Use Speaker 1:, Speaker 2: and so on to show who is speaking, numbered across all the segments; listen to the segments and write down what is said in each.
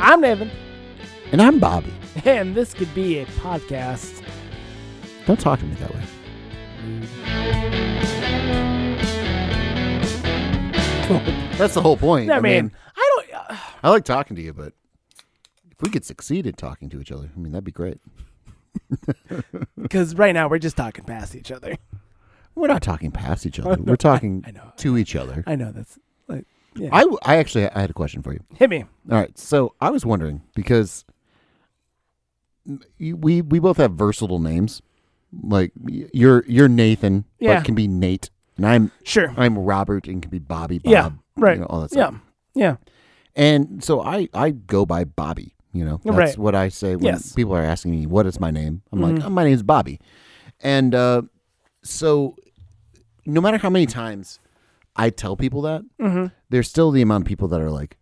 Speaker 1: I'm Nathan,
Speaker 2: And I'm Bobby.
Speaker 1: and this could be a podcast.
Speaker 2: Don't talk to me that way. That's the whole point.
Speaker 1: I, mean, I don't. Uh,
Speaker 2: I like talking to you, but if we could succeed at talking to each other, I mean, that'd be great.
Speaker 1: Because right now we're just talking past each other.
Speaker 2: We're not talking past each
Speaker 1: I
Speaker 2: other.
Speaker 1: know,
Speaker 2: We're talking
Speaker 1: I know.
Speaker 2: to each other.
Speaker 1: I know that's like, yeah.
Speaker 2: I, w- I actually I had a question for you.
Speaker 1: Hit me.
Speaker 2: All right, so I was wondering because you- we we both have versatile names. Like y- you're you're Nathan,
Speaker 1: Yeah.
Speaker 2: but can be Nate, and I'm
Speaker 1: Sure.
Speaker 2: I'm Robert and can be Bobby. Bob,
Speaker 1: Yeah, right.
Speaker 2: Um, You know, all that
Speaker 1: Yeah.
Speaker 2: stuff.
Speaker 1: Yeah.
Speaker 2: And so I I go by Bobby. You know, that's
Speaker 1: Right.
Speaker 2: what I say when
Speaker 1: Yes. Mm-hmm.
Speaker 2: people are asking me what is my name. I'm like, oh, my name's Bobby, and uh, so no matter how many times I tell people that,
Speaker 1: Mm-hmm.
Speaker 2: there's still the amount of people that are like,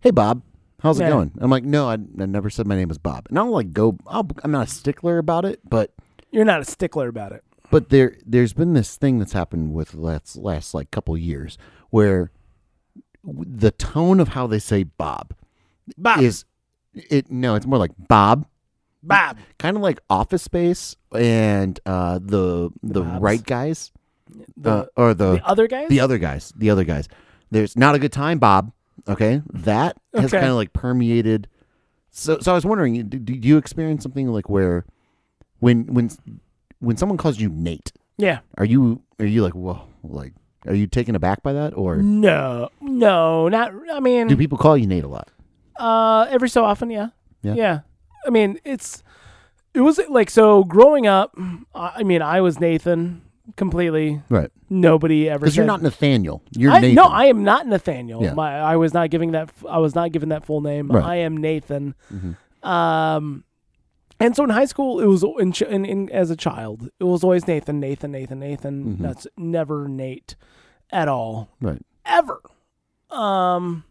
Speaker 2: "Hey, Bob." How's
Speaker 1: Yeah.
Speaker 2: it going? I'm like, no, I, I never said my name was Bob, and I'll like go. I'll, I'm not a stickler about it, but
Speaker 1: You're not a stickler about it.
Speaker 2: but there there's been this thing that's happened with last last like couple years where w- the tone of how they say Bob
Speaker 1: Bob.
Speaker 2: is it no it's more like Bob
Speaker 1: Bob.
Speaker 2: kind of like Office Space and uh, the the,
Speaker 1: Bobs.
Speaker 2: right guys
Speaker 1: The,
Speaker 2: uh, or the
Speaker 1: the other guys?
Speaker 2: the other guys the other guys there's not a good time Bob okay that has
Speaker 1: Okay.
Speaker 2: kind of like permeated so so I was wondering do, do you experience something like where when when when someone calls you Nate
Speaker 1: yeah.
Speaker 2: are you are you like whoa like are you taken aback by that
Speaker 1: Mm.
Speaker 2: or
Speaker 1: No. No. Not. I mean.
Speaker 2: do people call you Nate a lot?
Speaker 1: Uh, every so often, yeah.
Speaker 2: Yeah.
Speaker 1: I mean, it's it was like so growing up. I I mean, I was Nathan completely.
Speaker 2: Right,
Speaker 1: Nobody ever.
Speaker 2: because you're
Speaker 1: said-
Speaker 2: not Nathaniel. You're
Speaker 1: I,
Speaker 2: Nathan.
Speaker 1: No, I am not Nathaniel.
Speaker 2: Yeah.
Speaker 1: My, I was not giving that. I was not given that full name.
Speaker 2: Right. Mm-hmm.
Speaker 1: I am Nathan. Um, and so in high school, it was in, ch- in, in as a child, it was always Nathan, Nathan, Nathan, Nathan. That's never Nate at all
Speaker 2: Mm-hmm. right.
Speaker 1: ever. Um,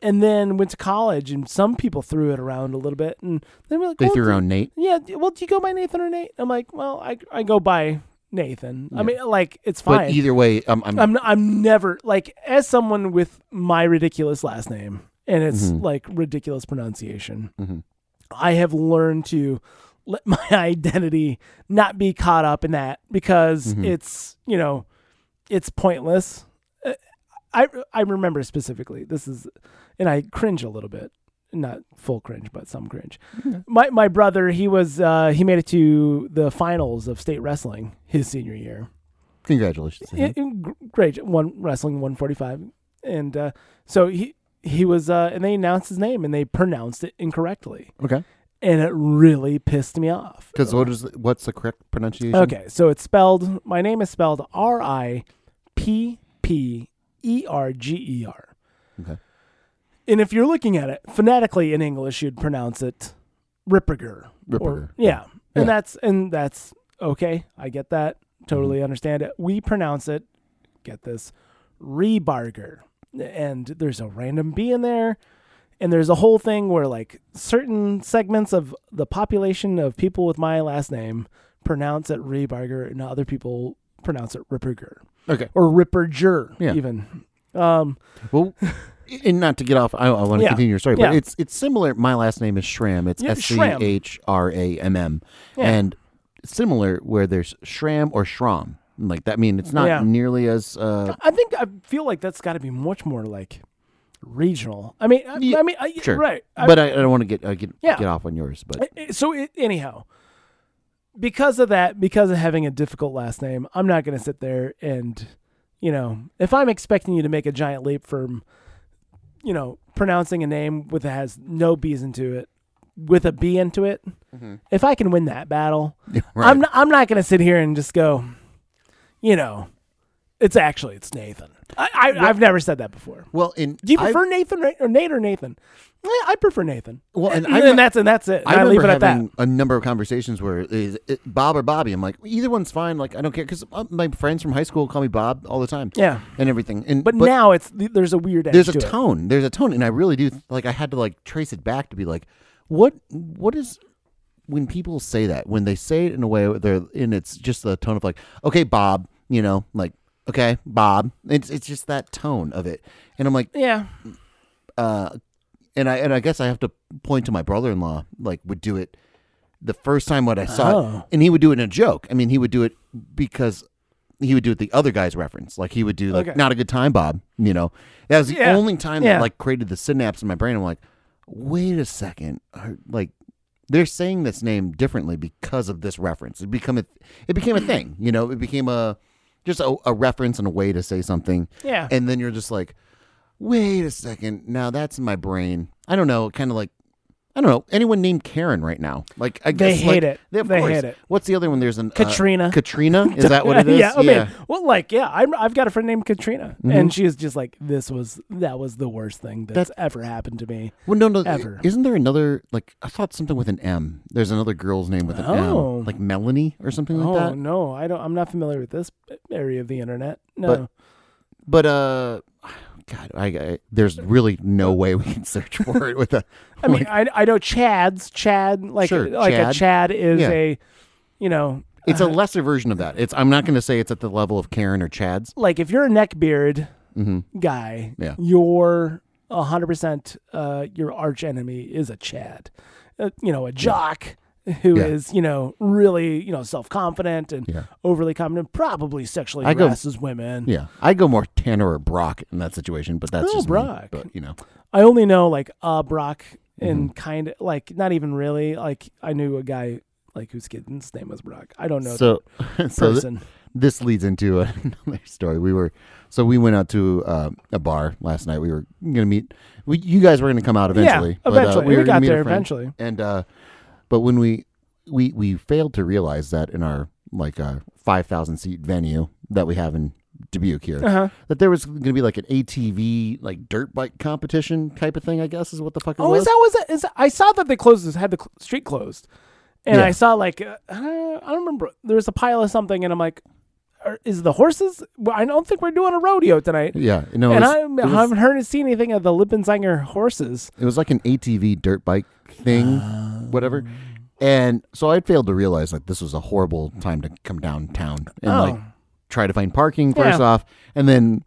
Speaker 1: and then went to college, and some people threw it around a little bit, and they were like,
Speaker 2: They
Speaker 1: well,
Speaker 2: threw
Speaker 1: do-
Speaker 2: around Nate.
Speaker 1: Yeah, d- well, do you go by Nathan or Nate? I'm like, well, I I go by Nathan. I
Speaker 2: Yeah.
Speaker 1: mean, like, it's
Speaker 2: But
Speaker 1: fine.
Speaker 2: either way, um, I'm,
Speaker 1: I'm n- I'm never like as someone with my ridiculous last name and it's like ridiculous pronunciation.
Speaker 2: Mhm.
Speaker 1: I have learned to let my identity not be caught up in that because it's you know it's pointless. Uh, I I remember specifically this is and I cringe a little bit. Not full cringe, but some cringe. My my brother, he was uh, he made it to the finals of state wrestling his senior year
Speaker 2: congratulations.
Speaker 1: yeah, gr- great one wrestling 145 and uh, so he he was uh, and they announced his name and they pronounced it incorrectly
Speaker 2: Okay.
Speaker 1: and it really pissed me off
Speaker 2: Because what is what's the correct pronunciation?
Speaker 1: okay so it's spelled my name is spelled E r-i-p-p-e-r-g-e-r
Speaker 2: Okay.
Speaker 1: and if you're looking at it phonetically in english you'd pronounce it ripperger
Speaker 2: Ripperger.
Speaker 1: yeah
Speaker 2: Yeah.
Speaker 1: and that's and that's okay i get that totally
Speaker 2: Mm-hmm.
Speaker 1: understand it we pronounce it get this rebarger and there's a random b in there and there's a whole thing where like certain segments of the population of people with my last name pronounce it rebarger and other people pronounce it ripperger
Speaker 2: Okay.
Speaker 1: or ripperger
Speaker 2: Yeah.
Speaker 1: even um
Speaker 2: Well, and not to get off, I, I want to
Speaker 1: Yeah.
Speaker 2: continue your story,
Speaker 1: Yeah.
Speaker 2: but it's it's similar. My last name is Shram. It's
Speaker 1: Yeah,
Speaker 2: S C
Speaker 1: Shram.
Speaker 2: H R A M M,
Speaker 1: Yeah.
Speaker 2: and similar where there's Shram or Shram. Like that. I mean, it's not
Speaker 1: Yeah.
Speaker 2: nearly as uh,
Speaker 1: I think I feel like that's got to be much more like regional. I mean, I,
Speaker 2: Yeah,
Speaker 1: I mean, I,
Speaker 2: sure,
Speaker 1: right? I-
Speaker 2: but I, I don't want to get uh, get
Speaker 1: Yeah.
Speaker 2: get off on yours, but.
Speaker 1: I- so it, anyhow, because of that, because of having a difficult last name, I'm not going to sit there and, you know, if I'm expecting you to make a giant leap from, you know, pronouncing a name with that has no B's into it, with a B into it,
Speaker 2: Mm-hmm.
Speaker 1: if I can win that battle,
Speaker 2: Right.
Speaker 1: I'm not, I'm not going to sit here and just go, you know, it's actually it's Nathan. I, I I've never said that before.
Speaker 2: Well, in
Speaker 1: Do you
Speaker 2: I-
Speaker 1: prefer Nathan or- or Nate or Nathan? Eh, I prefer Nathan. Eh,
Speaker 2: Well, and
Speaker 1: and,
Speaker 2: I-
Speaker 1: that's and that's it. And
Speaker 2: I
Speaker 1: I,
Speaker 2: remember
Speaker 1: leave it at that.
Speaker 2: having a number of conversations where is it Bob or Bobby. I'm like either one's fine. Like I don't care because my friends from high school call me Bob all the time.
Speaker 1: Yeah.
Speaker 2: and everything. And
Speaker 1: But, now it's there's a weird edge
Speaker 2: there's a
Speaker 1: to it.
Speaker 2: tone. There's a tone, and I really do like. I had to like trace it back to be like, what what is when people say that when they say it in a way where they're and it's just the tone of like, okay, Bob, you know, like okay, Bob. It's it's just that tone of it, and I'm like,
Speaker 1: Yeah.
Speaker 2: uh, and I and I guess I have to point to my brother in law, like would do it the first time when I saw it,
Speaker 1: Oh.
Speaker 2: and he would do it in a joke. I mean, he would do it because he would do it the other guy's reference, like he would do like
Speaker 1: Okay.
Speaker 2: not a good time, Bob. You know, that was the
Speaker 1: Yeah.
Speaker 2: only time that
Speaker 1: Yeah.
Speaker 2: like created the synapse in my brain. I'm like, wait a second, I- like they're saying this name differently because of this reference. It become a, it became a thing. You know, it became a just a, a reference and a way to say something
Speaker 1: Yeah.
Speaker 2: and then you're just like, wait a second, now that's in my brain. I don't know, kind of like, I don't know, anyone named Karen right now? Like, I
Speaker 1: They
Speaker 2: guess
Speaker 1: hate
Speaker 2: like-
Speaker 1: it.
Speaker 2: They, of
Speaker 1: They
Speaker 2: course.
Speaker 1: hate it.
Speaker 2: What's the other one? There's an uh,
Speaker 1: Katrina.
Speaker 2: Katrina, is that what it is? Mm-hmm.
Speaker 1: yeah, I mean, well, like, yeah, I'm, I've got a friend named Katrina, and she is just like, this was that was the worst thing that's ever happened to me.
Speaker 2: Well, no, no.
Speaker 1: Ever.
Speaker 2: Isn't there another like I thought something with an M? There's another girl's name with an
Speaker 1: Oh.
Speaker 2: M, like Melanie or something
Speaker 1: oh
Speaker 2: like that.
Speaker 1: no, I don't. I'm not familiar with this area of the internet. No,
Speaker 2: But- But uh, God, I, I there's really no way we can search for it with a.
Speaker 1: I mean, I, I know Chad's Chad, like
Speaker 2: Sure,
Speaker 1: like a
Speaker 2: Chad.
Speaker 1: Chad is
Speaker 2: Yeah.
Speaker 1: a, you know,
Speaker 2: It's a lesser version of that. It's I'm not going to say it's at the level of Karen or Chad's.
Speaker 1: like if you're a neckbeard
Speaker 2: Mm-hmm.
Speaker 1: guy,
Speaker 2: Yeah.
Speaker 1: you're hundred percent. Uh, your arch enemy is a Chad, uh, you know, a jock who is
Speaker 2: Yeah.
Speaker 1: you know really you know self confident and
Speaker 2: Yeah.
Speaker 1: overly confident, probably sexually
Speaker 2: I go-
Speaker 1: harasses women.
Speaker 2: Yeah, I go more Tanner or Brock in that situation, but that's
Speaker 1: Oh,
Speaker 2: just me.
Speaker 1: Brock.
Speaker 2: But you know,
Speaker 1: I only know like uh Brock and
Speaker 2: Mm-hmm.
Speaker 1: kind of like not even really like I knew a guy like whose kid's name was Brock. I don't know
Speaker 2: so so th-
Speaker 1: person.
Speaker 2: this leads into another story. We were so we went out to uh, a bar last night. We were gonna meet. We, you guys were gonna come out eventually.
Speaker 1: yeah,
Speaker 2: but, uh,
Speaker 1: eventually we,
Speaker 2: were gonna
Speaker 1: got
Speaker 2: meet a
Speaker 1: there
Speaker 2: friend.
Speaker 1: eventually.
Speaker 2: And uh, but when we we we failed to realize that in our like uh, five thousand seat venue that we have in Dubuque here,
Speaker 1: Uh-huh.
Speaker 2: that there was gonna be like an ATV like dirt bike competition type of thing. I guess is what the fuck it
Speaker 1: Oh,
Speaker 2: was.
Speaker 1: is that was that, is that, I saw that they closed this had the cl- street closed, and
Speaker 2: Yeah.
Speaker 1: I saw like uh, I don't I don't remember there was a pile of something, and I'm like, are, is the horses? Well, I don't think we're doing a rodeo tonight.
Speaker 2: yeah, no, it
Speaker 1: And
Speaker 2: was-
Speaker 1: I,
Speaker 2: it was-
Speaker 1: I haven't heard and seen anything of the Lippenzinger horses.
Speaker 2: It was like an ATV dirt bike thing, whatever.
Speaker 1: Oh.
Speaker 2: And so I failed to realize like this was a horrible time to come downtown and
Speaker 1: Oh.
Speaker 2: like try to find parking first
Speaker 1: Yeah.
Speaker 2: off, and then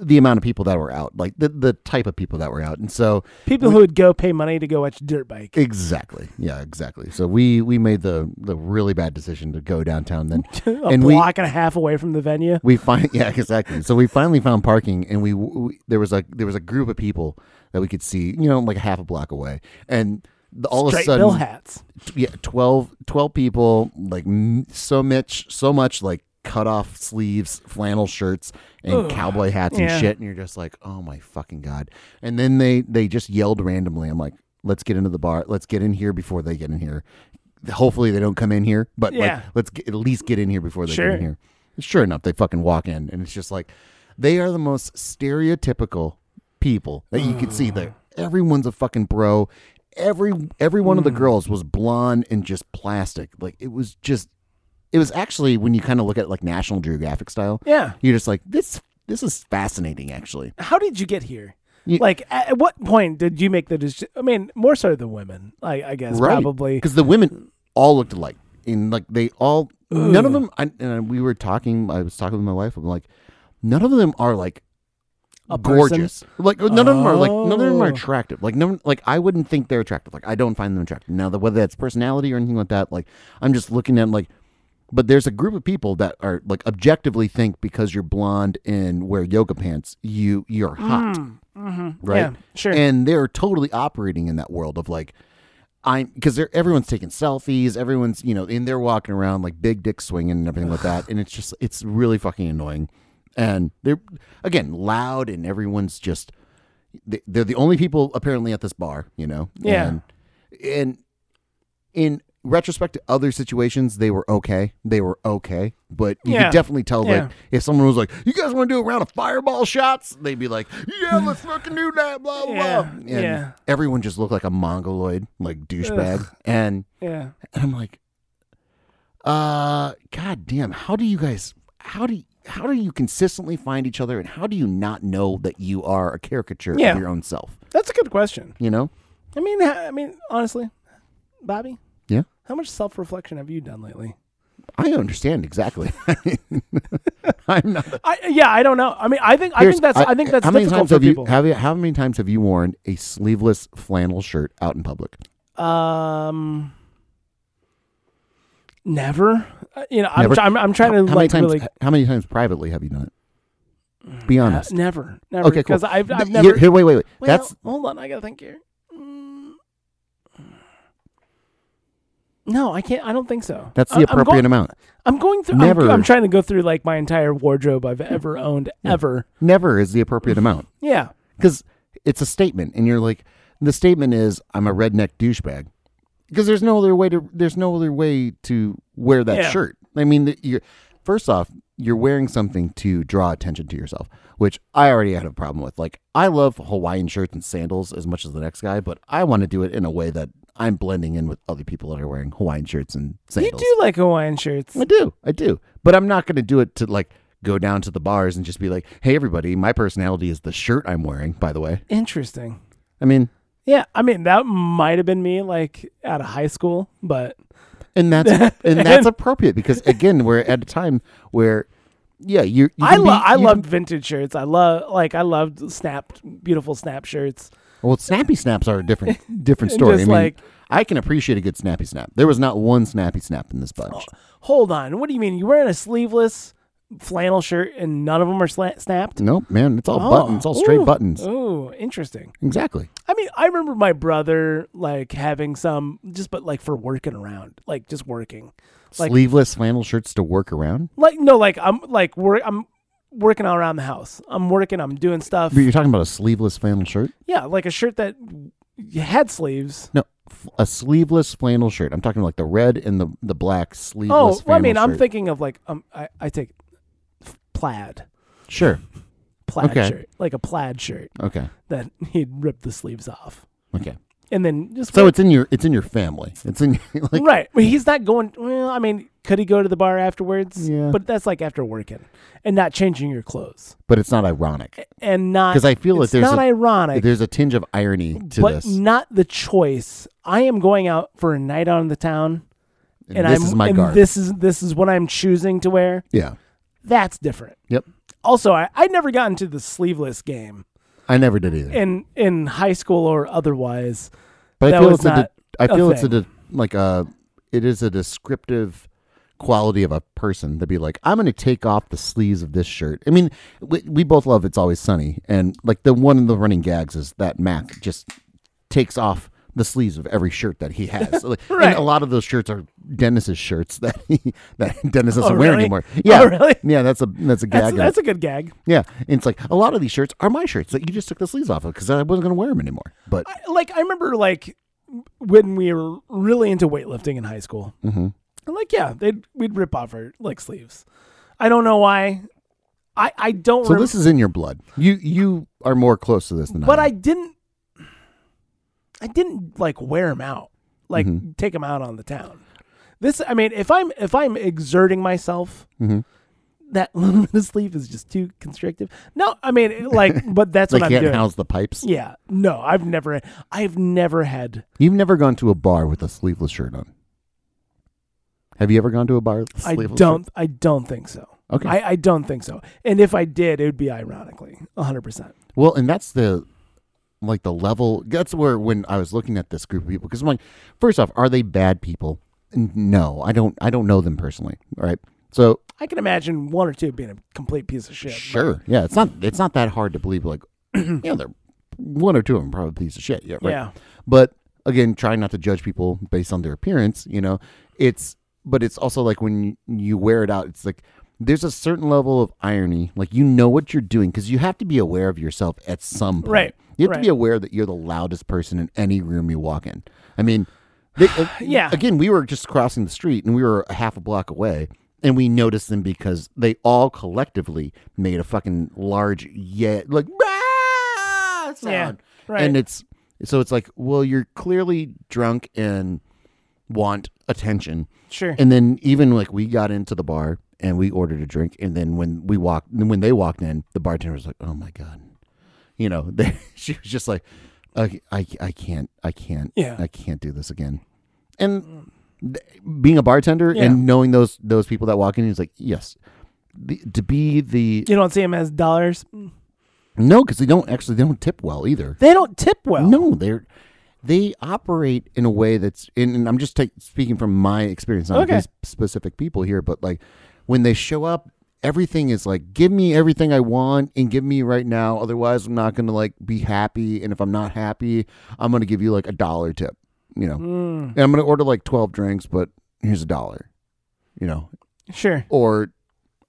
Speaker 2: the amount of people that were out, like the the type of people that were out. And so
Speaker 1: People who would go pay money to go watch dirt bike.
Speaker 2: exactly, yeah, exactly. So we we made the the really bad decision to go downtown then,
Speaker 1: a
Speaker 2: and we
Speaker 1: block and a half away from the venue.
Speaker 2: we find yeah exactly so we finally found parking and we, we there was a there was a group of people that we could see you know like a half a block away and the, all of a
Speaker 1: Straight
Speaker 2: sudden
Speaker 1: bill hats.
Speaker 2: t- yeah 12, 12 people like m- so much so much like cut off sleeves flannel shirts and cowboy hats and
Speaker 1: Yeah.
Speaker 2: shit and you're just like oh my fucking god and then they they just yelled randomly i'm like let's get into the bar let's get in here before they get in here hopefully they don't come in here but
Speaker 1: Yeah.
Speaker 2: like let's get, at least get in here before they get
Speaker 1: Sure.
Speaker 2: in here sure enough they fucking walk in and it's just like they are the most stereotypical people that you could see there. Everyone's a fucking bro. Every every one of the girls was blonde and just plastic. Like it was just it was actually when you kind of look at like National Geographic style,
Speaker 1: Yeah.
Speaker 2: you're just like this this is fascinating actually.
Speaker 1: How did you get here?
Speaker 2: You-
Speaker 1: like, at at what point did you make the decision? I mean, more so the women, I, I guess, probably.
Speaker 2: Cuz the women all looked alike. And like they all none of them I, and we were talking I was talking with my wife I'm like none of them are like
Speaker 1: A person?
Speaker 2: gorgeous. Like none of them are like none of them are
Speaker 1: Oh.
Speaker 2: attractive. Like none like I wouldn't think they're attractive. Like I don't find them attractive. Now that whether that's personality or anything like that, like I'm just looking at like but there's a group of people that are like objectively think because you're blonde and wear yoga pants, you you're hot. Right?
Speaker 1: Mm, mm-hmm. Yeah, sure.
Speaker 2: And they're totally operating in that world of like I'm because they're everyone's taking selfies, everyone's you know, and they're walking around like big dick swinging and everything like that, and it's just it's really fucking annoying. And they're again loud, and everyone's just they- they're the only people apparently at this bar, you know.
Speaker 1: Yeah.
Speaker 2: And, and in retrospect to other situations, they were okay. They were okay, but you
Speaker 1: Yeah.
Speaker 2: could definitely tell
Speaker 1: Yeah.
Speaker 2: like if someone was like, "You guys want to do a round of fireball shots?" They'd be like, "Yeah, let's fucking do that." Blah blah.
Speaker 1: Yeah,
Speaker 2: blah. And
Speaker 1: yeah.
Speaker 2: everyone just looked like a mongoloid, like douchebag, and
Speaker 1: yeah.
Speaker 2: and I'm like, uh, god damn, how do you guys, how do you, how do you consistently find each other, and how do you not know that you are a caricature
Speaker 1: Yeah.
Speaker 2: of your own self?
Speaker 1: That's a good question.
Speaker 2: You know?
Speaker 1: I mean, ha- I mean, honestly, Bobby,
Speaker 2: Yeah.
Speaker 1: how much self reflection have you done lately?
Speaker 2: I understand exactly. I'm not.
Speaker 1: I, yeah, I don't know. I mean, I think I
Speaker 2: Here's-
Speaker 1: think that's I, think that's
Speaker 2: how many
Speaker 1: difficult
Speaker 2: times
Speaker 1: for
Speaker 2: have
Speaker 1: people.
Speaker 2: you have you, how many times have you worn a sleeveless flannel shirt out in public?
Speaker 1: um, never. Uh, You know, I'm,
Speaker 2: Never.
Speaker 1: try- I'm, I'm trying
Speaker 2: how,
Speaker 1: to
Speaker 2: how
Speaker 1: like
Speaker 2: many times
Speaker 1: really.
Speaker 2: how many times privately have you done it? Be
Speaker 1: Uh,
Speaker 2: honest.
Speaker 1: never, never.
Speaker 2: Okay, cool.
Speaker 1: Because I've, I've
Speaker 2: Th-
Speaker 1: never.
Speaker 2: here, here, wait, wait, wait.
Speaker 1: Well,
Speaker 2: That's
Speaker 1: hold on. I gotta think here. Mm. No, I can't. I don't think so.
Speaker 2: that's
Speaker 1: I-
Speaker 2: the appropriate
Speaker 1: I'm going,
Speaker 2: amount.
Speaker 1: I'm going through. I'm-
Speaker 2: Never.
Speaker 1: I'm, trying to go through like my entire wardrobe I've ever owned ever.
Speaker 2: Never is the appropriate amount
Speaker 1: Yeah.
Speaker 2: because it's a statement, and you're like, the statement is, I'm a redneck douchebag. Because there's no other way to there's no other way to wear that
Speaker 1: Yeah.
Speaker 2: shirt. I mean, the- you're first off, you're wearing something to draw attention to yourself, which I already had a problem with. Like, I love Hawaiian shirts and sandals as much as the next guy, but I want to do it in a way that I'm blending in with other people that are wearing Hawaiian shirts and
Speaker 1: You
Speaker 2: sandals.
Speaker 1: do like Hawaiian shirts.
Speaker 2: I do. I do. But I'm not going to do it to like go down to the bars and just be like, "Hey everybody, my personality is the shirt I'm wearing, by the way."
Speaker 1: Interesting.
Speaker 2: I mean,
Speaker 1: Yeah, I mean that might have been me like out of high school, but
Speaker 2: and that's and that's appropriate because again, we're at a time where yeah, you, you
Speaker 1: I
Speaker 2: can
Speaker 1: love
Speaker 2: be-
Speaker 1: I
Speaker 2: you
Speaker 1: loved vintage shirts. I love like I loved snapped beautiful snap shirts.
Speaker 2: can- Well, snappy snaps are a different different
Speaker 1: And
Speaker 2: story.
Speaker 1: just
Speaker 2: I mean,
Speaker 1: like-
Speaker 2: I can appreciate a good snappy snap. There was not one snappy snap in this bunch.
Speaker 1: Hold on, what do you mean you're wearing a sleeveless flannel shirt and none of them are sla- snapped?
Speaker 2: Nope, man, it's all
Speaker 1: Oh,
Speaker 2: buttons, it's all straight
Speaker 1: ooh,
Speaker 2: buttons.
Speaker 1: Oh, interesting.
Speaker 2: Exactly.
Speaker 1: I mean, I remember my brother like having some just but like for working around, like just working. Like-
Speaker 2: Sleeveless flannel shirts to work around.
Speaker 1: Like no, like I'm like work I'm working all around the house. I'm working, I'm doing stuff.
Speaker 2: But you're talking about a sleeveless flannel shirt?
Speaker 1: Yeah, like a shirt that had sleeves.
Speaker 2: No, f- a sleeveless flannel shirt. I'm talking like the red and the the black sleeveless.
Speaker 1: Oh, well, I
Speaker 2: flannel
Speaker 1: mean, I'm
Speaker 2: shirt.
Speaker 1: thinking of like um, I, I take f- plaid,
Speaker 2: Sure.
Speaker 1: plaid
Speaker 2: Okay.
Speaker 1: shirt, like a plaid shirt
Speaker 2: Okay.
Speaker 1: that he'd rip the sleeves off
Speaker 2: Okay.
Speaker 1: and then just
Speaker 2: So it's in your it's in your family. It's in your, like
Speaker 1: right. But he's not going. Well, I mean, could he go to the bar afterwards?
Speaker 2: Yeah.
Speaker 1: But that's like after working and not changing your clothes
Speaker 2: but it's not ironic.
Speaker 1: and not
Speaker 2: 'Cause I feel that
Speaker 1: it's
Speaker 2: there's
Speaker 1: not
Speaker 2: a-
Speaker 1: ironic,
Speaker 2: There's a tinge of irony to
Speaker 1: but
Speaker 2: this.
Speaker 1: not the choice. I am going out for a night out in the town,
Speaker 2: and,
Speaker 1: and
Speaker 2: this
Speaker 1: I'm
Speaker 2: is my
Speaker 1: and
Speaker 2: garb.
Speaker 1: this is this is what I'm choosing to wear.
Speaker 2: yeah.
Speaker 1: That's different.
Speaker 2: Yep.
Speaker 1: Also, I I never got into the sleeveless game.
Speaker 2: I never did either.
Speaker 1: in in high school or otherwise.
Speaker 2: but I
Speaker 1: that
Speaker 2: feel
Speaker 1: was
Speaker 2: it's a de-
Speaker 1: not
Speaker 2: I
Speaker 1: a
Speaker 2: feel it's a
Speaker 1: thing.
Speaker 2: de- like a it is a descriptive quality of a person to be like I'm going to take off the sleeves of this shirt. I mean, we, we both love it's always sunny and like the one of the running gags is that Mac just takes off the sleeves of every shirt that he has. So, like,
Speaker 1: Right.
Speaker 2: And a lot of those shirts are Dennis's shirts that he, that Dennis doesn't
Speaker 1: Oh,
Speaker 2: wear
Speaker 1: really?
Speaker 2: anymore.
Speaker 1: Oh,
Speaker 2: Yeah.
Speaker 1: really?
Speaker 2: Yeah, that's a that's a gag.
Speaker 1: That's,
Speaker 2: in it.
Speaker 1: that's a good gag.
Speaker 2: yeah. And it's like a lot of these shirts are my shirts that you just took the sleeves off of cuz I wasn't going to wear them anymore. But
Speaker 1: I, like I remember like when we were really into weightlifting in high school. Mm-hmm. And like yeah, they'd we'd rip off our like sleeves. I don't know why. I I don't.
Speaker 2: So
Speaker 1: remem-
Speaker 2: this is in your blood. You you are more close to this than
Speaker 1: but
Speaker 2: I.
Speaker 1: I
Speaker 2: am.
Speaker 1: didn't. I didn't like wear them out. Like take
Speaker 2: Mm-hmm.
Speaker 1: 'em take them out on the town. This I mean, if I'm if I'm exerting myself.
Speaker 2: Mhm.
Speaker 1: That little bit of sleeve is just too constrictive. No, I mean, it, like, but that's
Speaker 2: they
Speaker 1: what I'm
Speaker 2: can't
Speaker 1: doing.
Speaker 2: house the pipes.
Speaker 1: Yeah. No, I've never I've never had
Speaker 2: You've never gone to a bar with a sleeveless shirt on. Have you ever gone to a bar with a
Speaker 1: I
Speaker 2: sleeveless
Speaker 1: don't I don't think so.
Speaker 2: shirt? Okay.
Speaker 1: I, I don't think so. And if I did, it would be ironically. hundred percent.
Speaker 2: well, and that's the like the level that's where when I was looking at this group of people because I'm like, first off, are they bad people? N- No, I don't I don't know them personally. All right. So
Speaker 1: I can imagine one or two being a complete piece of shit. but-
Speaker 2: sure. Yeah, it's not it's not that hard to believe like you know, they're one or two of them probably a piece of shit. Yeah, right.
Speaker 1: Yeah.
Speaker 2: but again trying not to judge people based on their appearance you know it's but it's also like when you, you wear it out it's like there's a certain level of irony like you know what you're doing because you have to be aware of yourself at some point
Speaker 1: Right,
Speaker 2: you have to be
Speaker 1: right.
Speaker 2: aware that you're the loudest person in any room you walk in i mean they, uh,
Speaker 1: Yeah.
Speaker 2: again we were just crossing the street and we were a half a block away and we noticed them because they all collectively made a fucking large yeah like "Rah!" sound
Speaker 1: Yeah, right.
Speaker 2: and it's so it's like well you're clearly drunk and want attention
Speaker 1: Sure.
Speaker 2: and then even like we got into the bar and we ordered a drink and then when we walked when they walked in the bartender was like oh my god you know they, she was just like I, I, I can't i can't
Speaker 1: Yeah.
Speaker 2: i can't do this again and being a bartender
Speaker 1: Yeah.
Speaker 2: and knowing those those people that walk in, he's like, yes, the, to be the
Speaker 1: You don't see them as dollars.
Speaker 2: no, because they don't actually they don't tip well either.
Speaker 1: They don't tip well.
Speaker 2: No, they're they operate in a way that's. And, and I'm just take, speaking from my experience, not
Speaker 1: Okay.
Speaker 2: these specific people here, but like when they show up, everything is like, give me everything I want and give me right now. Otherwise, I'm not going to like be happy. And if I'm not happy, I'm going to give you like a dollar tip. You know,
Speaker 1: Mm,
Speaker 2: and I'm going to order like 12 drinks, but here's a dollar. You know,
Speaker 1: sure.
Speaker 2: or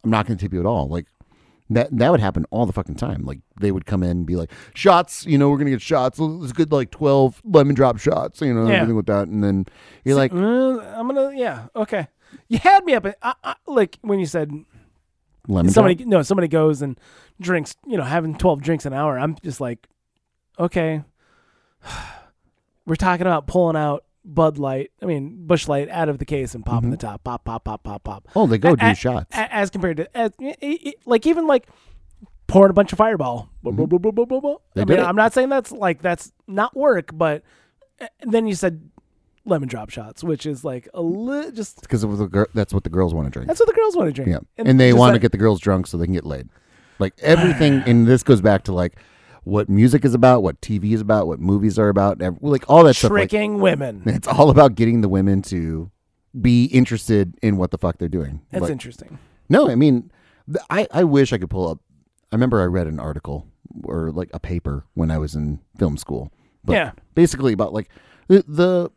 Speaker 2: I'm not going to tip you at all. Like that that would happen all the fucking time. Like they would come in and be like, shots. You know, we're going to get shots. Let's get like twelve lemon drop shots. You know,
Speaker 1: Yeah.
Speaker 2: everything with that. And then you're like,
Speaker 1: Mm, I'm gonna. Yeah. Okay. You had me up. at- I, I, like when you said
Speaker 2: lemon.
Speaker 1: somebody.
Speaker 2: drop?
Speaker 1: No, somebody goes and drinks. You know, having 12 drinks an hour. I'm just like, okay. We're talking about pulling out Bud Light. I mean, Bush Light out of the case and
Speaker 2: Mm-hmm.
Speaker 1: popping the top. Pop, pop, pop, pop, pop.
Speaker 2: Oh, they go do
Speaker 1: a-
Speaker 2: shots.
Speaker 1: A- as compared to as, e- e- like even like pouring a bunch of fireball. Blah, blah, blah, blah, blah, blah, blah.
Speaker 2: Mm-hmm. They
Speaker 1: I
Speaker 2: did
Speaker 1: mean,
Speaker 2: it.
Speaker 1: I'm not saying that's like that's not work, but and then you said lemon drop shots, which is like a li- just
Speaker 2: because the gir- that's what the girls want to drink.
Speaker 1: that's what the girls want to drink.
Speaker 2: Yeah, and, they
Speaker 1: just
Speaker 2: want to
Speaker 1: like-
Speaker 2: get the girls drunk so they can get laid. Like everything, and this goes back to like what music is about, what TV is about, what movies are about, ev- like all that stuff. Like,
Speaker 1: tricking women.
Speaker 2: It's all about getting the women to be interested in what the fuck they're doing.
Speaker 1: That's
Speaker 2: Like,
Speaker 1: interesting.
Speaker 2: no, I mean, th- I, I wish I could pull up. I remember I read an article or like a paper when I was in film school. But
Speaker 1: Yeah.
Speaker 2: Basically about like the the,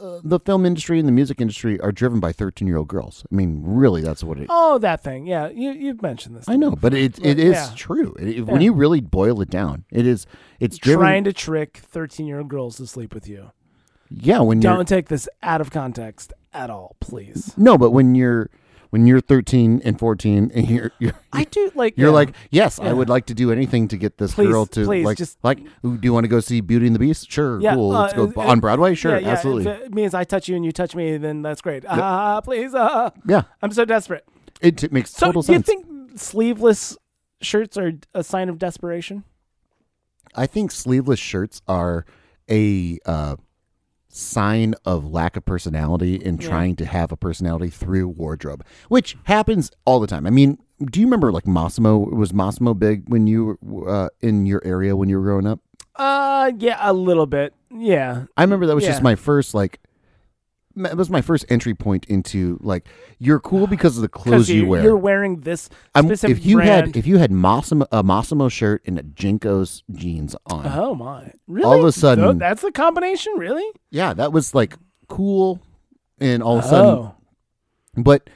Speaker 2: uh, the film industry and the music industry are driven by 13 year old girls. I mean, really, that's what it.
Speaker 1: Oh, that thing. Yeah, you you've mentioned this.
Speaker 2: I know, but it it is
Speaker 1: Yeah.
Speaker 2: true. It, it- When you really boil it down, it is it's driven.
Speaker 1: Trying to trick 13 year old girls to sleep with you.
Speaker 2: yeah, when you're
Speaker 1: Don't take this out of context at all, please.
Speaker 2: no, but when you're when you're 13 and 14 and you're you're
Speaker 1: I do like
Speaker 2: You're
Speaker 1: yeah.
Speaker 2: like, yes, I
Speaker 1: Yeah.
Speaker 2: would like to do anything to get this
Speaker 1: Please,
Speaker 2: girl to
Speaker 1: please,
Speaker 2: like,
Speaker 1: just-
Speaker 2: like, "Ooh, do you want to go see Beauty and the Beast? Sure,
Speaker 1: Yeah,
Speaker 2: cool.
Speaker 1: uh,
Speaker 2: Let's go
Speaker 1: uh,
Speaker 2: on Broadway. Sure,
Speaker 1: Yeah, yeah,
Speaker 2: absolutely. Yeah,
Speaker 1: If it means I touch you and you touch me, then that's great. Ah, please. ah. I'm so desperate.
Speaker 2: it, t- makes
Speaker 1: So,
Speaker 2: total
Speaker 1: do you
Speaker 2: sense.
Speaker 1: think sleeveless shirts are a sign of desperation?
Speaker 2: I think sleeveless shirts are a uh, sign of lack of personality and trying to have a personality through wardrobe, which happens all the time. I mean, do you remember like Massimo? Was Massimo big when you were uh, in your area when you were growing up?
Speaker 1: Uh, yeah, a little bit. Yeah,
Speaker 2: I remember that was just
Speaker 1: Yeah.
Speaker 2: my first like. ma- That was my first entry point into like you're cool because of the clothes you,
Speaker 1: you're,
Speaker 2: wear.
Speaker 1: you're wearing this
Speaker 2: I'm-
Speaker 1: specific
Speaker 2: if you
Speaker 1: brand.
Speaker 2: had if you had Massimo, a Massimo shirt and a Jinko's jeans on,
Speaker 1: oh my, really?
Speaker 2: all of a sudden,
Speaker 1: Tho- that's the combination, really?
Speaker 2: yeah, that was like cool, and all of a sudden,
Speaker 1: oh,
Speaker 2: but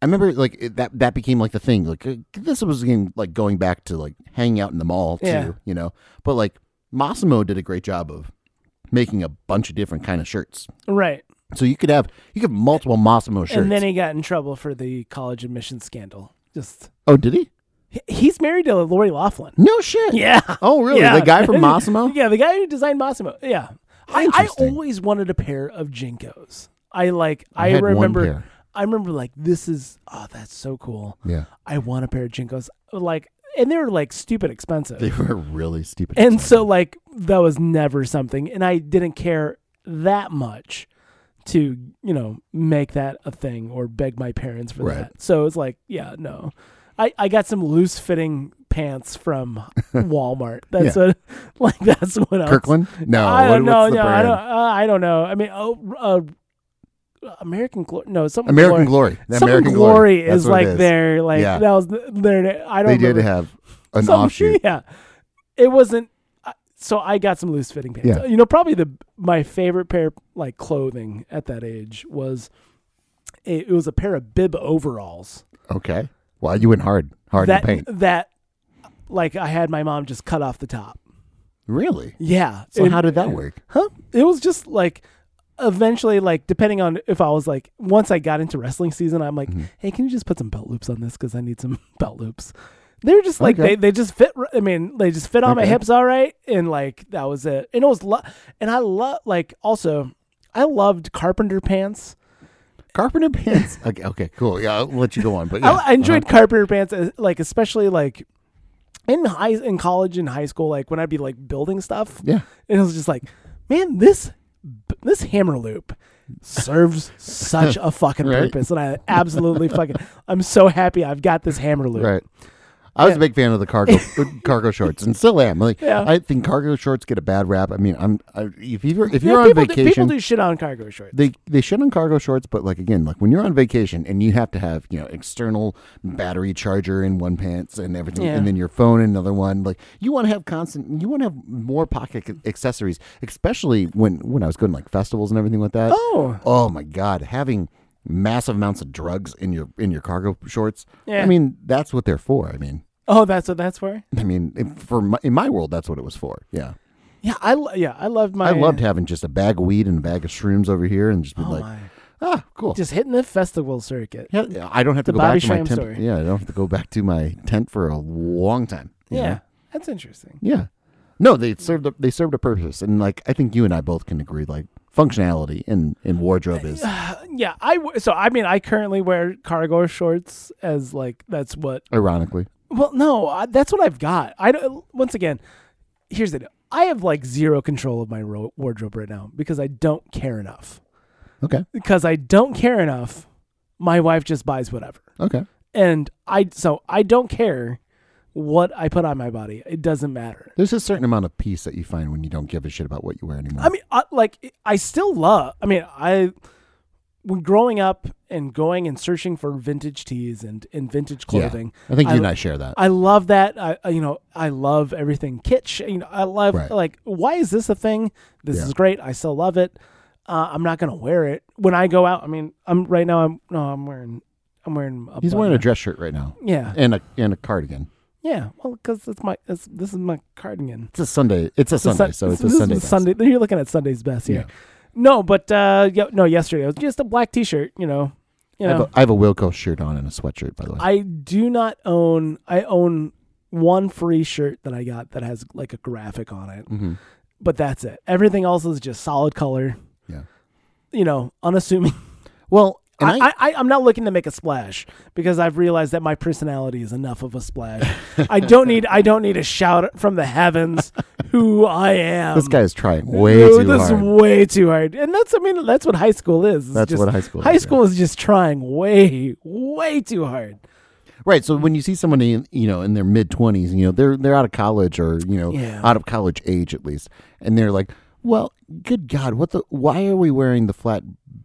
Speaker 2: I remember like it, that that became like the thing. Like uh, this was again like going back to like hanging out in the mall too,
Speaker 1: Yeah.
Speaker 2: you know. But like Massimo did a great job of making a bunch of different kind of shirts.
Speaker 1: right.
Speaker 2: So you could have you could have multiple Massimo shirts.
Speaker 1: And then he got in trouble for the college admissions scandal. Just
Speaker 2: oh, did he?
Speaker 1: he- he's married to Lori Laughlin.
Speaker 2: No shit.
Speaker 1: Yeah.
Speaker 2: Oh, really?
Speaker 1: Yeah.
Speaker 2: The guy from Massimo?
Speaker 1: Yeah, the guy who designed Massimo. Yeah. I, I
Speaker 2: Interesting.
Speaker 1: always wanted a pair of Jinkos. I like I,
Speaker 2: had one
Speaker 1: remember
Speaker 2: pair.
Speaker 1: I remember like this is oh that's so cool.
Speaker 2: Yeah.
Speaker 1: I want a pair of Jinkos. Like and they were like stupid expensive.
Speaker 2: They were really stupid.
Speaker 1: and so like that was never something and I didn't care that much to, you know, make that a thing or beg my parents for
Speaker 2: Right.
Speaker 1: that. So it's like, yeah, no. I, I got some loose fitting pants from Walmart. That's what like that's what I was
Speaker 2: Kirkland? No.
Speaker 1: uh, I
Speaker 2: Oh, what-
Speaker 1: don't know.
Speaker 2: what's the
Speaker 1: No, I
Speaker 2: brand?
Speaker 1: don't. Uh, I don't know. I mean, oh, uh, American Glory. No, something.
Speaker 2: American
Speaker 1: Glory.
Speaker 2: Glory. The
Speaker 1: Something
Speaker 2: American
Speaker 1: Glory
Speaker 2: That's
Speaker 1: is
Speaker 2: what it
Speaker 1: like their like
Speaker 2: Yeah.
Speaker 1: that was th- their. I
Speaker 2: They
Speaker 1: don't.
Speaker 2: did
Speaker 1: remember.
Speaker 2: have an
Speaker 1: Some-
Speaker 2: offshoot.
Speaker 1: Yeah, it wasn't. I- So I got some loose fitting pants.
Speaker 2: Yeah.
Speaker 1: You know, probably the my favorite pair of, like clothing at that age was a, it was a pair of bib overalls
Speaker 2: Okay. Wow, you went hard, hard
Speaker 1: that
Speaker 2: to paint.
Speaker 1: that like I had my mom just cut off the top.
Speaker 2: Really?
Speaker 1: Yeah.
Speaker 2: So
Speaker 1: And-
Speaker 2: how did that work?
Speaker 1: huh? It was just like eventually like depending on if I was like once I got into wrestling season, I'm like,
Speaker 2: Mm-hmm.
Speaker 1: hey, can you just put some belt loops on this because I need some belt loops. They're just like
Speaker 2: Okay.
Speaker 1: they, they just fit. r- I mean, they just fit on my
Speaker 2: Okay.
Speaker 1: hips all right, and like that was it. And it was lo- and I love like also I loved carpenter pants.
Speaker 2: Carpenter pants. okay, okay, cool. Yeah, I'll let you go on. But
Speaker 1: I-
Speaker 2: yeah. uh-huh.
Speaker 1: I, enjoyed carpenter pants, uh, like especially like in high in college and high school, like when I'd be like building stuff.
Speaker 2: Yeah.
Speaker 1: and it was just like, man, this b- this hammer loop serves such a fucking
Speaker 2: Right.
Speaker 1: purpose, and I absolutely fucking I'm so happy I've got this hammer loop.
Speaker 2: Right. I was a big fan of the cargo cargo shorts, and still am. Like,
Speaker 1: Yeah.
Speaker 2: I think cargo shorts get a bad rap. I mean, I'm I, if you're if
Speaker 1: Yeah,
Speaker 2: you're on
Speaker 1: people do-
Speaker 2: vacation,
Speaker 1: people do shit on cargo shorts.
Speaker 2: they they shit on cargo shorts, but like again, like when you're on vacation and you have to have you know external battery charger in one pants and everything,
Speaker 1: Yeah.
Speaker 2: and then your phone in another one. Like you want to have constant, you want to have more pocket ac- accessories, especially when when I was going to, like festivals and everything like that.
Speaker 1: Oh.
Speaker 2: oh my god, having massive amounts of drugs in your in your cargo shorts.
Speaker 1: Yeah.
Speaker 2: I mean that's what they're for. I mean.
Speaker 1: Oh, that's what that's for.
Speaker 2: I mean, in- for my, in my world, that's what it was for. Yeah,
Speaker 1: Yeah, I lo- Oh, yeah I loved my.
Speaker 2: I loved having just a bag of weed and a bag of shrooms over here, and just been
Speaker 1: Oh
Speaker 2: like,
Speaker 1: my.
Speaker 2: ah, cool.
Speaker 1: Just hitting the festival circuit.
Speaker 2: Yeah, yeah, I don't have to
Speaker 1: The
Speaker 2: go back
Speaker 1: Bobby
Speaker 2: to my
Speaker 1: Shram
Speaker 2: tent.
Speaker 1: story.
Speaker 2: Yeah, I don't have to go back to my tent for a long time. you
Speaker 1: Yeah,
Speaker 2: know?
Speaker 1: that's interesting.
Speaker 2: yeah. No, they served a, they served a purpose, and like I think you and I both can agree, like functionality in in wardrobe is
Speaker 1: Uh, Yeah, I w- so I mean I currently wear cargo shorts as like that's what.
Speaker 2: ironically
Speaker 1: Well, no, I, that's what I've got. I don't. Once again, here's the deal. I have like zero control of my ro- wardrobe right now because I don't care enough.
Speaker 2: okay.
Speaker 1: Because I don't care enough, my wife just buys whatever,
Speaker 2: Okay,
Speaker 1: and I so I don't care what I put on my body. It doesn't matter.
Speaker 2: there's a certain amount of peace that you find when you don't give a shit about what you wear anymore.
Speaker 1: I mean, I, like I still love. I mean, I when growing up and going and searching for vintage tees and and vintage
Speaker 2: Yeah.
Speaker 1: clothing,
Speaker 2: I think you
Speaker 1: I-
Speaker 2: and I share that.
Speaker 1: I love that. I I- you know I love everything kitsch. You know, I love
Speaker 2: Right.
Speaker 1: like why is this a thing? This
Speaker 2: Yeah.
Speaker 1: is great. I still love it. Uh, I'm not gonna wear it when I go out. I mean, I'm right now. I'm no, I'm wearing. I'm wearing. A
Speaker 2: He's
Speaker 1: button
Speaker 2: wearing a
Speaker 1: up.
Speaker 2: dress shirt right now
Speaker 1: Yeah,
Speaker 2: and a and a cardigan.
Speaker 1: yeah. Well, because it's my. It's, this is my cardigan.
Speaker 2: It's a Sunday. It's a
Speaker 1: It's a Sun-
Speaker 2: Sunday, so it's a
Speaker 1: this is
Speaker 2: Sunday. best.
Speaker 1: Sunday. You're looking at Sunday's best here. No, but uh, yeah, no. Yesterday it was just a black T-shirt. You know, you
Speaker 2: I, have
Speaker 1: know.
Speaker 2: a, I have a Wilco shirt on and a sweatshirt, by the way.
Speaker 1: I do not own. I own one free shirt that I got that has like a graphic on it,
Speaker 2: mm-hmm.
Speaker 1: but that's it. Everything else is just solid color.
Speaker 2: Yeah.
Speaker 1: You know, unassuming.
Speaker 2: Well, and I,
Speaker 1: I, I, I, I'm not looking to make a splash because I've realized that my personality is enough of a splash. I don't need. I don't need a shout from the heavens who I am.
Speaker 2: this guy is trying way
Speaker 1: No,
Speaker 2: too
Speaker 1: this is
Speaker 2: hard.
Speaker 1: way too hard. And that's I mean that's what high school is. It's
Speaker 2: That's
Speaker 1: just-
Speaker 2: what high school
Speaker 1: High
Speaker 2: is, yeah.
Speaker 1: school is just trying way way too hard.
Speaker 2: Right. So when you see somebody, in, you know, in their mid twenties, you know, they're they're out of college or you know,
Speaker 1: Yeah.
Speaker 2: out of college age at least, and they're like, "Well, good God, what the? Why are we wearing the flat?"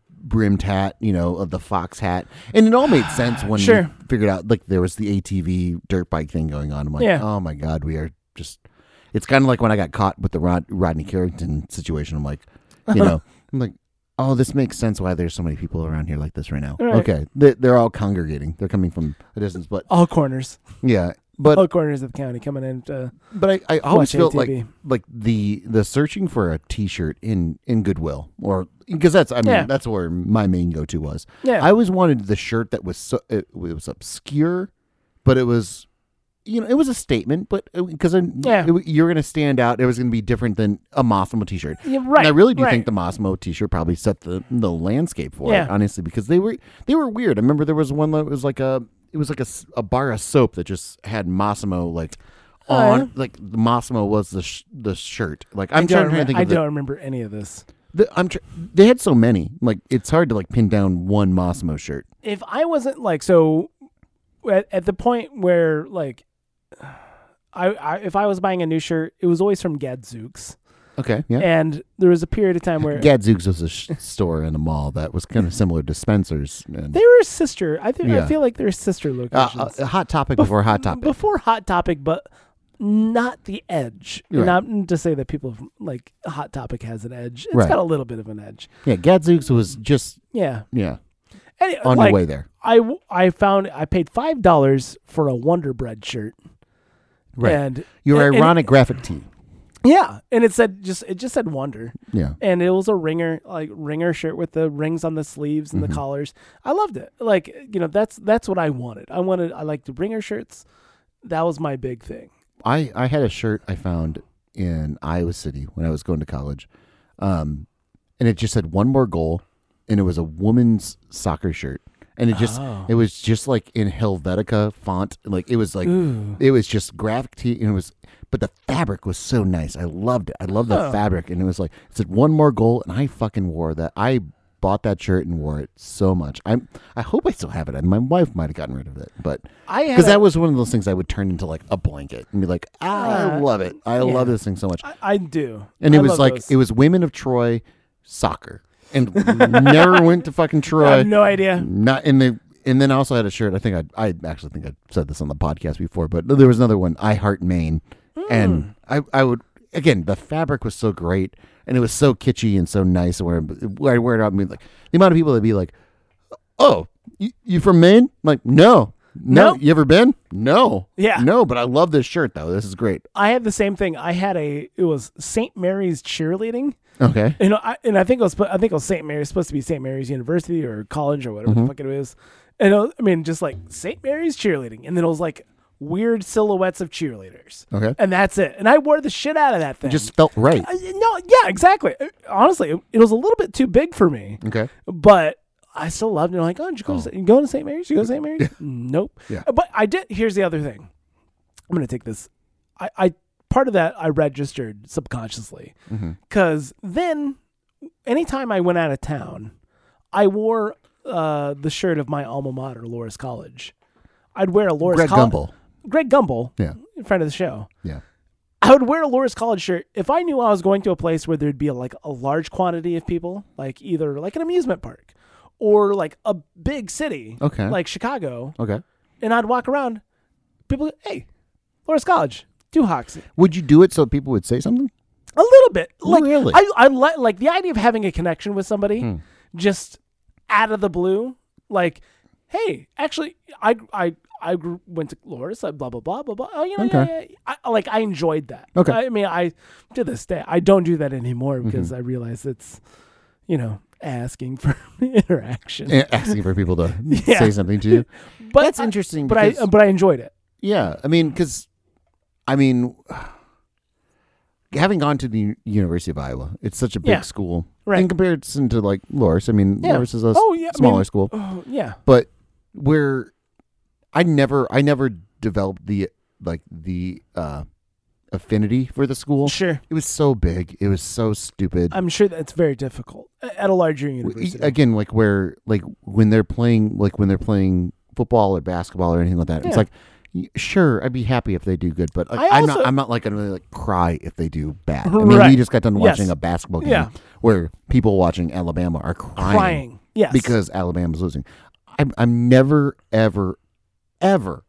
Speaker 2: brimmed hat, you know, of the fox hat. And it all made sense when
Speaker 1: Sure.
Speaker 2: we figured out like there was the ATV dirt bike thing going on. I'm like,
Speaker 1: Yeah.
Speaker 2: oh my God, we are just it's kind of like when I got caught with the Rod- Rodney Carrington situation. I'm like,
Speaker 1: Uh-huh.
Speaker 2: you know, I'm like, oh, this makes sense why there's so many people around here like this right now.
Speaker 1: Right.
Speaker 2: Okay, they, they're all congregating. They're coming from a distance, but
Speaker 1: All corners,
Speaker 2: yeah, but
Speaker 1: all corners of the county coming in. To,
Speaker 2: but I, I always
Speaker 1: Oh, Watch
Speaker 2: felt
Speaker 1: ATV.
Speaker 2: like like the the searching for a T-shirt in in Goodwill or because that's I mean
Speaker 1: Yeah.
Speaker 2: that's where my main go to was.
Speaker 1: yeah,
Speaker 2: I always wanted the shirt that was so it, was obscure, but it was, you know, it was a statement. But uh, because
Speaker 1: Yeah.
Speaker 2: you're going to stand out, it was going to be different than a Mossimo T-shirt.
Speaker 1: Yeah, right,
Speaker 2: And I really do
Speaker 1: right.
Speaker 2: think the Mossimo T-shirt probably set the the landscape for
Speaker 1: Yeah.
Speaker 2: it, honestly, because they were they were weird. I remember there was one that was like a it was like a, s- a bar of soap that just had Mossimo like. On like the Mossimo was the sh- the shirt. Like I'm
Speaker 1: I don't,
Speaker 2: trying to
Speaker 1: remember,
Speaker 2: think
Speaker 1: I
Speaker 2: of the,
Speaker 1: don't remember any of this.
Speaker 2: the I'm tr- they had so many. Like it's hard to like pin down one Mossimo shirt.
Speaker 1: If I wasn't like so, at, at the point where like, I, I if I was buying a new shirt, it was always from Gadzooks,
Speaker 2: Okay, yeah.
Speaker 1: and there was a period of time where
Speaker 2: Gadzooks was a sh- store in a mall that was kind of similar to Spencer's. And,
Speaker 1: they were sister. I think I
Speaker 2: Yeah.
Speaker 1: feel like they're sister
Speaker 2: uh,
Speaker 1: locations.
Speaker 2: uh, hot topic before hot topic.
Speaker 1: before hot topic, but not the edge.
Speaker 2: Right.
Speaker 1: Not to say that people have- like hot topic has an edge. It's
Speaker 2: Right.
Speaker 1: got a little bit of an edge.
Speaker 2: yeah, Gadzooks was just
Speaker 1: Yeah.
Speaker 2: yeah
Speaker 1: Any-
Speaker 2: on
Speaker 1: like,
Speaker 2: your way there.
Speaker 1: I w- I found I paid five dollars for a Wonder Bread shirt.
Speaker 2: Right.
Speaker 1: And
Speaker 2: Your
Speaker 1: and- and-
Speaker 2: ironic graphic tee.
Speaker 1: yeah, and it said just it just said Wonder,
Speaker 2: Yeah,
Speaker 1: and it was a ringer like ringer shirt with the rings on the sleeves and the
Speaker 2: Mm-hmm.
Speaker 1: collars. I loved it. Like you know that's that's what I wanted. I wanted I liked the ringer shirts. That was my big thing.
Speaker 2: I I had a shirt I found in Iowa City when I was going to college, um, and it just said one more goal, and it was a woman's soccer shirt, and it just
Speaker 1: Oh.
Speaker 2: it was just like in Helvetica font, like it was like
Speaker 1: Ooh.
Speaker 2: it was just graphic tee, and it was but the fabric was so nice. I loved it. I loved the
Speaker 1: Huh.
Speaker 2: fabric, and it was like it said one more goal, and I fucking wore that. I bought that shirt and wore it so much. I am I hope I still have it, and my wife might have gotten rid of it, but
Speaker 1: I had
Speaker 2: because
Speaker 1: a-
Speaker 2: that was one of those things I would turn into like a blanket and be like, ah, I
Speaker 1: Uh,
Speaker 2: love it. I love
Speaker 1: yeah.
Speaker 2: this thing so much.
Speaker 1: I, I do.
Speaker 2: And it
Speaker 1: I
Speaker 2: was
Speaker 1: love
Speaker 2: like
Speaker 1: those.
Speaker 2: it was women of Troy soccer, and never went to fucking
Speaker 1: I
Speaker 2: Troy.
Speaker 1: have no idea.
Speaker 2: Not in the. And then I also had a shirt. I think I I actually think I said this on the podcast before, but there was another one. I heart Maine,
Speaker 1: Hmm.
Speaker 2: and I I would again the fabric was so great and it was so kitschy and so nice. Where where I wear it out and be like the amount of people that be like, oh, you, you from Maine? I'm like no. No,
Speaker 1: Nope.
Speaker 2: you ever been? No.
Speaker 1: Yeah.
Speaker 2: No, but I love this shirt though. This is great.
Speaker 1: I had the same thing. I had a it was St. Mary's cheerleading.
Speaker 2: Okay.
Speaker 1: You know, I, and I think it was sp- I think it was St. Mary's supposed to be St. Mary's University or college or whatever the fuck it was. And it was- I mean, just like St. Mary's cheerleading, and then it was like weird silhouettes of cheerleaders,
Speaker 2: Okay.
Speaker 1: and that's it. And I wore the shit out of that thing.
Speaker 2: Just felt right.
Speaker 1: I- no, yeah, exactly. Uh, Honestly, it, it was a little bit too big for me,
Speaker 2: Okay.
Speaker 1: but I still loved it. I'm like, oh, did you go to, you going to St. Mary's? You go to St. Mary's? Nope.
Speaker 2: Yeah.
Speaker 1: But I did. Here's the other thing. I'm gonna take this. I, I part of that I registered subconsciously
Speaker 2: Mm-hmm.
Speaker 1: because then anytime I went out of town, I wore uh, the shirt of my alma mater, Loris College. I'd wear a Loris
Speaker 2: Greg
Speaker 1: College.
Speaker 2: Gumbel.
Speaker 1: Greg Gumbel,
Speaker 2: Yeah.
Speaker 1: in front of the show.
Speaker 2: Yeah.
Speaker 1: I would wear a Loris College shirt if I knew I was going to a place where there'd be like a large quantity of people, like either like an amusement park or like a big city,
Speaker 2: Okay.
Speaker 1: like Chicago.
Speaker 2: Okay.
Speaker 1: And I'd walk around, people, hey, Loris College, do Hoxie.
Speaker 2: Would you do it so people would say something?
Speaker 1: A little bit, like
Speaker 2: Really? Hmm.
Speaker 1: I, I li- like the idea of having a connection with somebody, just out of the blue, like, hey, actually, I, I, I grew, went to Loris, like, blah blah blah blah blah. Oh, you know, yeah, yeah. yeah. I, like I enjoyed that.
Speaker 2: Okay. Mm-hmm.
Speaker 1: I mean, I to this day, I don't do that anymore because I realize it's, you know, asking for interaction.
Speaker 2: A- Asking for people to
Speaker 1: Yeah.
Speaker 2: say something to you.
Speaker 1: but
Speaker 2: That's
Speaker 1: I-
Speaker 2: interesting.
Speaker 1: But I, um,
Speaker 2: because-
Speaker 1: but I enjoyed it.
Speaker 2: yeah, I mean, because, I mean, having gone to the U- University of Iowa, it's such a big
Speaker 1: Yeah.
Speaker 2: school.
Speaker 1: Right.
Speaker 2: In comparison to like Loris, I mean,
Speaker 1: Yeah.
Speaker 2: Loris is a s-
Speaker 1: Oh, yeah, I
Speaker 2: smaller
Speaker 1: mean-
Speaker 2: school,
Speaker 1: Oh yeah.
Speaker 2: but where I never, I never developed the like the uh affinity for the school.
Speaker 1: Sure.
Speaker 2: It was so big. It was so stupid.
Speaker 1: I'm sure that's very difficult a- at a larger
Speaker 2: W- e,
Speaker 1: university.
Speaker 2: again like where like when they're playing like when they're playing football or basketball or anything like that it's
Speaker 1: Yeah.
Speaker 2: like y- sure i'd be happy if they do good but like,
Speaker 1: I
Speaker 2: i'm
Speaker 1: also-
Speaker 2: not i'm not like gonna really like cry if they do bad i mean we
Speaker 1: Right.
Speaker 2: just got done
Speaker 1: Yes.
Speaker 2: watching a basketball game
Speaker 1: Yeah.
Speaker 2: where people watching alabama are crying,
Speaker 1: Crying. Yes.
Speaker 2: because alabama's losing i'm, I'm never ever ever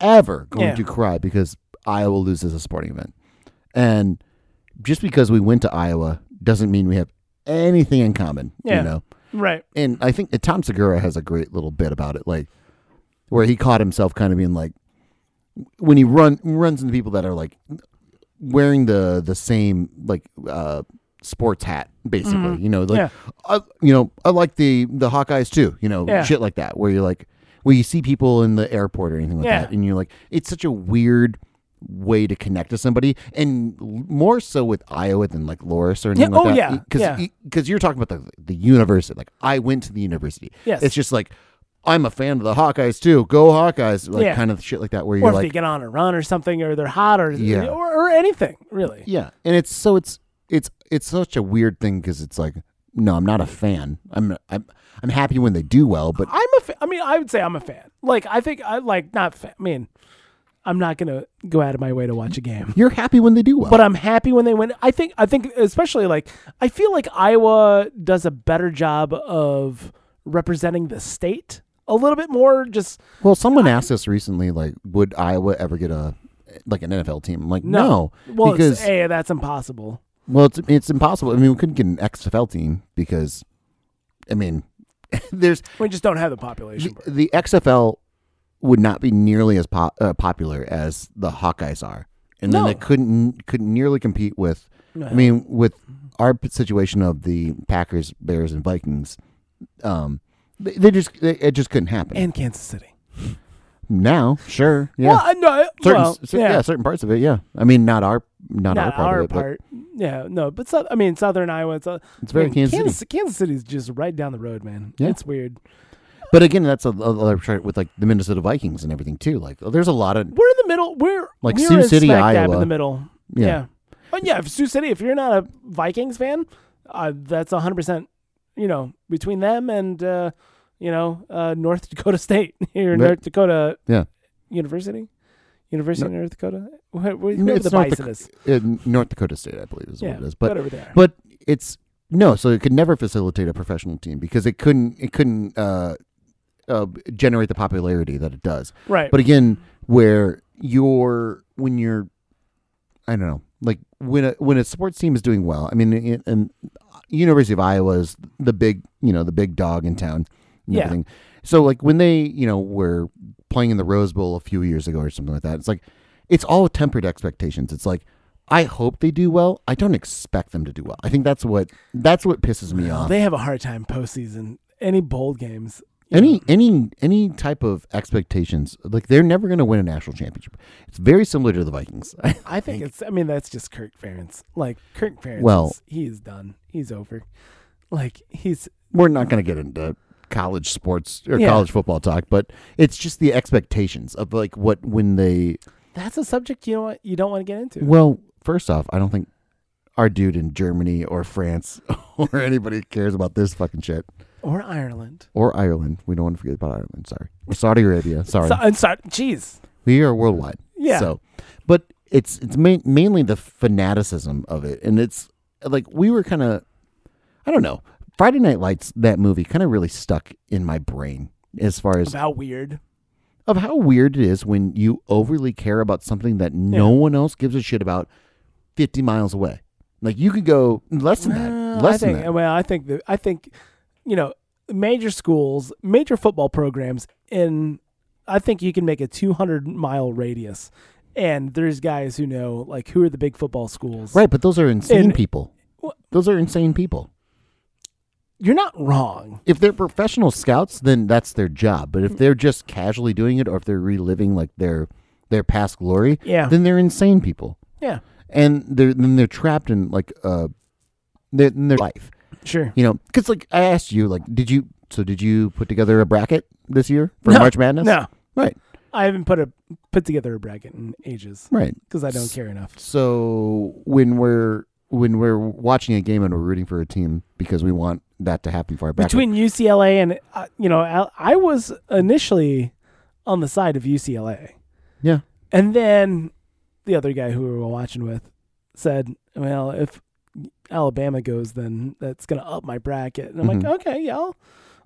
Speaker 2: ever going
Speaker 1: Yeah.
Speaker 2: to cry because iowa loses a sporting event and just because we went to iowa doesn't mean we have anything in common
Speaker 1: Yeah.
Speaker 2: you know
Speaker 1: right.
Speaker 2: and I think that Tom Segura has a great little bit about it, like where he caught himself kind of being like when he run runs into people that are like wearing the the same like uh sports hat basically you know like
Speaker 1: Mm-hmm. Yeah.
Speaker 2: I, you know i like the the hawkeyes too you know
Speaker 1: Yeah.
Speaker 2: shit like that where you're like where you see people in the airport or anything like
Speaker 1: Yeah.
Speaker 2: that and you're like it's such a weird way to connect to somebody and l- more so with iowa than like loris or anything
Speaker 1: oh,
Speaker 2: like that eh,
Speaker 1: yeah,
Speaker 2: because
Speaker 1: yeah.
Speaker 2: because you're talking about the the university. Like I went to the university.
Speaker 1: Yes.
Speaker 2: It's just like I'm a fan of the Hawkeyes too. Go Hawkeyes! Like
Speaker 1: Yeah.
Speaker 2: kind of shit like that where
Speaker 1: or
Speaker 2: you're
Speaker 1: if they
Speaker 2: like,
Speaker 1: get on a run or something, or they're hot, or
Speaker 2: Yeah.
Speaker 1: or, or anything really.
Speaker 2: yeah. And it's so it's it's it's such a weird thing because it's like, no, I'm not a fan. I'm I'm I'm happy when they do well, but
Speaker 1: I'm a. Fa- I mean, I would say I'm a fan. Like, I think I like not. Fa- I mean, I'm not gonna go out of my way to watch a game,
Speaker 2: you're happy when they do well.
Speaker 1: but I'm happy when they win. I think. I think especially like I feel like Iowa does a better job of representing the state a little bit more. Just
Speaker 2: well, someone asked us recently, like, would Iowa ever get a like an NFL team? I'm like,
Speaker 1: no.
Speaker 2: no,
Speaker 1: well,
Speaker 2: because
Speaker 1: it's, a that's impossible.
Speaker 2: Well, it's it's impossible. I mean, we couldn't get an XFL team because, I mean, there's
Speaker 1: We just don't have the population.
Speaker 2: the, the XFL would not be nearly as po- uh, popular as the Hawkeyes are, and
Speaker 1: No.
Speaker 2: then they couldn't couldn't nearly compete with.
Speaker 1: No.
Speaker 2: I mean, with our p- situation of the Packers, Bears, and Vikings, um, they, they just they, it just couldn't happen.
Speaker 1: and Kansas City.
Speaker 2: now, sure, yeah,
Speaker 1: Well, I know.
Speaker 2: certain
Speaker 1: well,
Speaker 2: cer- yeah. certain parts of it, yeah. I mean, not our not, our part, of it,
Speaker 1: part. yeah, no, but South, I mean, Southern Iowa. It's,
Speaker 2: but it's very
Speaker 1: Kansas, Kansas City's just right down the road, man.
Speaker 2: Yeah.
Speaker 1: It's weird.
Speaker 2: But, But again, that's a, a- another chart with like the Minnesota Vikings and everything too. Like, there's a lot of
Speaker 1: We're in the middle. We're
Speaker 2: Like
Speaker 1: we're
Speaker 2: Sioux
Speaker 1: in
Speaker 2: City,
Speaker 1: smack dab
Speaker 2: Iowa.
Speaker 1: in the middle.
Speaker 2: Yeah.
Speaker 1: yeah. But yeah, if Sioux City, if you're not a Vikings fan, uh, that's 100%, you know, between them and, uh, you know, uh, North Dakota State or
Speaker 2: Right.
Speaker 1: North Dakota
Speaker 2: Yeah.
Speaker 1: University. University of North Dakota. Where, where,
Speaker 2: No,
Speaker 1: wherever
Speaker 2: it's
Speaker 1: the
Speaker 2: North
Speaker 1: Bison
Speaker 2: Daco-
Speaker 1: is.
Speaker 2: uh, North Dakota State, I believe, is
Speaker 1: Yeah,
Speaker 2: what it is. But
Speaker 1: whatever there.
Speaker 2: but it's no, so it could never facilitate a professional team because it couldn't it couldn't uh, uh, generate the popularity that it does.
Speaker 1: right.
Speaker 2: But again, where you're when you're, I don't know, like when a when a sports team is doing well. I mean, i- and University of Iowa is the big you know the big dog in town. And
Speaker 1: Yeah.
Speaker 2: Everything. So like when they you know were playing in the Rose Bowl a few years ago or something like that, it's like it's all tempered expectations. It's like. I hope they do well. I don't expect them to do well. I think that's what that's what pisses me off.
Speaker 1: they have a hard time postseason. Any bowl games. you know.
Speaker 2: any any any type of expectations like they're never going to win a national championship it's very similar to the vikings
Speaker 1: I think it's. I mean, that's just Kirk Ferentz. Like Kirk Ferentz.
Speaker 2: Well-
Speaker 1: is, he's done. He's over. Like he's
Speaker 2: we're not going to get into college sports or
Speaker 1: Yeah.
Speaker 2: college football talk but it's just the expectations of like what when they
Speaker 1: that's a subject you know what you don't want to get into.
Speaker 2: well first off i don't think our dude in germany or france or anybody cares about this fucking shit
Speaker 1: Or Ireland.
Speaker 2: or ireland we don't want to forget about ireland sorry or saudi arabia sorry
Speaker 1: So, I'm sorry. Jeez.
Speaker 2: we are worldwide
Speaker 1: Yeah.
Speaker 2: So, but it's it's ma- mainly the fanaticism of it, and it's like we were kind of, I don't know, Friday Night Lights. That movie kind of really stuck in my brain as far as
Speaker 1: About weird.
Speaker 2: of how weird it is when you overly care about something that no
Speaker 1: Yeah.
Speaker 2: one else gives a shit about, fifty miles away. Like you could go less than that,
Speaker 1: I
Speaker 2: less than
Speaker 1: think.
Speaker 2: that.
Speaker 1: Well, I think that I think, you know, major schools, major football programs in. I think you can make a 200 mile radius, and there's guys who know like who are the big football schools.
Speaker 2: Right, but those are insane
Speaker 1: And-
Speaker 2: people.
Speaker 1: Wha-
Speaker 2: Those are insane people.
Speaker 1: You're not wrong.
Speaker 2: if they're professional scouts, then that's their job. But
Speaker 1: Mm.
Speaker 2: if they're just casually doing it, or if they're reliving like their their past glory,
Speaker 1: Yeah.
Speaker 2: then they're insane people,
Speaker 1: Yeah.
Speaker 2: and they're then they're trapped in like uh, their in their life.
Speaker 1: Sure.
Speaker 2: You know, because like I asked you, like, did you so did you put together a bracket this year for
Speaker 1: No.
Speaker 2: March Madness?
Speaker 1: No,
Speaker 2: right,
Speaker 1: I haven't put a put together a bracket in ages
Speaker 2: right.
Speaker 1: because I don't care enough.
Speaker 2: So when we're when we're watching a game and we're rooting for a team because we want that to happen for our bracket,
Speaker 1: Between UCLA and uh, you know, I, I was initially on the side of UCLA,
Speaker 2: yeah,
Speaker 1: and then the other guy who we were watching with said, "Well, if Alabama goes, then that's gonna up my bracket." And I'm like,
Speaker 2: Mm-hmm.
Speaker 1: "Okay, yeah, I'll,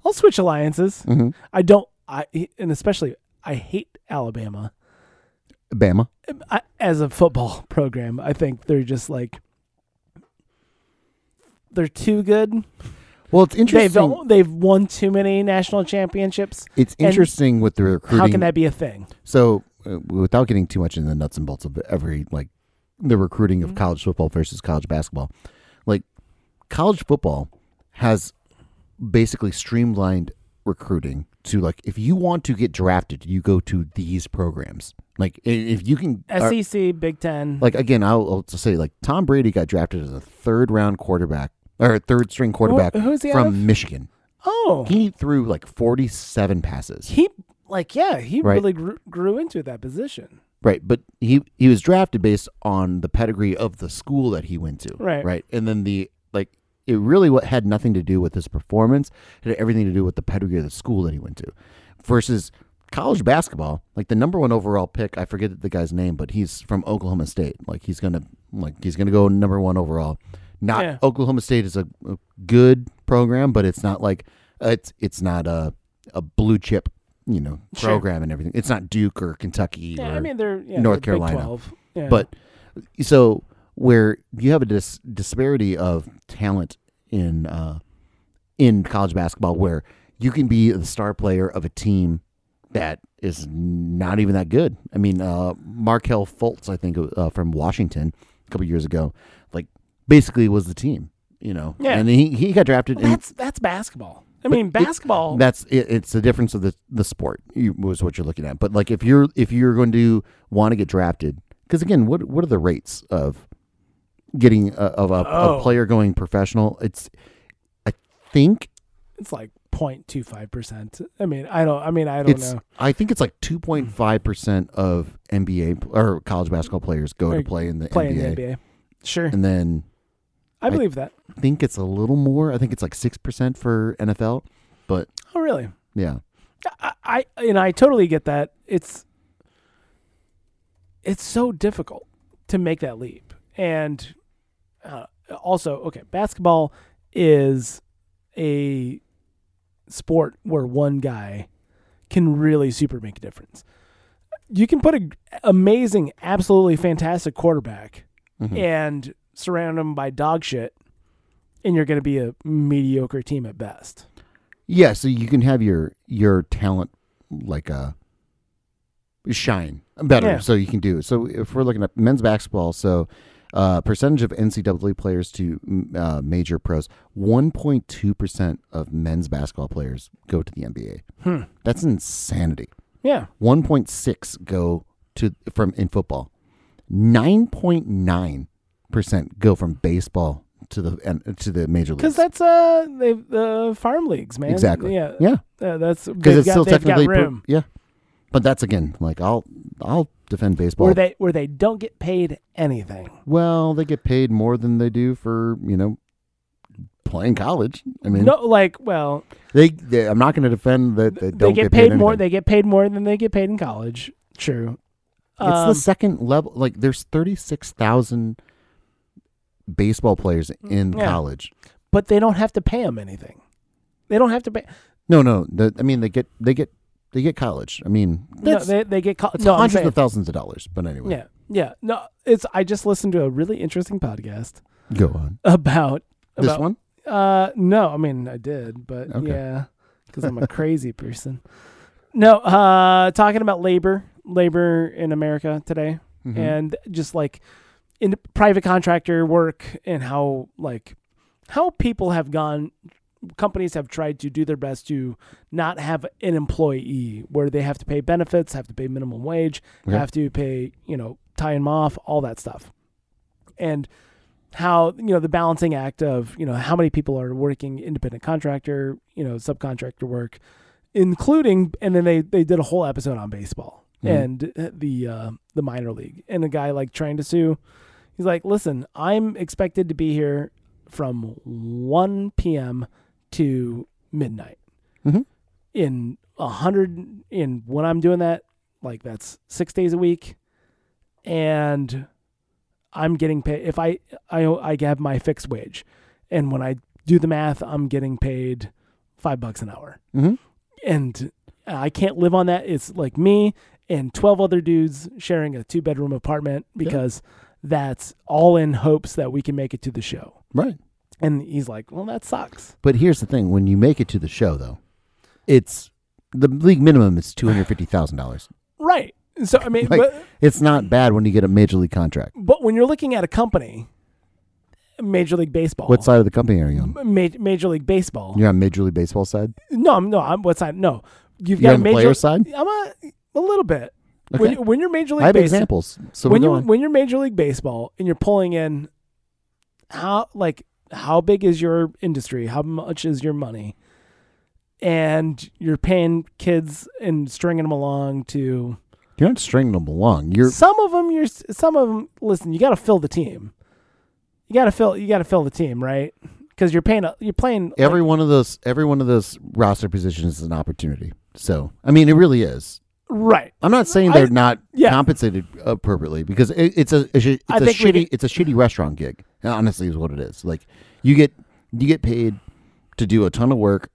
Speaker 1: I'll switch alliances.
Speaker 2: Mhm.
Speaker 1: I don't, I and especially I hate Alabama."
Speaker 2: Bama.
Speaker 1: I, as a football program, I think they're just like they're too good.
Speaker 2: Well, it's
Speaker 1: They've
Speaker 2: interesting.
Speaker 1: they've won too many national championships.
Speaker 2: It's
Speaker 1: And
Speaker 2: interesting with the recruiting.
Speaker 1: How can that be a thing?
Speaker 2: So, uh, without getting too much into the nuts and bolts of every like the recruiting
Speaker 1: Mm-hmm.
Speaker 2: of college football versus college basketball, like college football has basically streamlined recruiting to like if you want to get drafted, you go to these programs. Like i- if you can, uh,
Speaker 1: SEC, E Big Ten.
Speaker 2: like again, I'll, I'll just say like Tom Brady got drafted as a third round quarterback or a third string quarterback
Speaker 1: who's he out
Speaker 2: from
Speaker 1: of?
Speaker 2: Michigan.
Speaker 1: oh, he,
Speaker 2: He threw like forty seven passes.
Speaker 1: like yeah, he
Speaker 2: Right.
Speaker 1: really grew, grew into that position.
Speaker 2: Right, but he he was drafted based on the pedigree of the school that he went to.
Speaker 1: Right.
Speaker 2: right, and then the like it really what had nothing to do with his performance. It had everything to do with the pedigree of the school that he went to. Versus college basketball, like the number one overall pick, I forget the guy's name, but he's from Oklahoma State. Like he's gonna like he's gonna go number one overall. Not
Speaker 1: Yeah.
Speaker 2: Oklahoma State is a, a good program, but it's not like uh, it's it's not a a blue chip you know
Speaker 1: Sure.
Speaker 2: program and everything. It's not Duke or Kentucky.
Speaker 1: Yeah,
Speaker 2: or,
Speaker 1: I mean they're yeah,
Speaker 2: North
Speaker 1: they're Big
Speaker 2: Carolina.
Speaker 1: 12. Yeah.
Speaker 2: but so where you have a dis- disparity of talent in uh, in college basketball, where you can be the star player of a team that is not even that good. I mean, uh, Markel Fultz, I think uh, from Washington a couple years ago, like basically was the team. You know,
Speaker 1: Yeah.
Speaker 2: and he, he got drafted.
Speaker 1: Well,
Speaker 2: in-
Speaker 1: that's that's basketball. I mean
Speaker 2: it-
Speaker 1: basketball.
Speaker 2: that's it, it's the difference of the the sport you, was what you're looking at. But like if you're if you're going to want to get drafted, because again, what what are the rates of getting a, of a,
Speaker 1: Oh.
Speaker 2: a player going professional? It's I think
Speaker 1: it's like 0.25%. I mean, I don't I mean, I don't
Speaker 2: It's
Speaker 1: know.
Speaker 2: I think it's like 2.5 percent of NBA pl- or college basketball players go to
Speaker 1: Or
Speaker 2: play in the
Speaker 1: Play
Speaker 2: NBA,
Speaker 1: in the NBA. Sure.
Speaker 2: and then
Speaker 1: I believe that.
Speaker 2: I think it's a little more. I think it's like six percent for NFL, but
Speaker 1: Oh, really?
Speaker 2: yeah,
Speaker 1: I, I and I totally get that. It's it's so difficult to make that leap, and uh, also okay, basketball is a sport where one guy can really super make a difference. You can put an amazing, absolutely fantastic quarterback
Speaker 2: Mhm.
Speaker 1: and surround him by dog shit, and you're going to be a mediocre team at best.
Speaker 2: yeah. So you can have your your talent like a shine better,
Speaker 1: Yeah.
Speaker 2: so you can do it. So if we're looking at men's basketball, so uh, percentage of NCAA players to mm, uh, major pros, one point two percent of men's basketball players go to the NBA.
Speaker 1: Hmm.
Speaker 2: That's insanity.
Speaker 1: Yeah.
Speaker 2: 1.6 go to from in football. 9.9% go from baseball to the and to the major leagues.
Speaker 1: Because that's uh, they the farm leagues, man.
Speaker 2: exactly.
Speaker 1: Yeah,
Speaker 2: Yeah.
Speaker 1: Uh, that's because
Speaker 2: Cuz it's still technically
Speaker 1: got
Speaker 2: pro-
Speaker 1: room
Speaker 2: yeah. But that's again like I'll I'll defend baseball.
Speaker 1: where they where they don't get paid anything.
Speaker 2: well, they get paid more than they do for, you know, playing college. I mean,
Speaker 1: no, like well,
Speaker 2: they, they I'm not going to defend that they
Speaker 1: they,
Speaker 2: don't
Speaker 1: get, paid, more.
Speaker 2: anything.
Speaker 1: They get paid more than they get paid in college. True.
Speaker 2: It's
Speaker 1: Um,
Speaker 2: the second level. Like there's 36,000 baseball players in
Speaker 1: Mm, Yeah.
Speaker 2: college.
Speaker 1: but they don't have to pay them anything. They don't have to pay.
Speaker 2: No, no. The, I mean, they get they get they get college. I mean,
Speaker 1: No,
Speaker 2: that's,
Speaker 1: they they get co-
Speaker 2: that's
Speaker 1: no, I'm
Speaker 2: hundreds
Speaker 1: saying-
Speaker 2: of thousands of dollars. But anyway,
Speaker 1: Yeah, yeah. No, it's I just listened to a really interesting podcast
Speaker 2: go on.
Speaker 1: about
Speaker 2: This
Speaker 1: about,
Speaker 2: one,
Speaker 1: Uh, no, I mean I did, but
Speaker 2: Okay.
Speaker 1: yeah, because I'm a crazy person. No, uh, talking about labor, labor in America today,
Speaker 2: Mhm.
Speaker 1: and just like in private contractor work and how like how people have gone companies have tried to do their best to not have an employee where they have to pay benefits have to pay minimum wage
Speaker 2: Okay.
Speaker 1: have to pay you know tie them off all that stuff and how you know the balancing act of you know how many people are working independent contractor you know subcontractor work including and then they they did a whole episode on baseball
Speaker 2: Mhm.
Speaker 1: and the uh, the minor league and a guy like trying to sue he's like listen i'm expected to be here from 1 p.m to midnight
Speaker 2: Mhm.
Speaker 1: in a hundred in when i'm doing that like that's six days a week and i'm getting paid if i i i have my fixed wage and when i do the math i'm getting paid five bucks an hour
Speaker 2: Mhm.
Speaker 1: and i can't live on that it's like me and 12 other dudes sharing a two bedroom apartment because that's all in hopes that we can make it to the show
Speaker 2: right?
Speaker 1: and he's like well that sucks
Speaker 2: But here's the thing: when you make it to the show, though, it's the league minimum is two hundred fifty thousand dollars.
Speaker 1: right so i mean
Speaker 2: Like-
Speaker 1: but,
Speaker 2: It's not bad when you get a major league contract.
Speaker 1: But when you're looking at a company, Major League Baseball.
Speaker 2: What side of the company are you on?
Speaker 1: Major, Major League Baseball.
Speaker 2: You're on Major League Baseball side.
Speaker 1: No, I'm no. I'm what's that? No, you've
Speaker 2: You're
Speaker 1: got
Speaker 2: on the
Speaker 1: Major.
Speaker 2: player side.
Speaker 1: I'm a, a little bit.
Speaker 2: Okay.
Speaker 1: When, you- when you're Major League
Speaker 2: I have
Speaker 1: Baseball,
Speaker 2: examples. So
Speaker 1: when
Speaker 2: we're
Speaker 1: you
Speaker 2: going.
Speaker 1: when you're Major League Baseball and you're pulling in, how like how big is your industry? How much is your money? And you're paying kids and stringing them along to
Speaker 2: You're not stringing them along. You're
Speaker 1: some of them you're some of them listen you got to fill the team you got to fill you got to fill the team right because you're paying a, you're playing like-
Speaker 2: every one of those. Every one of those roster positions is an opportunity. So I mean, it really is.
Speaker 1: right
Speaker 2: I'm not saying
Speaker 1: I-
Speaker 2: they're not
Speaker 1: yeah.
Speaker 2: compensated appropriately because it, it's a it's a, it's
Speaker 1: I
Speaker 2: a
Speaker 1: think we
Speaker 2: shitty
Speaker 1: get-
Speaker 2: it's a shitty restaurant gig. Honestly, is what it is. Like you get you get paid to do a ton of work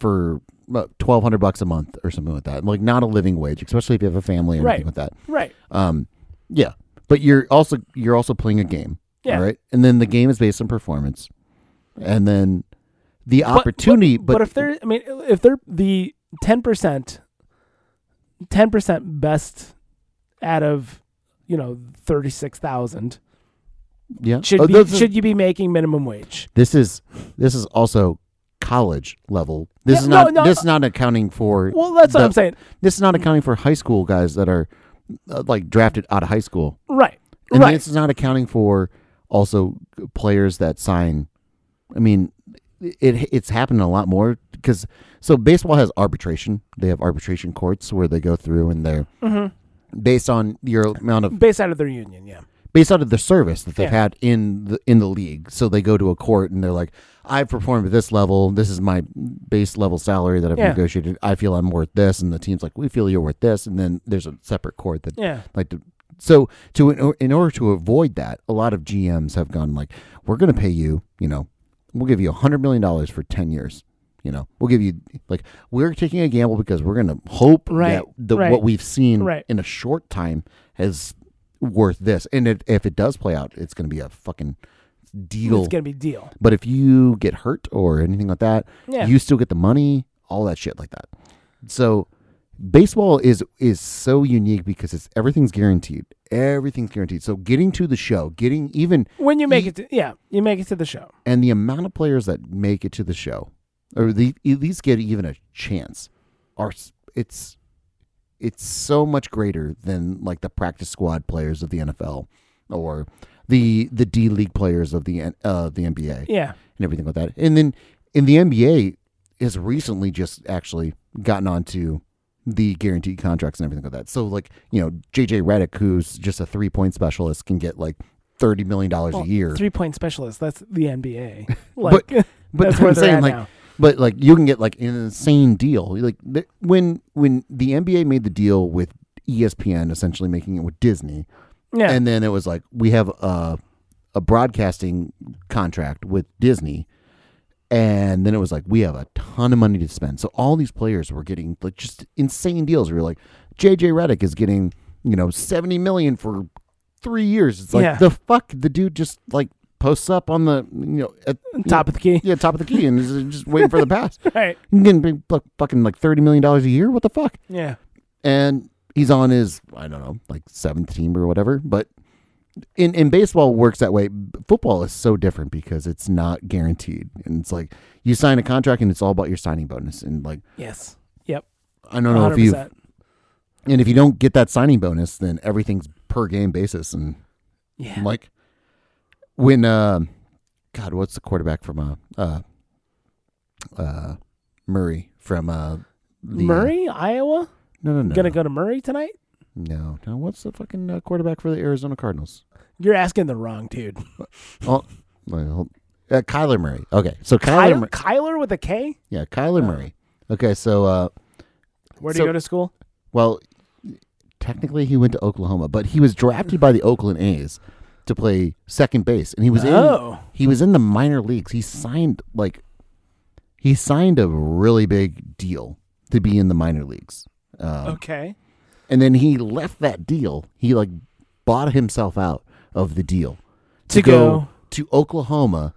Speaker 2: for twelve hundred bucks a month or something like that. Like not a living wage, especially if you have a family or
Speaker 1: Right.
Speaker 2: anything like that.
Speaker 1: right
Speaker 2: Um, yeah, but you're also you're also playing a game.
Speaker 1: Yeah.
Speaker 2: All right, and then the game is based on performance, and then the
Speaker 1: But-
Speaker 2: opportunity.
Speaker 1: but, if they're i mean if they're the 10% 10% best out of you know 36000
Speaker 2: yeah,
Speaker 1: should
Speaker 2: Oh,
Speaker 1: be,
Speaker 2: those are-
Speaker 1: should you be making minimum wage
Speaker 2: This is this is also college level. This
Speaker 1: Yeah,
Speaker 2: is
Speaker 1: no,
Speaker 2: not
Speaker 1: no.
Speaker 2: this is not accounting for
Speaker 1: well that's what
Speaker 2: The-
Speaker 1: i'm saying
Speaker 2: this is not accounting for high school guys that are uh, like drafted out of high school.
Speaker 1: right
Speaker 2: And
Speaker 1: right
Speaker 2: this is not accounting for also players that sign I mean it it's happening a lot more because so baseball has arbitration. They have arbitration courts where they go through and they're
Speaker 1: Mm-hmm.
Speaker 2: based on your amount of
Speaker 1: based out of their union. Yeah.
Speaker 2: based out of the service that they've
Speaker 1: Yeah.
Speaker 2: had in the in the league. So they go to a court and they're like, I've performed at this level. This is my base level salary that I've
Speaker 1: Yeah.
Speaker 2: negotiated. I feel I'm worth this, and the team's like, we feel you're worth this. And then there's a separate court that
Speaker 1: Yeah.
Speaker 2: like to, so to in, or- in order to avoid that, a lot of GMs have gone like, we're going to pay you, you know, we'll give you a hundred million dollars for ten years. You know, we'll give you like we're taking a gamble because we're going to hope
Speaker 1: Right,
Speaker 2: that the,
Speaker 1: right,
Speaker 2: what we've seen
Speaker 1: right.
Speaker 2: in a short time has worth this, and it, if it does play out, it's going to be a fucking deal.
Speaker 1: It's gonna be deal.
Speaker 2: but if you get hurt or anything like that,
Speaker 1: Yeah.
Speaker 2: you still get the money, all that shit like that. So baseball is is so unique because it's everything's guaranteed. Everything's guaranteed. So getting to the show, getting even
Speaker 1: when you make it, to, yeah, you make it to the show.
Speaker 2: and the amount of players that make it to the show or the, at least get even a chance are s- it's it's so much greater than like the practice squad players of the NFL or the the D League players of the N- uh, the NBA
Speaker 1: Yeah.
Speaker 2: and everything like that. And then in the NBA has recently just actually gotten onto the guaranteed contracts and everything like that. So like, you know, JJ Redick, who's just a three point specialist, can get like thirty million dollars
Speaker 1: Well,
Speaker 2: a year.
Speaker 1: Three point specialist. That's the NBA. Like,
Speaker 2: but
Speaker 1: that's
Speaker 2: I'm
Speaker 1: where they're
Speaker 2: saying
Speaker 1: at
Speaker 2: like
Speaker 1: now.
Speaker 2: but like you can get like an insane deal. Like th- when when the NBA made the deal with E ESPN essentially making it with Disney,
Speaker 1: Yeah.
Speaker 2: and then it was like we have a a broadcasting contract with Disney, and then it was like we have a ton of money to spend. So all these players were getting like just insane deals. We were like JJ Redick is getting you know seventy million for three years. It's like
Speaker 1: Yeah.
Speaker 2: the fuck the dude just like posts up on the you know at
Speaker 1: Top of the key.
Speaker 2: yeah top of the key and is just waiting for the pass.
Speaker 1: Right.
Speaker 2: He's getting big, fuck- fucking like thirty million dollars a year. What the fuck?
Speaker 1: Yeah.
Speaker 2: and he's on his I don't know like seventh team or whatever. But in in baseball it works that way. Football is so different because it's not guaranteed, and it's like you sign a contract and it's all about your signing bonus. And like
Speaker 1: Yes. Yep.
Speaker 2: I don't know if you
Speaker 1: 100%.
Speaker 2: and if you don't get that signing bonus, then everything's per game basis. And
Speaker 1: Yeah.
Speaker 2: like when uh, God, what's the quarterback from uh uh, uh Murray from uh the, uh,
Speaker 1: Murray, Iowa.
Speaker 2: No, no, no.
Speaker 1: Gonna go to Murray tonight.
Speaker 2: No, no. What's the fucking uh, quarterback for the Arizona Cardinals?
Speaker 1: You're asking the wrong dude.
Speaker 2: Oh, wait, hold- uh, Kyler Murray. Okay, so Kyler,
Speaker 1: Kyler,
Speaker 2: Mur-
Speaker 1: Kyler with a K.
Speaker 2: yeah, Kyler Murray. Okay, so uh,
Speaker 1: Where do
Speaker 2: So-
Speaker 1: you go to school?
Speaker 2: well, technically he went to Oklahoma, but he was drafted by the Oakland A's to play second base, and he was
Speaker 1: Oh.
Speaker 2: in he was in the minor leagues. He signed like he signed a really big deal to be in the minor leagues. Um,
Speaker 1: Okay.
Speaker 2: and then he left that deal. He like bought himself out of the deal
Speaker 1: To go-
Speaker 2: to Oklahoma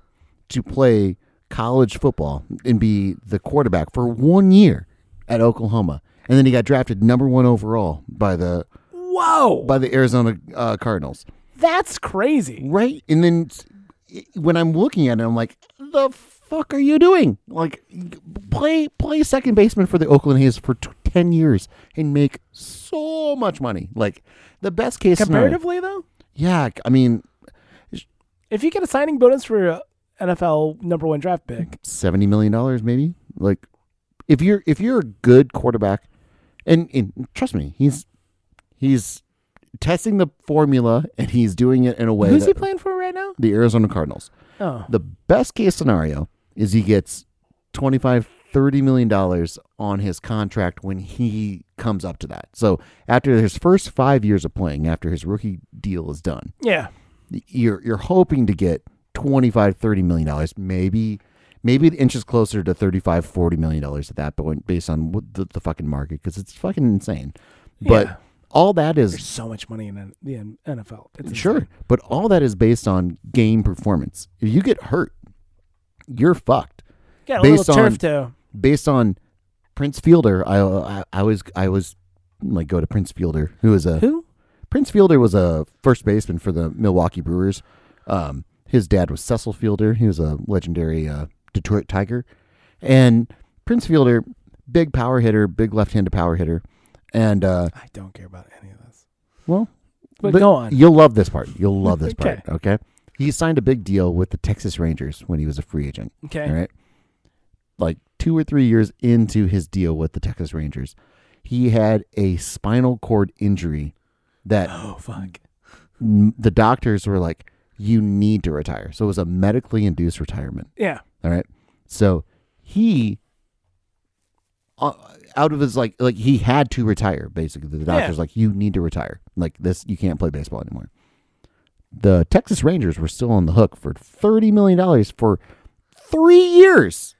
Speaker 2: to play college football and be the quarterback for one year at Oklahoma, and then he got drafted number one overall by the
Speaker 1: Whoa.
Speaker 2: by the Arizona uh, Cardinals.
Speaker 1: That's crazy.
Speaker 2: Right, and then s- it- when I'm looking at it, I'm like, the fuck are you doing? Like, play play second baseman for the Oakland A's for t- ten years and make so much money. Like, the best case scenario.
Speaker 1: Comparatively, though,
Speaker 2: Yeah, I mean,
Speaker 1: if you get a signing bonus for a NFL number one draft pick,
Speaker 2: seventy million dollars maybe. Like, if you're if you're a good quarterback, and, and trust me, he's he's testing the formula and he's doing it in a way
Speaker 1: who's he
Speaker 2: that
Speaker 1: playing for right now?
Speaker 2: the Arizona Cardinals.
Speaker 1: Oh,
Speaker 2: the best case scenario is he gets 25 30 million dollars on his contract when he comes up to that so after his first five years of playing after his rookie deal is done
Speaker 1: yeah,
Speaker 2: you're you're hoping to get 25 30 million dollars maybe maybe it inches closer to 35 40 million dollars at that point based on what the, the fucking market because it's fucking insane but
Speaker 1: Yeah.
Speaker 2: all that is
Speaker 1: there's so much money in N- the N- NFL. It's
Speaker 2: Sure, but all that is based on game performance. If you get hurt, you're fucked.
Speaker 1: got a
Speaker 2: Based
Speaker 1: little turf
Speaker 2: on-
Speaker 1: toe.
Speaker 2: Based on Prince Fielder, I I, I was I was like go to Prince Fielder, who was a
Speaker 1: Who?
Speaker 2: Prince Fielder was a first baseman for the Milwaukee Brewers. Um, his dad was Cecil Fielder. He was a legendary uh, Detroit Tiger, and Prince Fielder, big power hitter, big left-handed power hitter, and uh,
Speaker 1: I don't care about any of this.
Speaker 2: well,
Speaker 1: But
Speaker 2: Li-
Speaker 1: go on.
Speaker 2: You'll love this part. You'll love this
Speaker 1: Okay.
Speaker 2: part. Okay. He signed a big deal with the Texas Rangers when he was a free agent.
Speaker 1: Okay.
Speaker 2: All right. like two or three years into his deal with the Texas Rangers, he had a spinal cord injury that
Speaker 1: Oh fuck.
Speaker 2: m- the doctors were like, you need to retire. So it was a medically induced retirement.
Speaker 1: Yeah.
Speaker 2: All right. So he, uh, out of his like, like he had to retire. Basically, the doctors like, you need to retire. Like this, you can't play baseball anymore. The Texas Rangers were still on the hook for thirty million dollars for three years.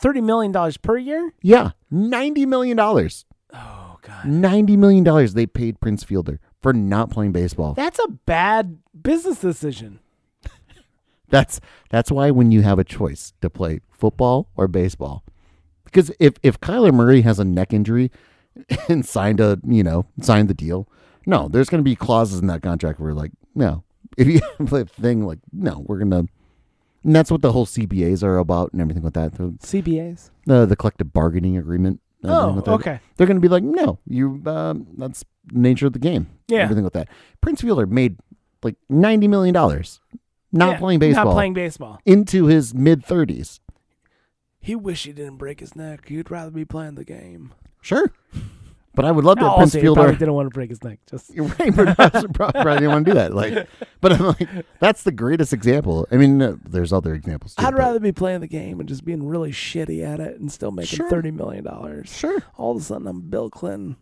Speaker 1: Thirty million dollars per year?
Speaker 2: Yeah, ninety million dollars.
Speaker 1: Oh god.
Speaker 2: Ninety million dollars they paid Prince Fielder for not playing baseball.
Speaker 1: That's a bad business decision.
Speaker 2: That's that's why when you have a choice to play football or baseball, because if if Kyler Murray has a neck injury and signed a you know signed the deal, no, there's going to be clauses in that contract where like no, if you play a thing like no, we're gonna, and that's what the whole CBAs are about and everything with that the
Speaker 1: CBAs.
Speaker 2: the, the collective bargaining agreement. and everything
Speaker 1: Oh,
Speaker 2: with that.
Speaker 1: okay.
Speaker 2: They're going to be like no, you um, that's the nature of the game.
Speaker 1: Yeah.
Speaker 2: everything with that. Prince Fielder made like ninety million dollars. Not
Speaker 1: Yeah,
Speaker 2: playing baseball
Speaker 1: Not playing baseball.
Speaker 2: into his mid 30s.
Speaker 1: He wish he didn't break his neck. He'd rather be playing the game.
Speaker 2: Sure. But I would love to have Prince
Speaker 1: also, he probably
Speaker 2: Fielder.
Speaker 1: didn't want to break his neck. Just
Speaker 2: You're right, but I also probably probably didn't want to do that. Like, but I'm like, that's the greatest example. I mean, uh, there's other examples. Too,
Speaker 1: I'd
Speaker 2: but-
Speaker 1: rather be playing the game and just being really shitty at it and still making
Speaker 2: Sure.
Speaker 1: thirty million dollars.
Speaker 2: Sure.
Speaker 1: All of a sudden, I'm Bill Clinton.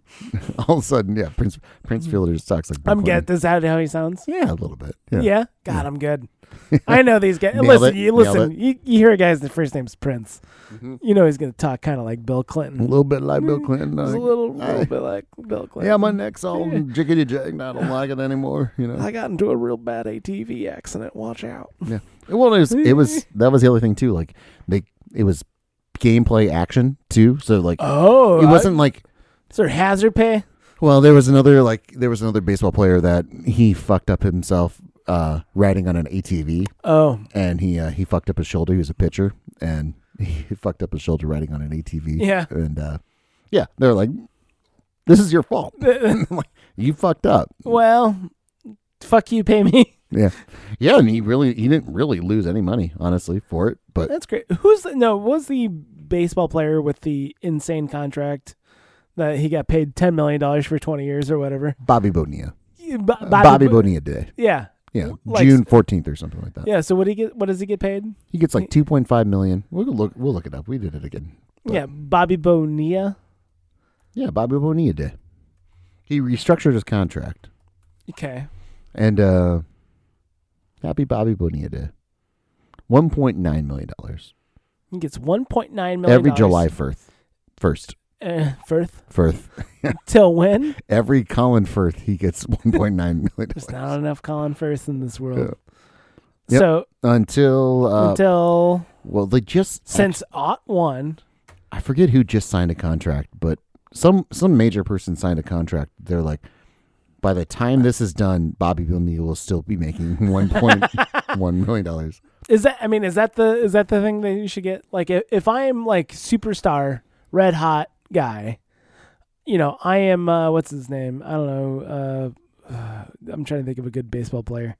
Speaker 2: All of a sudden, yeah, Prince Prince Fielder just talks like. Bill
Speaker 1: I'm
Speaker 2: Clinton.
Speaker 1: good. Is that how he sounds?
Speaker 2: Yeah, a little bit.
Speaker 1: Yeah.
Speaker 2: Yeah.
Speaker 1: God, I'm good. I know these guys.
Speaker 2: Nailed
Speaker 1: listen,
Speaker 2: it.
Speaker 1: you
Speaker 2: Nailed
Speaker 1: listen. You, you hear a guy's the first name's Prince. You know he's gonna talk kind of like Bill
Speaker 2: A
Speaker 1: Clinton.
Speaker 2: little bit like Bill Clinton.
Speaker 1: He's Mm-hmm. a
Speaker 2: like,
Speaker 1: little,
Speaker 2: I-
Speaker 1: little bit like Bill Clinton.
Speaker 2: yeah, my neck's all jiggity jagged. I don't like it anymore. You know.
Speaker 1: I got into a real bad ATV accident. Watch out.
Speaker 2: Yeah. Well, it was it was
Speaker 1: mm-hmm.
Speaker 2: that was the other thing too. Like they it was gameplay action too. So like
Speaker 1: Oh,
Speaker 2: it wasn't like
Speaker 1: Is there hazard pay?
Speaker 2: well there was another like there was another baseball player that he fucked up himself uh riding on an ATV
Speaker 1: Oh,
Speaker 2: and he uh, he fucked up his shoulder. He was a pitcher and he fucked up his shoulder riding on an ATV.
Speaker 1: Yeah.
Speaker 2: And uh yeah, they're like this is your fault. And I'm like, you fucked up.
Speaker 1: well, fuck you, pay me.
Speaker 2: Yeah. Yeah, and he really he didn't really lose any money honestly for it, but
Speaker 1: That's great. Who's the, no? Was the baseball player with the insane contract that he got paid ten million dollars for twenty years or whatever?
Speaker 2: Bobby Bonilla.
Speaker 1: You- Bo-
Speaker 2: Bobby,
Speaker 1: Bo-
Speaker 2: Bonilla did.
Speaker 1: Yeah,
Speaker 2: Yeah,
Speaker 1: Like-
Speaker 2: June fourteenth or something like that.
Speaker 1: yeah. So what do he get? What does he get paid?
Speaker 2: He gets like two point five million. We'll look. We'll look it up. We did it again. But-
Speaker 1: yeah, Bobby Bonilla.
Speaker 2: Yeah, Bobby Bonilla did. He restructured his contract,
Speaker 1: Okay.
Speaker 2: and uh happy Bobby Bonilla did. One point nine million dollars
Speaker 1: He gets one point nine million
Speaker 2: every July first. First,
Speaker 1: Uh, Firth
Speaker 2: Firth.
Speaker 1: till when?
Speaker 2: Every Colin Firth, he gets one point nine million
Speaker 1: There's
Speaker 2: dollars
Speaker 1: not enough Colin Firth in this world.
Speaker 2: Yep.
Speaker 1: So
Speaker 2: until uh,
Speaker 1: until
Speaker 2: well, they just
Speaker 1: since Ot one,
Speaker 2: I forget who just signed a contract, but some some major person signed a contract. They're like, by the time this is done, Bobby Bonilla will still be making one point one million dollars.
Speaker 1: Is that? I mean, is that the is that the thing that you should get? Like, if, if I am like superstar, red hot guy, you know, I am. Uh, what's his name? I don't know. Uh, uh, I'm trying to think of a good baseball player.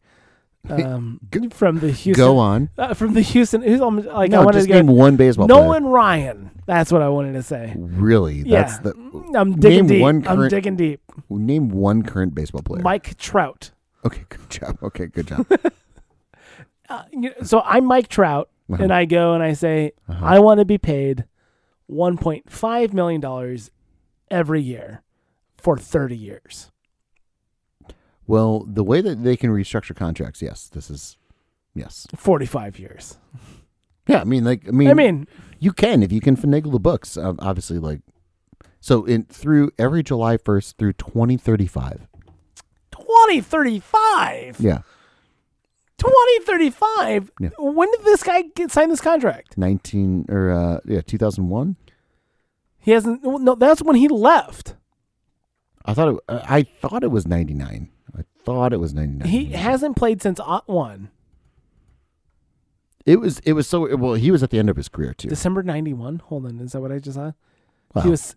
Speaker 1: Um,
Speaker 2: Good-
Speaker 1: from the Houston.
Speaker 2: Go on.
Speaker 1: Uh, from the Houston. Who's um, like? I
Speaker 2: no,
Speaker 1: wanted
Speaker 2: just
Speaker 1: to go.
Speaker 2: name one baseball
Speaker 1: Nolan Ryan. That's what I wanted to say.
Speaker 2: player. Really?
Speaker 1: yeah,
Speaker 2: That's the
Speaker 1: I'm digging
Speaker 2: name
Speaker 1: deep.
Speaker 2: one
Speaker 1: I'm
Speaker 2: current
Speaker 1: digging deep.
Speaker 2: name one current baseball player.
Speaker 1: Mike Trout.
Speaker 2: Okay, good job. Okay, good job.
Speaker 1: Uh, you- so I'm Mike Trout,
Speaker 2: Uh-huh.
Speaker 1: and I go and I say,
Speaker 2: Uh-huh.
Speaker 1: I want to be paid $1.5 million every year for 30 years.
Speaker 2: well, the way that they can restructure contracts, yes, this is yes.
Speaker 1: 45 years.
Speaker 2: Yeah, I mean, like, I mean,
Speaker 1: I mean,
Speaker 2: You can if you can finagle the books. Um, obviously, like so in through every July first through twenty thirty five.
Speaker 1: 2035.
Speaker 2: Yeah,
Speaker 1: 2035.
Speaker 2: Yeah.
Speaker 1: When did this guy get sign this contract?
Speaker 2: nineteen or uh, yeah two thousand one.
Speaker 1: He hasn't well, no, that's when he left.
Speaker 2: I thought it, uh, I I thought it was ninety nine. I thought it was ninety nine.
Speaker 1: He hasn't played since Ot 1,
Speaker 2: It was it was so well. He was at the end of his career too.
Speaker 1: December 91. Hold on, is that what I just saw?
Speaker 2: Wow.
Speaker 1: He was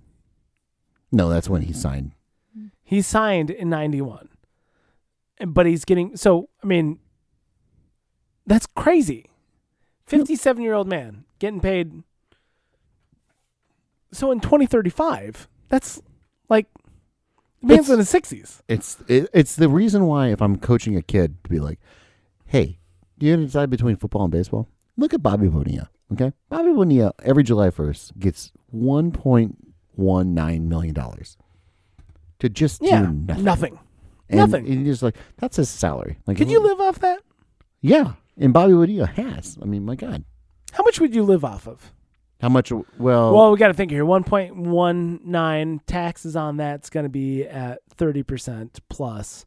Speaker 2: no, that's when he signed.
Speaker 1: He signed in 91. And- But he's getting so I mean that's crazy. 57 year old man getting paid so in 2035, that's like the man's in his 60s.
Speaker 2: It's it, it's the reason why if I'm coaching a kid to be like, hey, do you have to decide between football and baseball? Look at Bobby Bonilla. Okay, Bobby Bonilla every July 1st gets 1.19 million dollars to just
Speaker 1: Yeah,
Speaker 2: do nothing.
Speaker 1: nothing.
Speaker 2: and,
Speaker 1: nothing.
Speaker 2: And you're just like that's his salary. Like,
Speaker 1: Could you live off that?
Speaker 2: Yeah, and Bobby Bonilla has. I mean, my God,
Speaker 1: How much would you live off of?
Speaker 2: how much? Well,
Speaker 1: Well, we got to think here. 1.19 taxes on that's going to be at 30% plus.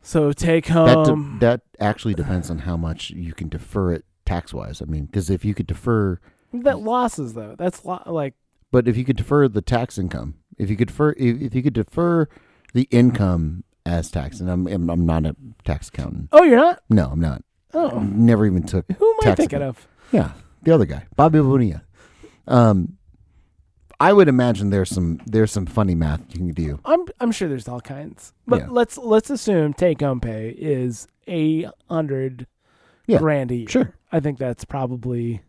Speaker 1: So take
Speaker 2: that de-
Speaker 1: home.
Speaker 2: that actually depends on how much you can defer it tax wise. I mean, because if you could defer,
Speaker 1: that losses, though. That's lo- like,
Speaker 2: but if you could defer the tax income, if you could defer, if, if you could defer the income as tax, and I'm I'm, I'm not a tax accountant.
Speaker 1: oh, you're not?
Speaker 2: No, I'm not.
Speaker 1: Oh.
Speaker 2: Never even took.
Speaker 1: Who am I
Speaker 2: Tax
Speaker 1: thinking
Speaker 2: man.
Speaker 1: of?
Speaker 2: Yeah, the other guy, Bobby Bonilla. Um, I would imagine there's some there's some funny math you can do.
Speaker 1: I'm I'm sure there's all kinds. But
Speaker 2: Yeah.
Speaker 1: let's let's assume take home pay is eight hundred
Speaker 2: Yeah,
Speaker 1: grand a year.
Speaker 2: sure.
Speaker 1: I think that's probably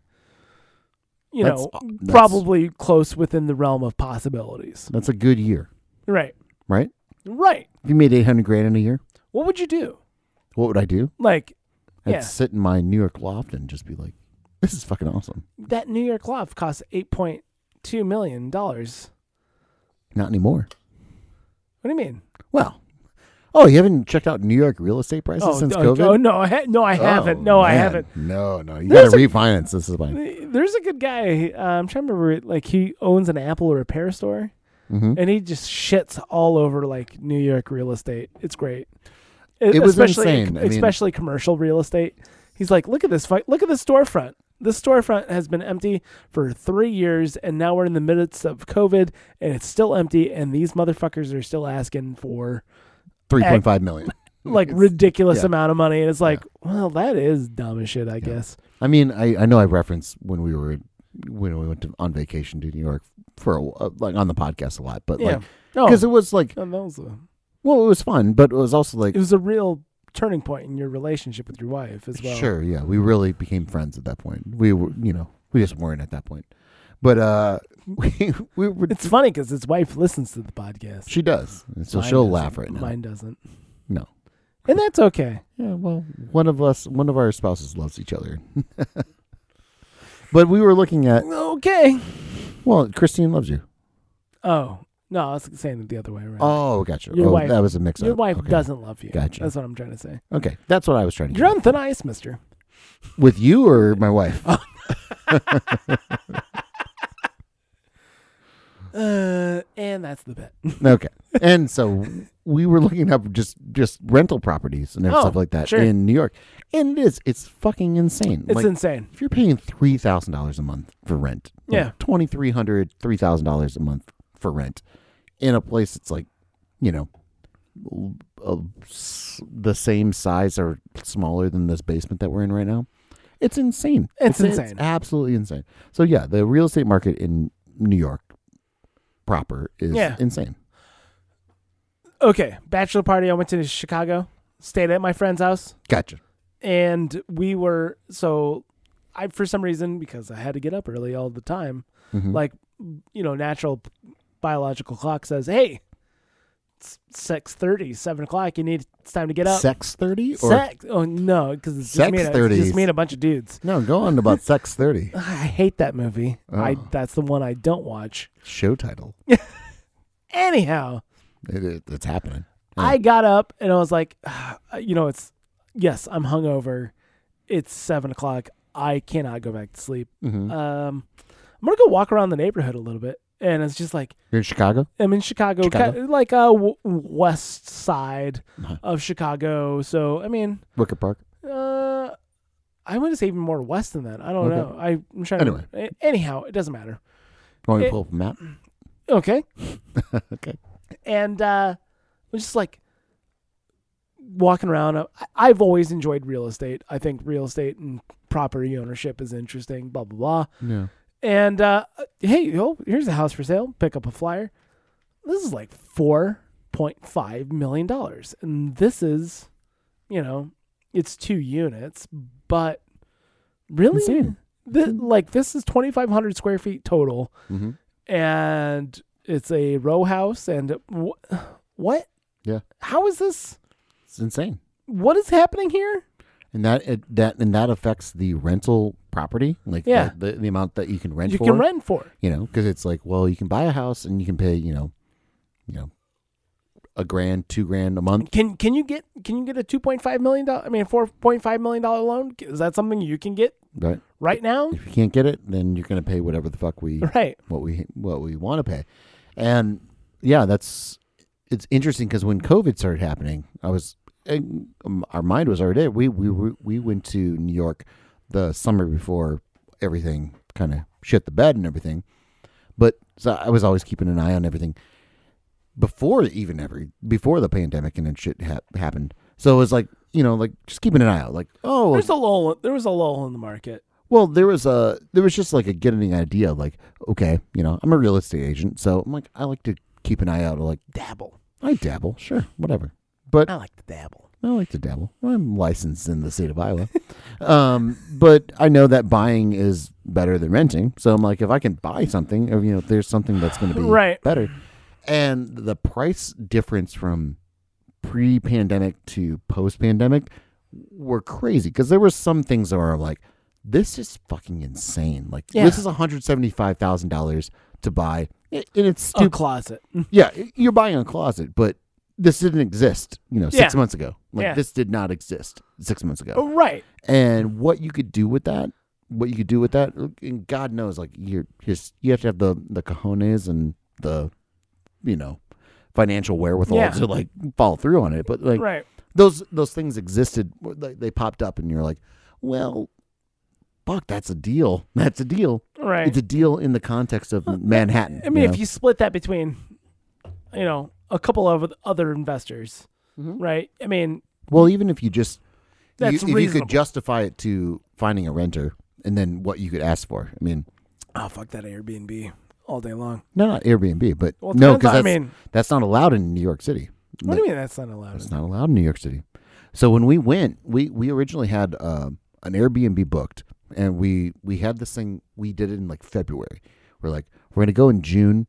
Speaker 1: you
Speaker 2: That's-
Speaker 1: know
Speaker 2: uh, that's-
Speaker 1: probably close within the realm of possibilities.
Speaker 2: That's a good year,
Speaker 1: Right.
Speaker 2: right?
Speaker 1: Right.
Speaker 2: If you made eight hundred grand in a year,
Speaker 1: What would you do?
Speaker 2: what would I do?
Speaker 1: Like
Speaker 2: I'd
Speaker 1: Yeah.
Speaker 2: sit in my New York loft and just be like, "This is fucking awesome."
Speaker 1: that New York loft costs eight point two million dollars.
Speaker 2: Not anymore.
Speaker 1: What do you mean?
Speaker 2: Well, oh, you haven't checked out New York real estate prices
Speaker 1: Oh,
Speaker 2: since
Speaker 1: oh,
Speaker 2: COVID?
Speaker 1: oh, no, I ha- no, I haven't.
Speaker 2: Oh,
Speaker 1: No, I
Speaker 2: man.
Speaker 1: haven't.
Speaker 2: No, no, you got
Speaker 1: There's
Speaker 2: to refinance. This is fine.
Speaker 1: There's a good guy. Uh, I'm trying to remember. Like he owns an Apple repair store.
Speaker 2: hmm
Speaker 1: and he just shits all over like New York real estate. It's great. It,
Speaker 2: was
Speaker 1: especially,
Speaker 2: insane. I mean-
Speaker 1: especially commercial real estate. He's like, look at this fight. Look at this storefront. This storefront has been empty for three years, and now we're in the midst of COVID, and it's still empty. And these motherfuckers are still asking for
Speaker 2: Three point five million.
Speaker 1: like
Speaker 2: It's-
Speaker 1: ridiculous
Speaker 2: yeah.
Speaker 1: amount of money. And it's like, well, that is dumb as shit, I guess.
Speaker 2: I mean, I, I know I referenced when we were when we went to, on vacation to New York for a, wh- like on the podcast a lot, but
Speaker 1: Yeah.
Speaker 2: like
Speaker 1: No,
Speaker 2: because it was like
Speaker 1: that was a,
Speaker 2: well, it was fun, but it was also like
Speaker 1: it was a real turning point in your relationship with your wife as well.
Speaker 2: Sure, yeah. We really became friends at that point. We were, you know, we just weren't at that point. But uh we we were
Speaker 1: It's funny because his wife listens to the podcast.
Speaker 2: she does. And So
Speaker 1: Mine
Speaker 2: she'll
Speaker 1: doesn't.
Speaker 2: laugh right now.
Speaker 1: Mine doesn't.
Speaker 2: No.
Speaker 1: And that's okay.
Speaker 2: Yeah, well, one of us one of our spouses loves each other. but we were looking at
Speaker 1: Okay.
Speaker 2: well, Christine loves you.
Speaker 1: Oh, no, I was saying it the other way around.
Speaker 2: Oh, gotcha.
Speaker 1: Your
Speaker 2: oh,
Speaker 1: wife-
Speaker 2: that was a mix up.
Speaker 1: Your wife
Speaker 2: okay.
Speaker 1: doesn't love you.
Speaker 2: Gotcha.
Speaker 1: That's what I'm trying to say.
Speaker 2: Okay. That's what I was trying to
Speaker 1: You're
Speaker 2: get.
Speaker 1: on thin ice, mister.
Speaker 2: With you or my wife?
Speaker 1: Oh. Uh, and that's the bet.
Speaker 2: okay. And so we were looking up just just rental properties and
Speaker 1: Oh,
Speaker 2: stuff like that
Speaker 1: sure.
Speaker 2: in New York. And it is it's fucking insane.
Speaker 1: It's
Speaker 2: like,
Speaker 1: insane.
Speaker 2: if you're paying three thousand dollars a month for rent,
Speaker 1: Yeah.
Speaker 2: twenty three hundred, three thousand dollars a month for rent in a place that's like, you know, l- uh, s- the same size or smaller than this basement that we're in right now, it's insane.
Speaker 1: It's insane.
Speaker 2: absolutely insane. So yeah, the real estate market in New York proper is
Speaker 1: Yeah.
Speaker 2: insane.
Speaker 1: Okay. Bachelor party. I went to Chicago, stayed at my friend's house,
Speaker 2: Gotcha.
Speaker 1: and we were so. I for some reason because I had to get up early all the time,
Speaker 2: Mhm.
Speaker 1: like you know, natural biological clock says, "Hey, it's six thirty, seven o'clock. You need it's time to get up."
Speaker 2: Sex thirty or
Speaker 1: Sex? Oh no, because it's just me, and, it's
Speaker 2: 6:30s.
Speaker 1: just me and a bunch of dudes.
Speaker 2: no? Go on about sex thirty.
Speaker 1: Ugh, I hate that movie. I
Speaker 2: Oh.
Speaker 1: that's the one I don't watch.
Speaker 2: Show title.
Speaker 1: Anyhow,
Speaker 2: It, it, it's happening. Yeah.
Speaker 1: I got up and I was like, "Ah, you know, it's yes, I'm hungover. It's seven o'clock. I cannot go back to sleep.
Speaker 2: Mhm.
Speaker 1: Um, I'm gonna go walk around the neighborhood a little bit, and it's just like
Speaker 2: You're in Chicago.
Speaker 1: I'm in Chicago,
Speaker 2: Chicago?
Speaker 1: Kind of like a w- west side
Speaker 2: Uh-huh.
Speaker 1: of Chicago. So I mean,
Speaker 2: Wicker Park.
Speaker 1: Uh, I want to say even more west than that. I don't
Speaker 2: Okay.
Speaker 1: know. I, I'm trying.
Speaker 2: Anyway.
Speaker 1: To, a- anyhow, it doesn't matter.
Speaker 2: Want me
Speaker 1: It-
Speaker 2: to pull up a map?
Speaker 1: Okay.
Speaker 2: Okay.
Speaker 1: And uh, was just like walking around. I, I've always enjoyed real estate. I think real estate and property ownership is interesting. Blah blah blah.
Speaker 2: Yeah.
Speaker 1: And uh, hey, yo, here's a house for sale. Pick up a flyer. This is like four point five million dollars, and this is, you know, it's two units, but really,
Speaker 2: Insane.
Speaker 1: thi- like this is twenty five hundred square feet total.
Speaker 2: Mhm.
Speaker 1: and it's a row house. And wh- what?
Speaker 2: Yeah.
Speaker 1: How is this?
Speaker 2: It's insane.
Speaker 1: What is happening here?
Speaker 2: And that it, that and that affects the rental property, like
Speaker 1: Yeah.
Speaker 2: the, the, the amount that you can rent.
Speaker 1: you
Speaker 2: for.
Speaker 1: can rent for. it.
Speaker 2: you know, because it's like, well, you can buy a house and you can pay, you know, you know, a grand, two grand a month.
Speaker 1: Can can you get can you get a two point five million dollar? I mean, four point five million dollar loan? Is that something you can get
Speaker 2: Right?
Speaker 1: right now?
Speaker 2: If you can't get it, then you're gonna pay whatever the fuck we
Speaker 1: Right.
Speaker 2: what we what we want to pay. And yeah, that's it's interesting because when COVID started happening, I was and, um, our mind was already there. We we were- we went to New York the summer before everything kind of shit the bed and everything. But so I was always keeping an eye on everything before even every before the pandemic and then shit ha- happened. So it was like you know like just keeping an eye out. Like oh,
Speaker 1: There's a lull. There was a lull in the market.
Speaker 2: well, there was a there was just like a getting an idea of like, okay, you know, I'm a real estate agent, so I'm like I like to keep an eye out. Like
Speaker 1: Dabble.
Speaker 2: I dabble, sure, whatever, but
Speaker 1: I like to dabble.
Speaker 2: I like to dabble. I'm licensed in the state of Iowa, um, but I know that buying is better than renting. So I'm like, if I can buy something, or you know, if there's something that's going to be
Speaker 1: Right.
Speaker 2: better, and the price difference from pre-pandemic to post-pandemic were crazy because there were some things that were like, this is fucking insane. Like
Speaker 1: Yeah.
Speaker 2: this is one hundred seventy-five thousand dollars to buy, and it's stupid.
Speaker 1: A closet.
Speaker 2: Yeah, you're buying a closet, but this didn't exist, you know, six
Speaker 1: Yeah.
Speaker 2: months ago. Like
Speaker 1: Yeah.
Speaker 2: this did not exist six months ago.
Speaker 1: Oh, right.
Speaker 2: And what you could do with that, what you could do with that, and God knows, like you're just you have to have the the cojones and the, you know, financial wherewithal
Speaker 1: Yeah.
Speaker 2: to like follow through on it. But like
Speaker 1: right.
Speaker 2: those those things existed, they, they popped up, and you're like, well, fuck, that's a deal. That's a deal.
Speaker 1: Right.
Speaker 2: It's a deal in the context of Manhattan.
Speaker 1: I mean,
Speaker 2: know?
Speaker 1: if you split that between, you know, a couple of other investors,
Speaker 2: Mhm.
Speaker 1: right? I mean,
Speaker 2: Well, even if you just
Speaker 1: That's
Speaker 2: you, if you
Speaker 1: reasonable.
Speaker 2: could justify it to finding a renter and then what you could ask for. I mean,
Speaker 1: oh fuck that Airbnb all day long.
Speaker 2: no, not Airbnb, but
Speaker 1: Well, it
Speaker 2: no,
Speaker 1: depends
Speaker 2: because
Speaker 1: on- I
Speaker 2: that's,
Speaker 1: mean,
Speaker 2: that's not allowed in New York City.
Speaker 1: what do you mean that's not allowed?
Speaker 2: It's not allowed in New York City. So when we went, we we originally had uh, an Airbnb booked, and we we had this thing. We did it in like February. We're like, we're gonna go in June,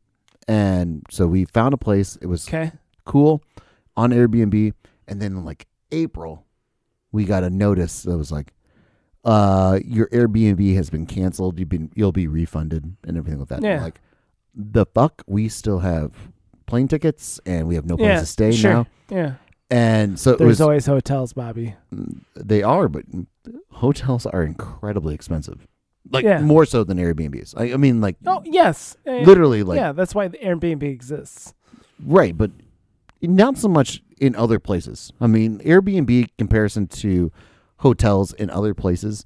Speaker 2: and so we found a place. It was
Speaker 1: Okay.
Speaker 2: cool on Airbnb. And then in like April, we got a notice that was like, uh, your Airbnb has been canceled. You've been you'll be refunded and everything like that. And
Speaker 1: Yeah.
Speaker 2: Like the fuck? We still have plane tickets and we have no place
Speaker 1: yeah.
Speaker 2: to stay
Speaker 1: sure.
Speaker 2: now.
Speaker 1: Yeah.
Speaker 2: And so it
Speaker 1: There's
Speaker 2: was
Speaker 1: always hotels, Bobby.
Speaker 2: they are, but hotels are incredibly expensive. Like
Speaker 1: Yeah.
Speaker 2: more so than Airbnbs. I, I mean like
Speaker 1: Oh yes. Eh,
Speaker 2: literally like
Speaker 1: yeah. That's why the Airbnb exists.
Speaker 2: Right, but not so much in other places. I mean, Airbnb comparison to hotels in other places,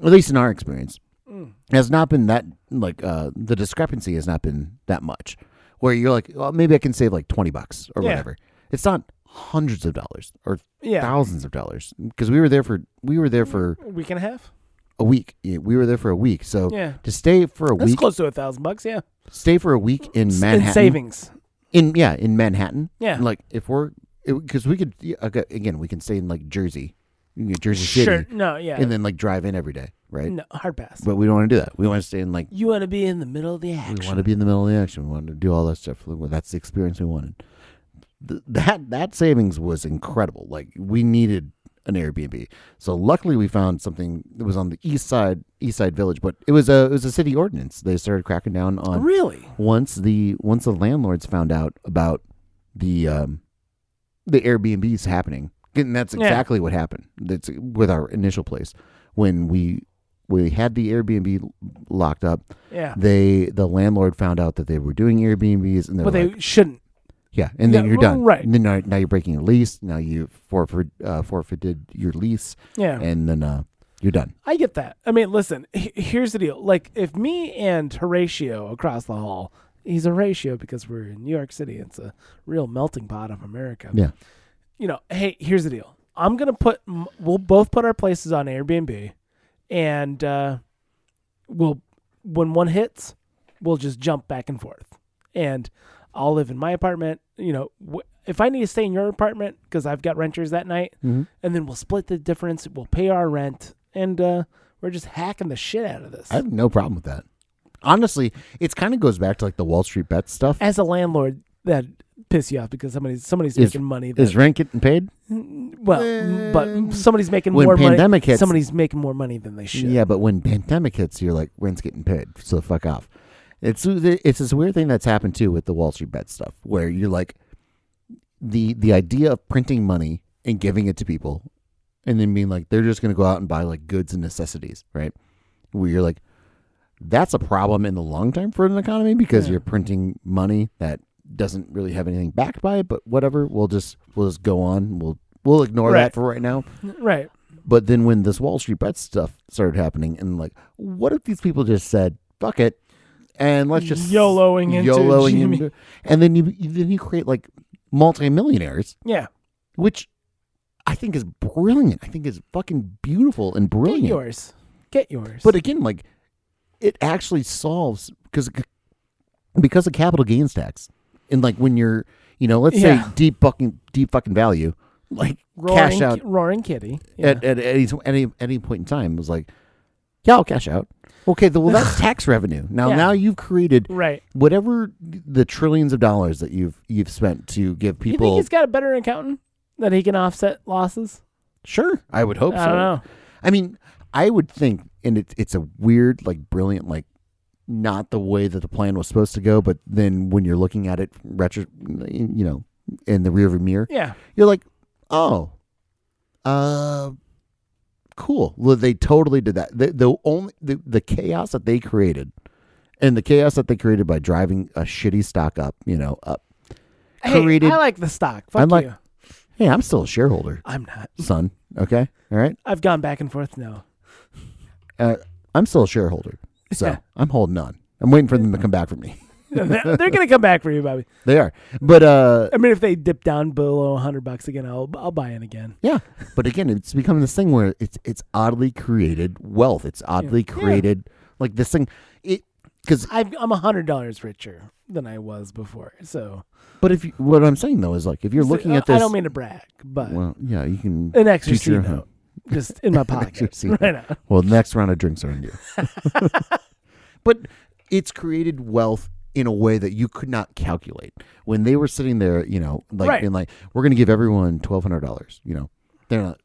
Speaker 2: at least in our experience,
Speaker 1: Mm.
Speaker 2: has not been that like uh, the discrepancy has not been that much. Where you're like, well, maybe I can save like twenty bucks or
Speaker 1: Yeah.
Speaker 2: whatever. It's not hundreds of dollars or
Speaker 1: Yeah.
Speaker 2: thousands of dollars because we were there for we were there for
Speaker 1: Week and a half.
Speaker 2: a week. Yeah, We were there for a week, so
Speaker 1: Yeah.
Speaker 2: to stay for a
Speaker 1: That's
Speaker 2: week,
Speaker 1: close to a thousand bucks. Yeah.
Speaker 2: stay for a week in
Speaker 1: S-
Speaker 2: Manhattan,
Speaker 1: In savings.
Speaker 2: in yeah, in Manhattan,
Speaker 1: Yeah.
Speaker 2: like if we're because we could yeah, okay, again we can stay in like Jersey, you know, Jersey
Speaker 1: Sure.
Speaker 2: City,
Speaker 1: No. Yeah.
Speaker 2: and then like drive in every day, right?
Speaker 1: no, hard pass.
Speaker 2: But we don't want to do that. We want to stay in like
Speaker 1: You want to be in the middle of the action.
Speaker 2: we want to be in the middle of the action. We want to do all that stuff. Well, that's the experience we wanted. Th- that that savings was incredible. Like we needed an Airbnb, so luckily we found something that was on the east side, east side village. But it was a it was a city ordinance. They started cracking down on
Speaker 1: Really?
Speaker 2: once the once the landlords found out about the um the Airbnbs happening, and that's
Speaker 1: Yeah.
Speaker 2: exactly what happened. That's with our initial place when we we had the Airbnb l- locked up.
Speaker 1: Yeah.
Speaker 2: They the landlord found out that they were doing Airbnbs, and they
Speaker 1: But
Speaker 2: were
Speaker 1: they
Speaker 2: like,
Speaker 1: shouldn't.
Speaker 2: yeah, and then
Speaker 1: Yeah,
Speaker 2: you're
Speaker 1: r-
Speaker 2: done.
Speaker 1: right.
Speaker 2: And then now, now you're breaking your lease. Now you forfeit uh, forfeited your lease,
Speaker 1: Yeah.
Speaker 2: and then uh, you're done.
Speaker 1: I get that. I mean, listen, he- here's the deal. Like, if me and Horatio across the hall, he's Horatio because we're in New York City. It's a real melting pot of America.
Speaker 2: Yeah.
Speaker 1: You know, hey, here's the deal. I'm going to put, m- we'll both put our places on Airbnb and uh, we'll, when one hits, we'll just jump back and forth. And I'll live in my apartment. You know, wh- if I need to stay in your apartment because I've got renters that night, and then we'll split the difference. We'll pay our rent, and uh, we're just hacking the shit out of this.
Speaker 2: I have no problem with that. honestly, it's kind of goes back to like the Wall Street bet stuff.
Speaker 1: As a landlord, that piss you off because somebody's somebody's
Speaker 2: Is-
Speaker 1: making money. That,
Speaker 2: Is rent getting paid?
Speaker 1: well, but somebody's making
Speaker 2: When
Speaker 1: more money.
Speaker 2: pandemic hits-
Speaker 1: somebody's making more money than they should.
Speaker 2: Yeah, but when pandemic hits, you're like rent's getting paid, so fuck off. It's uh, it's this weird thing that's happened too with the Wall Street bet stuff, where you're like the the idea of printing money and giving it to people, and then being like they're just gonna go out and buy like goods and necessities, right? Where you're like, that's a problem in the long term for an economy because
Speaker 1: Yeah.
Speaker 2: you're printing money that doesn't really have anything backed by it. But whatever, we'll just we'll just go on. We'll we'll ignore
Speaker 1: Right.
Speaker 2: that for right now.
Speaker 1: Right.
Speaker 2: But then when this Wall Street bet stuff started happening, and like, what if these people just said "fuck it" and let's just
Speaker 1: YOLOing into Jimmy.
Speaker 2: into- and then you you- then you create like multimillionaires,
Speaker 1: Yeah.
Speaker 2: which I think is brilliant. I think is fucking beautiful and
Speaker 1: Get
Speaker 2: brilliant.
Speaker 1: yours. Get yours.
Speaker 2: But again, like, it actually solves because because of capital gains tax, and like when you're you know let's
Speaker 1: Yeah.
Speaker 2: say deep fucking deep fucking value, like
Speaker 1: roaring,
Speaker 2: cash out
Speaker 1: roaring kitty. Yeah.
Speaker 2: at, at any any any point in time was like, yeah, I'll cash out. Okay, th- well that's tax revenue. Now
Speaker 1: Yeah.
Speaker 2: now you've created
Speaker 1: right.
Speaker 2: whatever the trillions of dollars that you've you've spent to give
Speaker 1: You think
Speaker 2: people.
Speaker 1: he's got a better accountant that he can offset losses?
Speaker 2: Sure, I would hope
Speaker 1: I
Speaker 2: so.
Speaker 1: don't know.
Speaker 2: I mean, I would think, and it's it's a weird, like brilliant, like not the way that the plan was supposed to go, but then when you're looking at it retro, you know, in the rearview mirror,
Speaker 1: Yeah.
Speaker 2: you're like, oh, uh, cool. Well, they totally did that. The, the only the, the chaos that they created, and the chaos that they created by driving a shitty stock up, you know, up.
Speaker 1: Hey,
Speaker 2: Created-
Speaker 1: I like the stock. Fuck
Speaker 2: I'm like-
Speaker 1: you.
Speaker 2: Hey, I'm still a shareholder,
Speaker 1: I'm not.
Speaker 2: son. Okay, all right.
Speaker 1: I've gone back and forth now.
Speaker 2: Uh, I'm still a shareholder, so
Speaker 1: Yeah.
Speaker 2: I'm holding on. I'm waiting for them to come back for me.
Speaker 1: they're, they're gonna come back for you, Bobby.
Speaker 2: They are, but uh,
Speaker 1: I mean, if they dip down below hundred bucks again, I'll I'll buy in again.
Speaker 2: yeah. But again, it's become this thing where it's it's oddly created wealth. It's oddly created like this thing. It because
Speaker 1: I've, I'm hundred dollars richer than I was before. So
Speaker 2: But if you, what I'm saying though is like if you're looking
Speaker 1: I-
Speaker 2: at this,
Speaker 1: uh, I don't mean to brag, but
Speaker 2: well, yeah, you can
Speaker 1: an extra
Speaker 2: teach your
Speaker 1: seat
Speaker 2: own.
Speaker 1: note just in my
Speaker 2: extra
Speaker 1: pocket
Speaker 2: seat
Speaker 1: right now.
Speaker 2: Well, the next round of drinks are on you. but it's created wealth in a way that you could not calculate when they were sitting there. You know, like
Speaker 1: Right.
Speaker 2: being like, we're going to give everyone twelve hundred dollars. You know, they're not.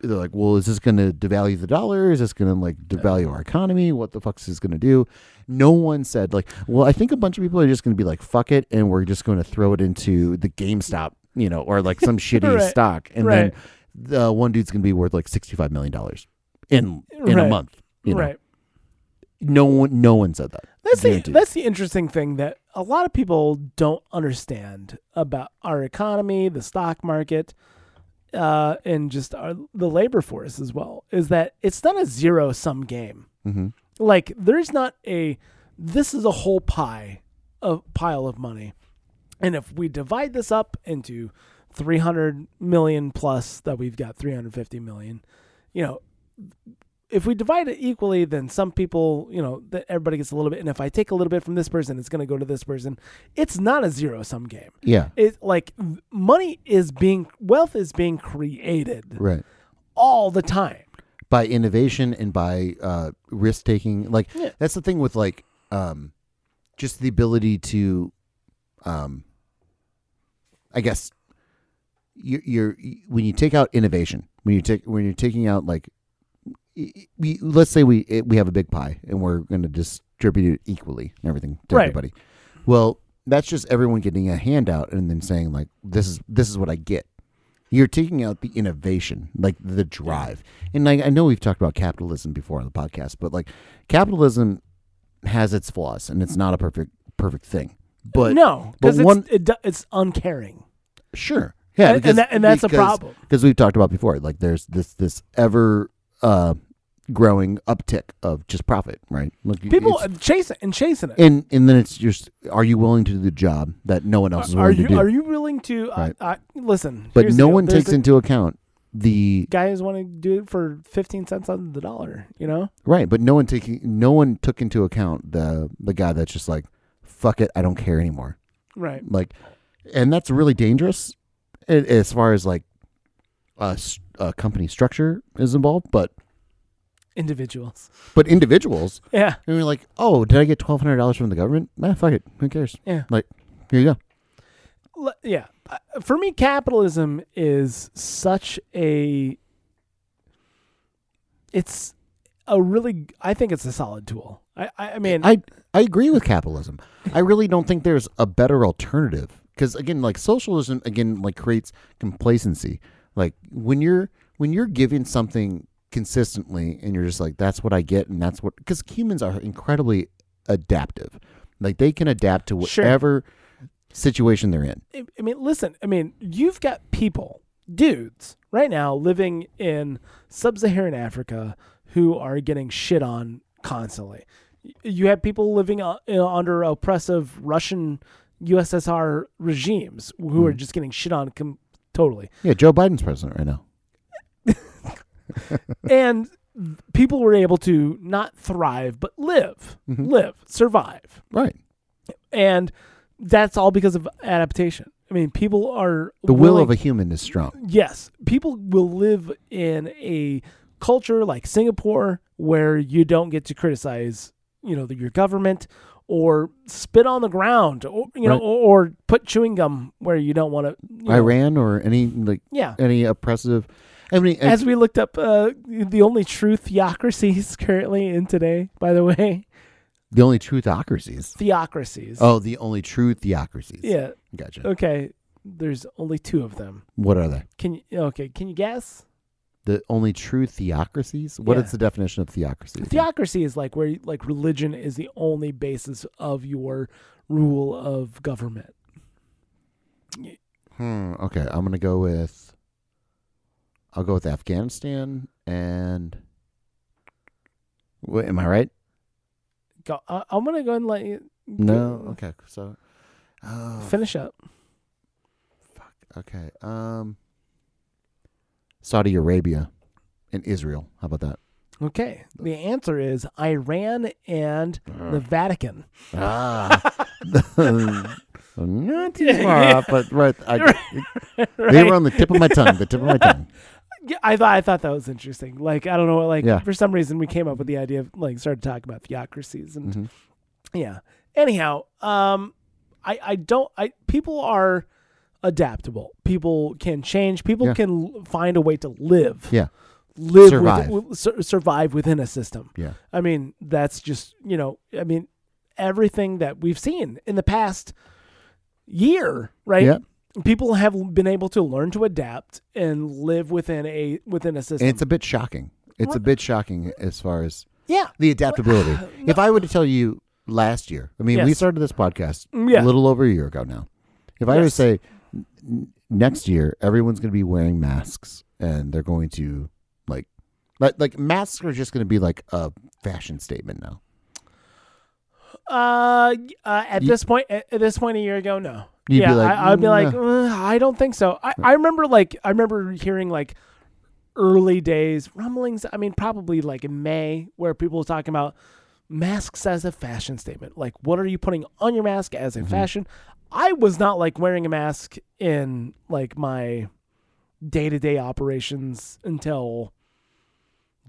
Speaker 2: They're like, well, is this going to devalue the dollar? Is this going to like devalue our economy? What the fuck's this going to do? No one said like, well, I think a bunch of people are just going to be like, fuck it, and we're just going to throw it into the GameStop, you know, or like some shitty
Speaker 1: Right.
Speaker 2: stock, and
Speaker 1: Right.
Speaker 2: then the one dude's going to be worth like sixty five million dollars in in a
Speaker 1: Right.
Speaker 2: month. You know?
Speaker 1: Right.
Speaker 2: No one, no one said that.
Speaker 1: That's the,
Speaker 2: Guaranteed.
Speaker 1: that's the interesting thing that a lot of people don't understand about our economy, the stock market, uh, and just our, the labor force as well, is that it's not a zero sum game.
Speaker 2: Mhm.
Speaker 1: Like there's not a this is a whole pie a pile of money. And if we divide this up into 300 million plus that we've got 350 million, you know, if we divide it equally, then some people, you know, that everybody gets a little bit. And if I take a little bit from this person, it's going to go to this person. It's not a zero sum game.
Speaker 2: Yeah,
Speaker 1: It like v- money is being wealth is being created
Speaker 2: right.
Speaker 1: all the time.
Speaker 2: By innovation and by uh, risk taking, like
Speaker 1: Yeah.
Speaker 2: that's the thing with like um, just the ability to, um, I guess, you're, you're when you take out innovation, when you take when you're taking out like, y- y- we, let's say we it, we have a big pie and we're going to distribute it equally and everything to
Speaker 1: Right.
Speaker 2: everybody. Well, that's just everyone getting a handout and then saying like, this is this is what I get. You're taking out the innovation, like the drive. And like I know we've talked about capitalism before on the podcast, but like capitalism has its flaws and it's not a perfect perfect thing. But
Speaker 1: no,
Speaker 2: but
Speaker 1: because
Speaker 2: one-
Speaker 1: it's, it, do- it's uncaring.
Speaker 2: sure. Yeah,
Speaker 1: And- and that- and that's a problem.
Speaker 2: Because we've talked about before, like there's this this ever uh growing uptick of just profit, right? Like you-
Speaker 1: People
Speaker 2: it's-
Speaker 1: are chasing and chasing it.
Speaker 2: and and then it's just are you willing to do the job that no one else is
Speaker 1: are, are
Speaker 2: willing
Speaker 1: you
Speaker 2: to do?
Speaker 1: are you willing to uh,
Speaker 2: Right.
Speaker 1: uh, listen?
Speaker 2: but
Speaker 1: here's the
Speaker 2: no
Speaker 1: deal.
Speaker 2: one
Speaker 1: There's
Speaker 2: takes
Speaker 1: a-
Speaker 2: into account the
Speaker 1: guys want to do it for 15 cents on the dollar, you know?
Speaker 2: Right, but no one taking no one took into account the the guy that's just like, fuck it, I don't care anymore.
Speaker 1: Right.
Speaker 2: Like, and that's really dangerous a- as far as like a, s- a company structure is involved. But
Speaker 1: individuals.
Speaker 2: but individuals.
Speaker 1: Yeah.
Speaker 2: And we're like, oh, did I get twelve hundred dollars from the government? Nah, fuck it. Who cares?
Speaker 1: Yeah.
Speaker 2: Like, here you go.
Speaker 1: L- yeah. Uh, For me, capitalism is such a. It's a really. I think it's a solid tool. I. I, I mean.
Speaker 2: I I agree with capitalism. I really don't think there's a better alternative because again, like socialism, again, like creates complacency. Like when you're when you're giving something consistently and you're just like, that's what I get, and that's what because humans are incredibly adaptive. Like they can adapt to
Speaker 1: Sure.
Speaker 2: whatever situation they're in.
Speaker 1: I I mean, listen, I mean, you've got people, dudes, right now living in sub Saharan Africa who are getting shit on constantly. Y- You have people living uh, you know, under oppressive Russian USSR regimes who are just getting shit on com- totally.
Speaker 2: Yeah, Joe Biden's president right now.
Speaker 1: and people were able to not thrive, but live,
Speaker 2: Mm-hmm.
Speaker 1: live, survive.
Speaker 2: Right.
Speaker 1: And that's all because of adaptation. I mean, people are
Speaker 2: The will
Speaker 1: willing-
Speaker 2: of a human is strong.
Speaker 1: Yes, people will live in a culture like Singapore where you don't get to criticize, you know, the, your government or spit on the ground or you know
Speaker 2: Right.
Speaker 1: or, or put chewing gum where you don't want to.
Speaker 2: Iran or any like
Speaker 1: yeah.
Speaker 2: any oppressive. I mean,
Speaker 1: As we looked up, uh, the only true theocracies currently in today, by the way,
Speaker 2: the only true theocracies.
Speaker 1: theocracies.
Speaker 2: Oh, the only true theocracies.
Speaker 1: yeah.
Speaker 2: Gotcha.
Speaker 1: Okay. There's only two of them.
Speaker 2: What are they?
Speaker 1: Can you? Okay. Can you guess?
Speaker 2: The only true theocracies? What is
Speaker 1: Yeah.
Speaker 2: the definition of theocracy?
Speaker 1: theocracy is like where like religion is the only basis of your rule of government
Speaker 2: hmm, okay, I'm going to go with I'll go with Afghanistan and Wait, am I right?
Speaker 1: go I, i'm gonna go and let you
Speaker 2: No. Okay. So oh,
Speaker 1: finish up
Speaker 2: fuck. Okay. Um Saudi Arabia and Israel. How about that?
Speaker 1: okay the answer is iran and
Speaker 2: Uh.
Speaker 1: the vatican
Speaker 2: Ah. Not too far off, but right. I, They
Speaker 1: Right?
Speaker 2: were on the tip of my tongue. The tip of my tongue.
Speaker 1: Yeah, i thought i thought that was interesting like i don't know like
Speaker 2: Yeah.
Speaker 1: for some reason we came up with the idea of like started talking about theocracies and
Speaker 2: Mhm.
Speaker 1: yeah anyhow um i i don't i people are adaptable people can change people
Speaker 2: Yeah.
Speaker 1: can l- find a way to live
Speaker 2: Yeah.
Speaker 1: live
Speaker 2: Survive.
Speaker 1: With, sur- survive within a system
Speaker 2: Yeah.
Speaker 1: i mean that's just you know i mean everything that we've seen in the past year right
Speaker 2: Yeah.
Speaker 1: people have been able to learn to adapt and live within a within a system
Speaker 2: And it's a bit shocking. It's a bit shocking as far as
Speaker 1: yeah
Speaker 2: the adaptability.
Speaker 1: no.
Speaker 2: If I were to tell you last year, I mean, we
Speaker 1: Yes. Mm,
Speaker 2: started this podcast
Speaker 1: Yeah.
Speaker 2: a little over a year ago now. If I were to
Speaker 1: Yes.
Speaker 2: say n- n- next year, everyone's going to be wearing masks and they're going to like, like, like masks are just going to be like a fashion statement now.
Speaker 1: Uh, y- uh at
Speaker 2: You-
Speaker 1: this point, at at this point a year ago, no.
Speaker 2: You'd be
Speaker 1: yeah,
Speaker 2: like,
Speaker 1: I, I'd be
Speaker 2: "Mm,
Speaker 1: like, "Uh, I don't think so. I, I remember like I remember hearing like early days rumblings. I mean, probably like in May, where people were talking about masks as a fashion statement. Like, what are you putting on your mask as
Speaker 2: Mm-hmm.
Speaker 1: a fashion? I was not like wearing a mask in like my day to day operations until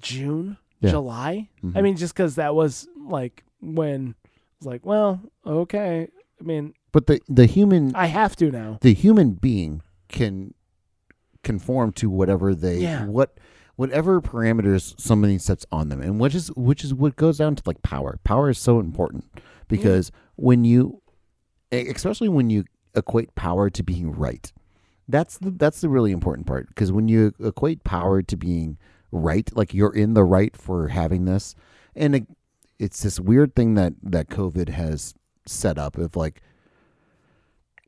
Speaker 1: June,
Speaker 2: Yeah. Mm-hmm.
Speaker 1: July. I mean, just because that was like when it's like, well, okay. I mean,
Speaker 2: But the the human
Speaker 1: I have to now.
Speaker 2: the human being can conform to whatever they
Speaker 1: Yeah.
Speaker 2: what whatever parameters somebody sets on them and which is which is what goes down to like power power is so important because when you e- especially when you equate power to being right that's the that's the really important part because when you equate power to being right like you're in the right for having this and it, it's this weird thing that that covid has set up of like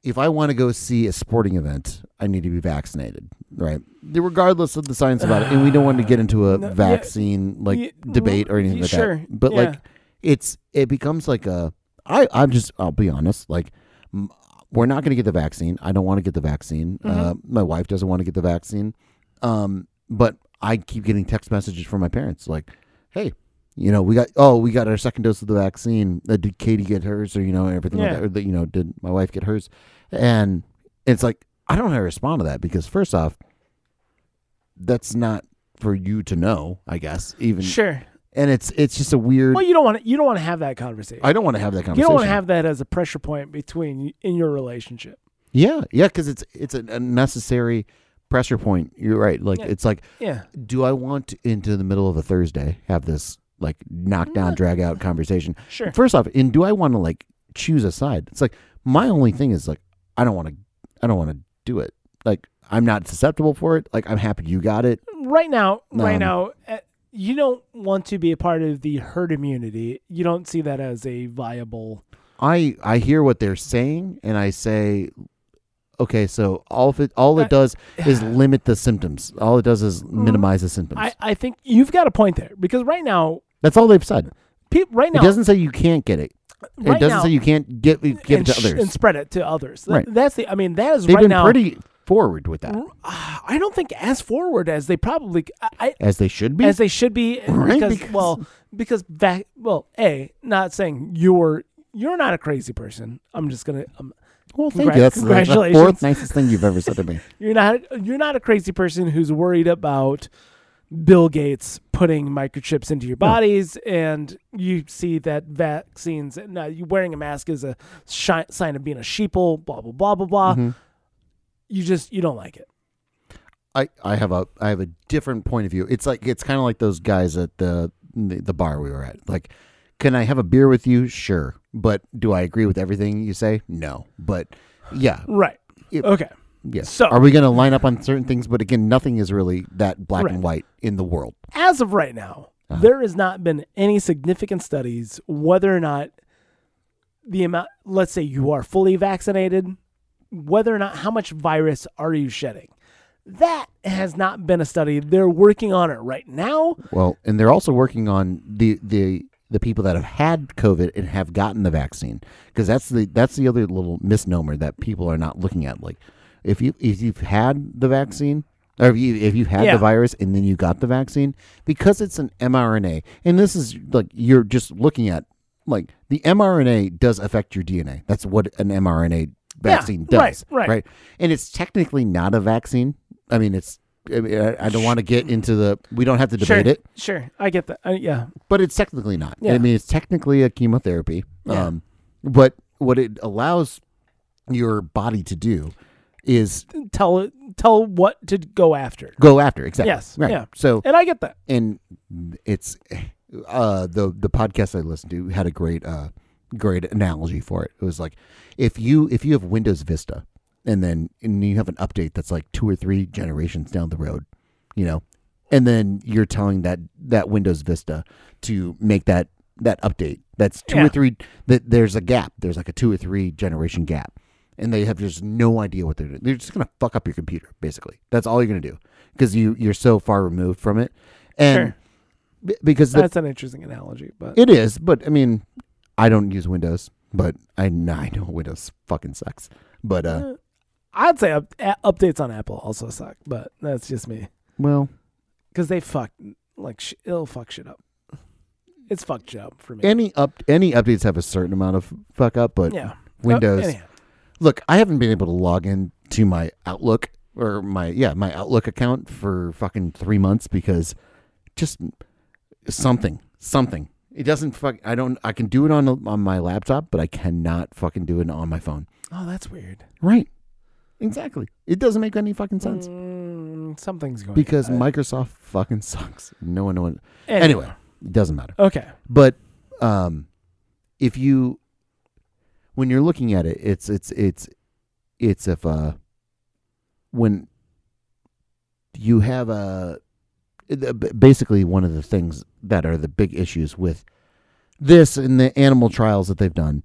Speaker 2: if I want to go see a sporting event, I need to be vaccinated, right? Regardless of the science about it, and we don't want to get into a
Speaker 1: No, yeah.
Speaker 2: vaccine like
Speaker 1: Ye-
Speaker 2: debate or
Speaker 1: mm,
Speaker 2: anything like
Speaker 1: sure,
Speaker 2: that. But like, it's it becomes like a I I'm just I'll be honest, like m- we're not going to get the vaccine. I don't want to get the vaccine.
Speaker 1: Mm-hmm.
Speaker 2: Uh, my wife doesn't want to get the vaccine. Um, but I keep getting text messages from my parents like, "Hey, you know, we got oh, we got our second dose of the vaccine. Uh, did Katie get hers, or you know, everything like
Speaker 1: Yeah.
Speaker 2: that? Or you know, did my wife get hers?" And it's like I don't know how to respond to that because first off, that's not for you to know, I guess. Even
Speaker 1: Sure.
Speaker 2: and it's it's just a weird.
Speaker 1: Well, you don't want to. You don't want to have that conversation.
Speaker 2: I don't want to have that
Speaker 1: you
Speaker 2: conversation.
Speaker 1: don't want to have that as a pressure point between y- in your relationship.
Speaker 2: Yeah, yeah, because it's it's an unnecessary pressure point. You're right. Like
Speaker 1: Yeah.
Speaker 2: it's like,
Speaker 1: Yeah.
Speaker 2: do I want to, into the middle of a Thursday have this like
Speaker 1: Mm.
Speaker 2: knockdown, drag out conversation?
Speaker 1: Sure.
Speaker 2: First off, and do I want to like choose a side? It's like my only thing is like I don't want to, I don't want to do it. Like I'm not susceptible for it. Like I'm happy you got it.
Speaker 1: Right now, right
Speaker 2: Um,
Speaker 1: now, eh, you don't want to be a part of the herd immunity. You don't see that as a viable.
Speaker 2: I I hear what they're saying, and I say, okay, so all of it
Speaker 1: Uh,
Speaker 2: all it does is limit the symptoms. All it does is minimize the symptoms.
Speaker 1: Mm. I, I think you've got a point there because right now,
Speaker 2: That's all they've said.
Speaker 1: people right now,
Speaker 2: It doesn't say you can't get it.
Speaker 1: right
Speaker 2: it doesn't
Speaker 1: now,
Speaker 2: say you can't get give it
Speaker 1: and
Speaker 2: to
Speaker 1: sh-
Speaker 2: others.
Speaker 1: and spread it to others. Th-
Speaker 2: Right.
Speaker 1: That's the. I mean, that is
Speaker 2: They've
Speaker 1: right
Speaker 2: been
Speaker 1: now.
Speaker 2: pretty forward with that,
Speaker 1: Ah, I don't think as forward as they probably. I, I
Speaker 2: as they should be.
Speaker 1: as they should be eh,
Speaker 2: Right,
Speaker 1: because,
Speaker 2: because-
Speaker 1: well because back well a not saying you're you're not a crazy person i'm just gonna um,
Speaker 2: well,
Speaker 1: congrat-
Speaker 2: That's the-
Speaker 1: congratulations.
Speaker 2: the fourth nicest thing you've ever said to me.
Speaker 1: you're not you're not a crazy person who's worried about bill gates putting microchips into your bodies and you see that vaccines no, you wearing a mask is a shi- sign of being a sheeple blah blah blah blah blah
Speaker 2: Mm-hmm.
Speaker 1: you just you don't like it
Speaker 2: I, I have a I have a different point of view. It's like it's kind of like those guys at the, the the bar we were at. Like, can I have a beer with you? Sure, but do I agree with everything you say? No, but yeah,
Speaker 1: right
Speaker 2: It-
Speaker 1: okay
Speaker 2: yes.
Speaker 1: So-
Speaker 2: are we going to line up on certain things? But again, nothing is really that black and white in the world.
Speaker 1: as of right now,
Speaker 2: Uh-huh.
Speaker 1: there has not been any significant studies whether or not the amount, let's say you are fully vaccinated, whether or not how much virus are you shedding. That has not been a study. They're working on it right now.
Speaker 2: Well, and they're also working on the the the people that have had COVID and have gotten the vaccine because that's the that's the other little misnomer that people are not looking at. Like, if you if you've had the vaccine. Or if you if you had
Speaker 1: Yeah.
Speaker 2: the virus and then you got the vaccine, because it's an mRNA, and this is like you're just looking at like the mRNA does affect your DNA. That's what an mRNA vaccine
Speaker 1: right,
Speaker 2: does,
Speaker 1: right.
Speaker 2: right? And it's technically not a vaccine. I mean, it's I, mean, I, I don't want to get into the. We don't have to debate
Speaker 1: sure,
Speaker 2: it
Speaker 1: sure. I get that. I, yeah,
Speaker 2: but it's technically not.
Speaker 1: Yeah.
Speaker 2: I mean, it's technically a chemotherapy.
Speaker 1: Yeah.
Speaker 2: Um, but what it allows your body to do is
Speaker 1: tell tell what to go after,
Speaker 2: go after exactly.
Speaker 1: Yes,
Speaker 2: Right.
Speaker 1: yeah.
Speaker 2: So
Speaker 1: and I get that.
Speaker 2: and it's uh the the podcast I listened to had a great uh great analogy for it. It was like if you if you have Windows Vista and then and you have an update that's like two or three generations down the road, you know, and then you're telling that that Windows Vista to make that that update that's two
Speaker 1: Yeah.
Speaker 2: or three that there's a gap there's like a two or three generation gap and they have just no idea what they're doing they're just going to fuck up your computer basically that's all you're going to do because you you're so far removed from it and
Speaker 1: Sure.
Speaker 2: b- because the,
Speaker 1: That's an interesting analogy, but
Speaker 2: it is but i mean i don't use windows but i, kn- I know windows fucking sucks but uh
Speaker 1: I'd say up, a- updates on Apple also suck. But that's just me.
Speaker 2: well
Speaker 1: because they fuck like sh- it'll fuck shit up. It's fucked shit up for me.
Speaker 2: any up any updates have a certain amount of fuck up but
Speaker 1: yeah,
Speaker 2: windows
Speaker 1: Oh, anyhow.
Speaker 2: look i haven't been able to log in to my outlook or my yeah my outlook account for fucking three months because just something something it doesn't fuck i don't i can do it on on my laptop but i cannot fucking do it on my phone
Speaker 1: oh, that's weird.
Speaker 2: right exactly it doesn't make any fucking sense
Speaker 1: Mm, something's going
Speaker 2: because
Speaker 1: on.
Speaker 2: microsoft fucking sucks no one no one
Speaker 1: Anyhow.
Speaker 2: anyway it doesn't matter
Speaker 1: Okay.
Speaker 2: but um, if you when you're looking at it, it's it's it's it's if uh when you have a the- b- basically one of the things that are the big issues with this and the animal trials that they've done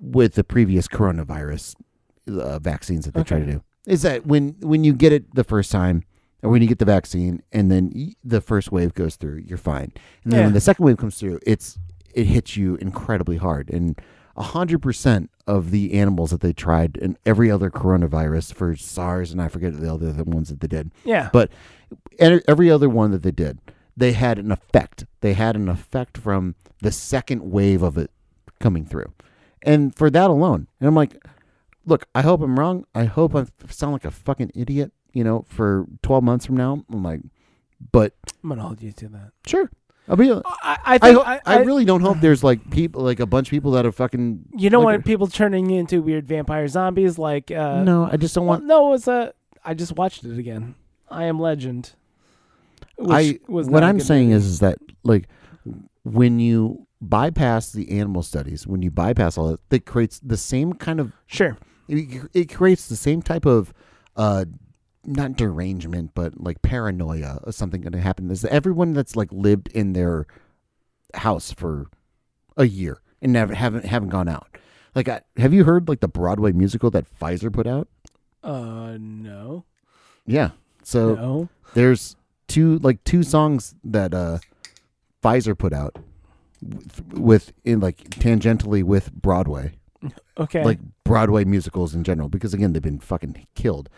Speaker 2: with the previous coronavirus uh, vaccines that they try to
Speaker 1: Okay.
Speaker 2: do is that when when you get it the first time or when you get the vaccine and then y- the first wave goes through you're fine and then
Speaker 1: Yeah.
Speaker 2: when the second wave comes through it's it hits you incredibly hard and 100% of the animals that they tried and every other coronavirus for SARS and I forget the other ones that they did
Speaker 1: Yeah.
Speaker 2: but e- every other one that they did, they had an effect. They had an effect from the second wave of it coming through. And for that alone, and I'm like, look, I hope I'm wrong. I hope I sound like a fucking idiot, you know, for 12 months from now. I'm like, But
Speaker 1: I'm gonna hold you to that.
Speaker 2: sure, I'll be.
Speaker 1: I, I
Speaker 2: I,
Speaker 1: think I,
Speaker 2: I, really don't hope there's like people like a bunch of people that are fucking.
Speaker 1: you don't
Speaker 2: like,
Speaker 1: want people turning into weird vampire zombies like uh
Speaker 2: No, I just don't
Speaker 1: well,
Speaker 2: want.
Speaker 1: no, it's a I just watched it again. I am legend. Which
Speaker 2: I
Speaker 1: was
Speaker 2: what
Speaker 1: not a
Speaker 2: I'm
Speaker 1: good
Speaker 2: saying
Speaker 1: movie.
Speaker 2: is is that like when you bypass the animal studies, when you bypass all that, that creates the same kind of
Speaker 1: sure.
Speaker 2: it, it creates the same type of uh not derangement but like paranoia of something going to happen is everyone that's like lived in their house for a year and never haven't haven't gone out like I, have you heard like the broadway musical that pfizer put out
Speaker 1: Uh no.
Speaker 2: yeah so
Speaker 1: no.
Speaker 2: there's two like two songs that uh pfizer put out with, with in like tangentially with broadway
Speaker 1: Okay.
Speaker 2: like Broadway musicals in general because again they've been fucking killed.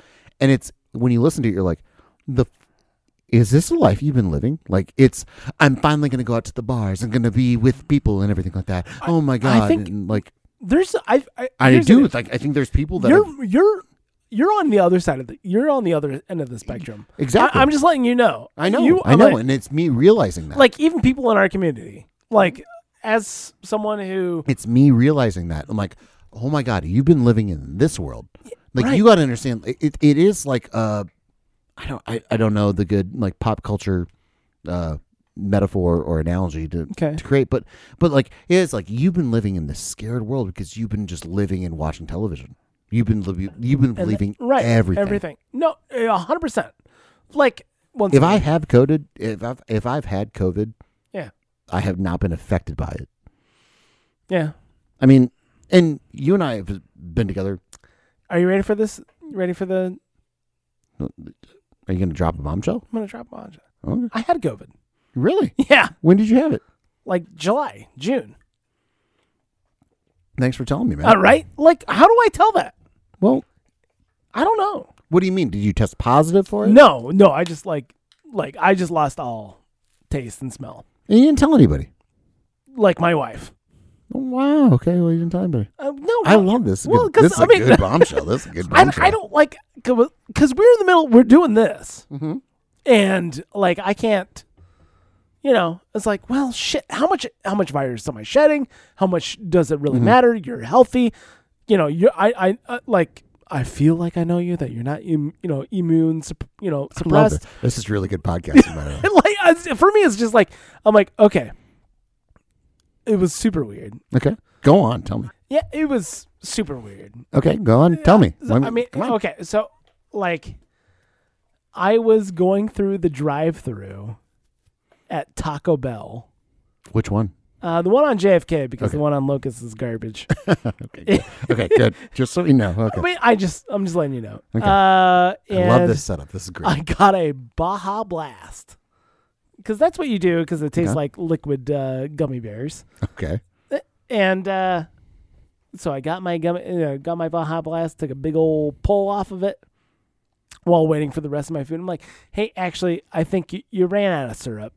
Speaker 2: And it's when you listen to it you're like the is this the life you've been living? Like it's I'm finally going to go out to the bars and going to be with people and everything like that. oh my god.
Speaker 1: think-
Speaker 2: and like
Speaker 1: there's I I,
Speaker 2: I
Speaker 1: here's
Speaker 2: do
Speaker 1: the-
Speaker 2: like I think there's people that
Speaker 1: you're
Speaker 2: have-
Speaker 1: you're you're on the other side of the you're on the other end of the spectrum.
Speaker 2: exactly
Speaker 1: I, am just letting you know.
Speaker 2: I know.
Speaker 1: You,
Speaker 2: I know
Speaker 1: Like,
Speaker 2: and it's me realizing that.
Speaker 1: like, even people in our community, like as someone who
Speaker 2: it's me realizing that. I'm like, "Oh my god, you've been living in this world." Like
Speaker 1: right.
Speaker 2: you got to understand it, it, it is like uh I don't I, I don't know the good like pop culture uh metaphor or analogy to
Speaker 1: okay
Speaker 2: to create but but like it is like you've been living in this scared world because you've been just living and watching television you've been li- you've been believing
Speaker 1: right
Speaker 2: everything
Speaker 1: everything no a hundred percent like once
Speaker 2: if i
Speaker 1: again,
Speaker 2: have coded if i've if i've had covid
Speaker 1: Yeah.
Speaker 2: i have not been affected by it
Speaker 1: yeah
Speaker 2: i mean and you and i have been together
Speaker 1: are you ready for this You ready for the I'm
Speaker 2: are you gonna drop a bombshell
Speaker 1: gonna drop manja
Speaker 2: okay.
Speaker 1: I had COVID
Speaker 2: really
Speaker 1: yeah
Speaker 2: when did you have it
Speaker 1: like July June
Speaker 2: thanks for telling me man
Speaker 1: all right like how do I tell that
Speaker 2: well
Speaker 1: I don't know
Speaker 2: What do you mean? Did you test positive for it?
Speaker 1: no no I just like like I just lost all taste and smell
Speaker 2: And you didn't tell anybody.
Speaker 1: like my wife
Speaker 2: Oh, wow. Okay. Well, you didn't tell anybody.
Speaker 1: uh, no
Speaker 2: I love this.
Speaker 1: Well,
Speaker 2: Good- this
Speaker 1: 'cause,
Speaker 2: is
Speaker 1: I
Speaker 2: a
Speaker 1: mean-
Speaker 2: good bombshell. This is a good
Speaker 1: I,
Speaker 2: bombshell.
Speaker 1: I don't like because we're in the middle we're doing this
Speaker 2: Mhm.
Speaker 1: and like I can't you know it's like well shit how much how much virus am I shedding how much does it really
Speaker 2: Mm-hmm.
Speaker 1: matter you're healthy you know you I I uh, like I feel like I know you that you're not im- you know immune sup- you know
Speaker 2: I love
Speaker 1: suppressed
Speaker 2: this. This is really good podcasting, by the way.
Speaker 1: and like I- for me it's just like I'm like okay it was super weird
Speaker 2: Okay. Go on. Tell me.
Speaker 1: yeah it was super weird
Speaker 2: Okay. Go on. Tell me.
Speaker 1: So,
Speaker 2: Why-
Speaker 1: I mean,
Speaker 2: come on.
Speaker 1: okay, so like, I was going through the drive-through at Taco Bell,
Speaker 2: Which one?
Speaker 1: uh, the one on JFK because the
Speaker 2: Okay.
Speaker 1: one on Locust is garbage.
Speaker 2: Okay. Good. okay. Good. Just so you know. Okay.
Speaker 1: I mean, I just, I'm just letting you know.
Speaker 2: Okay.
Speaker 1: Uh,
Speaker 2: I
Speaker 1: and
Speaker 2: love this setup. This is great.
Speaker 1: I got a Baja Blast because that's what you do because it tastes
Speaker 2: Okay.
Speaker 1: like liquid uh, gummy bears.
Speaker 2: okay.
Speaker 1: and uh, so I got my gum, uh, got my Baja Blast, took a big old pull off of it while waiting for the rest of my food. I'm like, hey, actually, I think you, you ran out of syrup.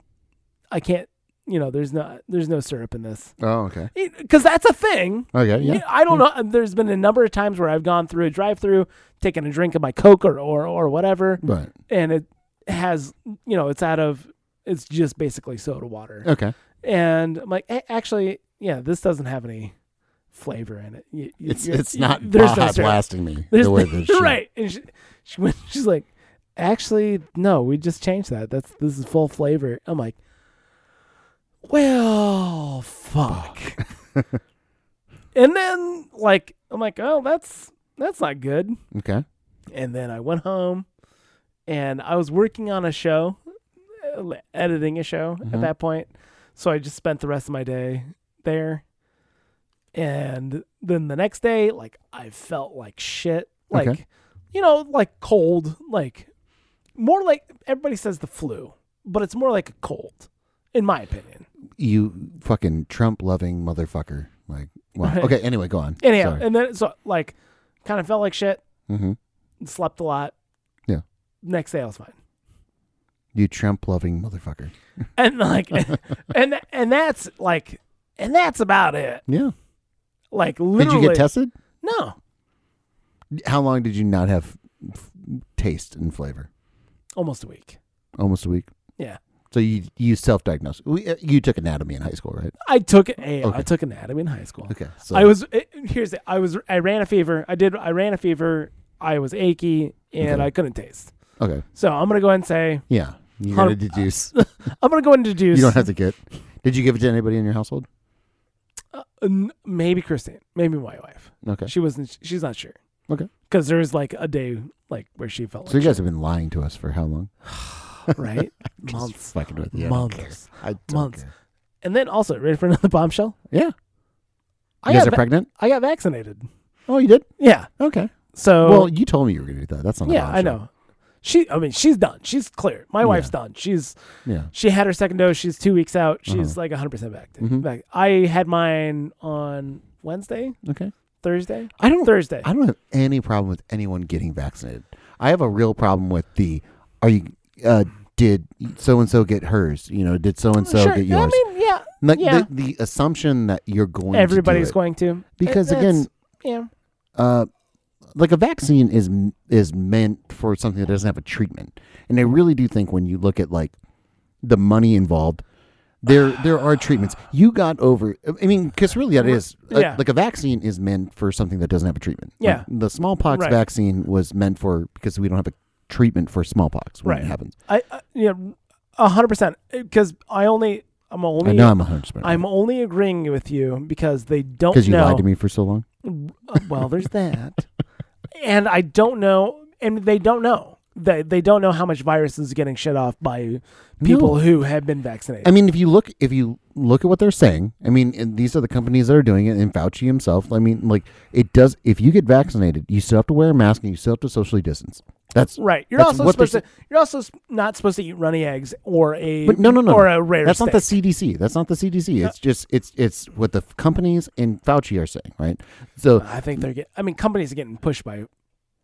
Speaker 1: I can't, you know, there's no there's no syrup in this
Speaker 2: Oh, okay.
Speaker 1: because that's a thing.
Speaker 2: Okay. Uh, Yeah.
Speaker 1: Yeah, I don't know. There's been a number of times where I've gone through a drive-through, taken a drink of my Coke or or, or whatever,
Speaker 2: But
Speaker 1: and it has, you know, it's out of, it's just basically soda water
Speaker 2: okay.
Speaker 1: and I'm like, "Eh, actually, yeah, this doesn't have any flavor in it. You- you-
Speaker 2: It's
Speaker 1: you're-
Speaker 2: it's
Speaker 1: you-
Speaker 2: not
Speaker 1: there's no
Speaker 2: Baja
Speaker 1: syrup.
Speaker 2: blasting me
Speaker 1: There's
Speaker 2: the way this
Speaker 1: you're
Speaker 2: should.
Speaker 1: right. And she, she went, she's like, actually, no, we just changed that. That's this is full flavor. I'm like, well, fuck. and then like I'm like, oh, that's that's not good.
Speaker 2: Okay.
Speaker 1: And then I went home, and I was working on a show, uh, editing a show at
Speaker 2: Mhm.
Speaker 1: that point. So I just spent the rest of my day there. And then the next day, like I felt like shit, like
Speaker 2: Okay.
Speaker 1: you know, like cold, like more like everybody says the flu, but it's more like a cold, in my opinion.
Speaker 2: You fucking Trump loving motherfucker. Like. Wow.
Speaker 1: Right.
Speaker 2: Okay. Anyway, go on.
Speaker 1: Anyhow,
Speaker 2: Sorry.
Speaker 1: and then so like kind of felt like shit,
Speaker 2: Mm-hmm.
Speaker 1: slept a lot.
Speaker 2: Yeah.
Speaker 1: Next day I was fine.
Speaker 2: You Trump loving motherfucker.
Speaker 1: and like and and that's like and that's about it
Speaker 2: Yeah.
Speaker 1: like literally
Speaker 2: Did you get tested?
Speaker 1: no
Speaker 2: How long did you not have f- taste and flavor?
Speaker 1: almost a week
Speaker 2: Almost a week.
Speaker 1: Yeah.
Speaker 2: So you you self diagnosed. You took anatomy in high school, right?
Speaker 1: I took a, uh, I
Speaker 2: Okay.
Speaker 1: took anatomy in high school.
Speaker 2: Okay. So
Speaker 1: I was it, here's the, I was I ran a fever. I did I ran a fever. I was achy and
Speaker 2: Okay.
Speaker 1: I couldn't taste.
Speaker 2: okay.
Speaker 1: So I'm gonna go ahead and say
Speaker 2: Yeah. You
Speaker 1: Hundred-
Speaker 2: gotta deduce.
Speaker 1: I'm gonna go ahead and deduce.
Speaker 2: you don't have to get. Did you give it to anybody in your household?
Speaker 1: uh, n- maybe Christine, maybe my wife.
Speaker 2: Okay.
Speaker 1: She wasn't. She's not sure.
Speaker 2: Okay.
Speaker 1: Because there was like a day like where she felt
Speaker 2: So
Speaker 1: like
Speaker 2: you guys have been lying to us for how long?
Speaker 1: shit, right months,
Speaker 2: Just fucking with you. I don't care.
Speaker 1: months,
Speaker 2: I don't
Speaker 1: months.
Speaker 2: care.
Speaker 1: and then also ready for another bombshell.
Speaker 2: Yeah. You
Speaker 1: I
Speaker 2: guys
Speaker 1: got
Speaker 2: are
Speaker 1: va-
Speaker 2: pregnant.
Speaker 1: I got vaccinated.
Speaker 2: Oh, you did.
Speaker 1: Yeah.
Speaker 2: Okay.
Speaker 1: So
Speaker 2: well, you told me you were gonna do that. That's not. a
Speaker 1: yeah, I
Speaker 2: bombshell.
Speaker 1: know. She. I mean, she's done. She's clear. My wife's done. She's
Speaker 2: Yeah.
Speaker 1: she had her second dose. She's two weeks out.
Speaker 2: Uh-huh.
Speaker 1: She's like 100 percent back.
Speaker 2: Mhm.
Speaker 1: Back. I had mine on Wednesday,
Speaker 2: Okay.
Speaker 1: Thursday,
Speaker 2: I don't.
Speaker 1: Thursday.
Speaker 2: I don't have any problem with anyone getting vaccinated. I have a real problem with the. Are you? Uh, did so and so get hers? You know, did so and so
Speaker 1: Oh, sure.
Speaker 2: get yours?
Speaker 1: I mean, yeah.
Speaker 2: Like,
Speaker 1: yeah.
Speaker 2: the, the assumption that you're going.
Speaker 1: Everybody's
Speaker 2: to do it.
Speaker 1: going to
Speaker 2: because
Speaker 1: It-
Speaker 2: again,
Speaker 1: it's- yeah.
Speaker 2: uh, like a vaccine is is meant for something that doesn't have a treatment, and I really do think when you look at like the money involved, there there are treatments. You got over. I mean, because really that is uh,
Speaker 1: Yeah.
Speaker 2: like a vaccine is meant for something that doesn't have a treatment. Like,
Speaker 1: Yeah.
Speaker 2: the smallpox
Speaker 1: Right.
Speaker 2: vaccine was meant for because we don't have a treatment for smallpox when
Speaker 1: Right.
Speaker 2: it happens.
Speaker 1: I, I yeah, 100 percent. Because I only I'm only
Speaker 2: I know I'm a hundred percent.
Speaker 1: I'm only agreeing with you because they don't
Speaker 2: because you
Speaker 1: know. Uh,
Speaker 2: lied to me for so long.
Speaker 1: Well, there's
Speaker 2: that.
Speaker 1: and I don't know, and they don't know. They they don't know how much virus is getting shut off by people who have been vaccinated.
Speaker 2: I mean, if you look, if you look at what they're saying, I mean, and these are the companies that are doing it, and Fauci himself. I mean, like it does. If you get vaccinated, you still have to wear a mask and you still have to socially distance. That's
Speaker 1: right. You're
Speaker 2: that's
Speaker 1: also
Speaker 2: what they're
Speaker 1: supposed to. You're also s- not supposed to eat runny eggs or a
Speaker 2: But no, no, no.
Speaker 1: or a rare.
Speaker 2: That's not
Speaker 1: steak.
Speaker 2: the CDC. That's not the CDC. It's just it's it's what the f- companies and Fauci are saying, right? So
Speaker 1: Uh, I think they're getting. I mean, companies are getting pushed by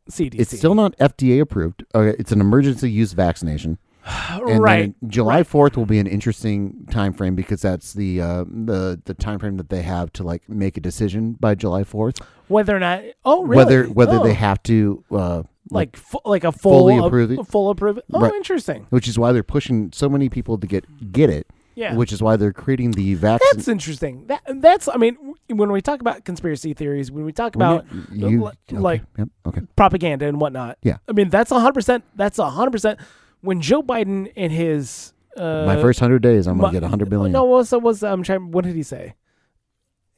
Speaker 1: CDC.
Speaker 2: it's still not FDA approved. Okay, it's an emergency use vaccination. And
Speaker 1: right.
Speaker 2: then July
Speaker 1: right.
Speaker 2: Fourth will be an interesting time frame because that's the uh, the the time frame that they have to like make a decision by July Fourth.
Speaker 1: Whether or not. Oh, really?
Speaker 2: whether whether
Speaker 1: Oh.
Speaker 2: they have to uh, like,
Speaker 1: like fu- like a full
Speaker 2: fully
Speaker 1: ap-
Speaker 2: approve it?
Speaker 1: full approve. Oh,
Speaker 2: Right.
Speaker 1: interesting.
Speaker 2: which is why they're pushing so many people to get get it.
Speaker 1: Yeah.
Speaker 2: Which is why they're creating the vaccine.
Speaker 1: That's interesting. That that's I mean w- when we talk about conspiracy theories, when we talk about
Speaker 2: you,
Speaker 1: l- like
Speaker 2: okay, yep, okay.
Speaker 1: propaganda and whatnot.
Speaker 2: Yeah.
Speaker 1: I mean that's hundred percent. That's hundred percent. When Joe Biden in his uh,
Speaker 2: My first hundred days, I'm
Speaker 1: my-
Speaker 2: gonna get a hundred million.
Speaker 1: No, what was what was I'm trying. What did he say?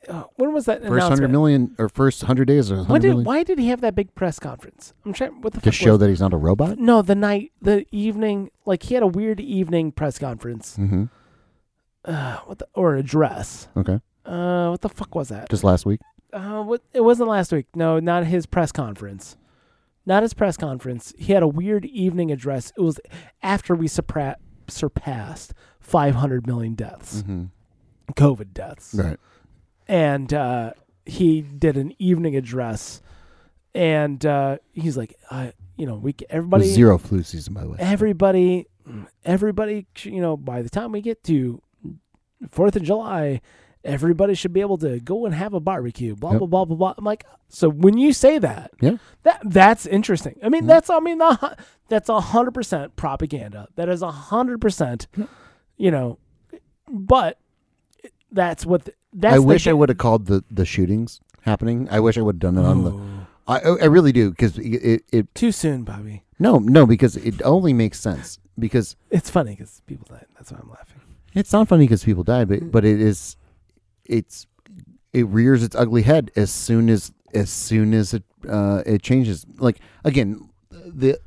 Speaker 1: Uh, when was that
Speaker 2: first hundred
Speaker 1: announcement?
Speaker 2: million or first hundred days or
Speaker 1: When
Speaker 2: hundred
Speaker 1: did
Speaker 2: million
Speaker 1: why did he have that big press conference? I'm trying. What the
Speaker 2: to
Speaker 1: fuck
Speaker 2: show
Speaker 1: was-
Speaker 2: that he's not a robot.
Speaker 1: No, the night, the evening, like he had a weird evening press conference.
Speaker 2: Mm-hmm.
Speaker 1: Uh, what the or address?
Speaker 2: Okay,
Speaker 1: Uh, what the fuck was that?
Speaker 2: just last week.
Speaker 1: Uh, what? It wasn't last week. No, not his press conference. Not his press conference. He had a weird evening address. It was after we surpra- surpassed 500 million deaths,
Speaker 2: Mm-hmm.
Speaker 1: COVID deaths,
Speaker 2: Right.
Speaker 1: and uh, he did an evening address, and uh, he's like, uh, you know, we c-
Speaker 2: With
Speaker 1: everybody
Speaker 2: zero flu season, by the way.
Speaker 1: everybody everybody sh- you know by the time we get to fourth of july everybody should be able to go and have a barbecue blah
Speaker 2: Yep.
Speaker 1: blah blah blah blah i'm like so when you say that
Speaker 2: Yeah. Mm-hmm.
Speaker 1: that that's interesting i mean that's i mean the hu- that's a hundred percent propaganda that is a hundred percent you know but that's what the, that's
Speaker 2: I
Speaker 1: the
Speaker 2: wish I
Speaker 1: ga-
Speaker 2: would have called the the shootings happening. I wish I would have done it on the.
Speaker 1: Ooh.
Speaker 2: I I really do because it, it it
Speaker 1: too soon bobby
Speaker 2: no no because it only makes sense because
Speaker 1: it's funny because people die. that's why i'm laughing
Speaker 2: It's not funny because people die, but but it is, it's it rears its ugly head as soon as as soon as it uh, it changes. Like again, the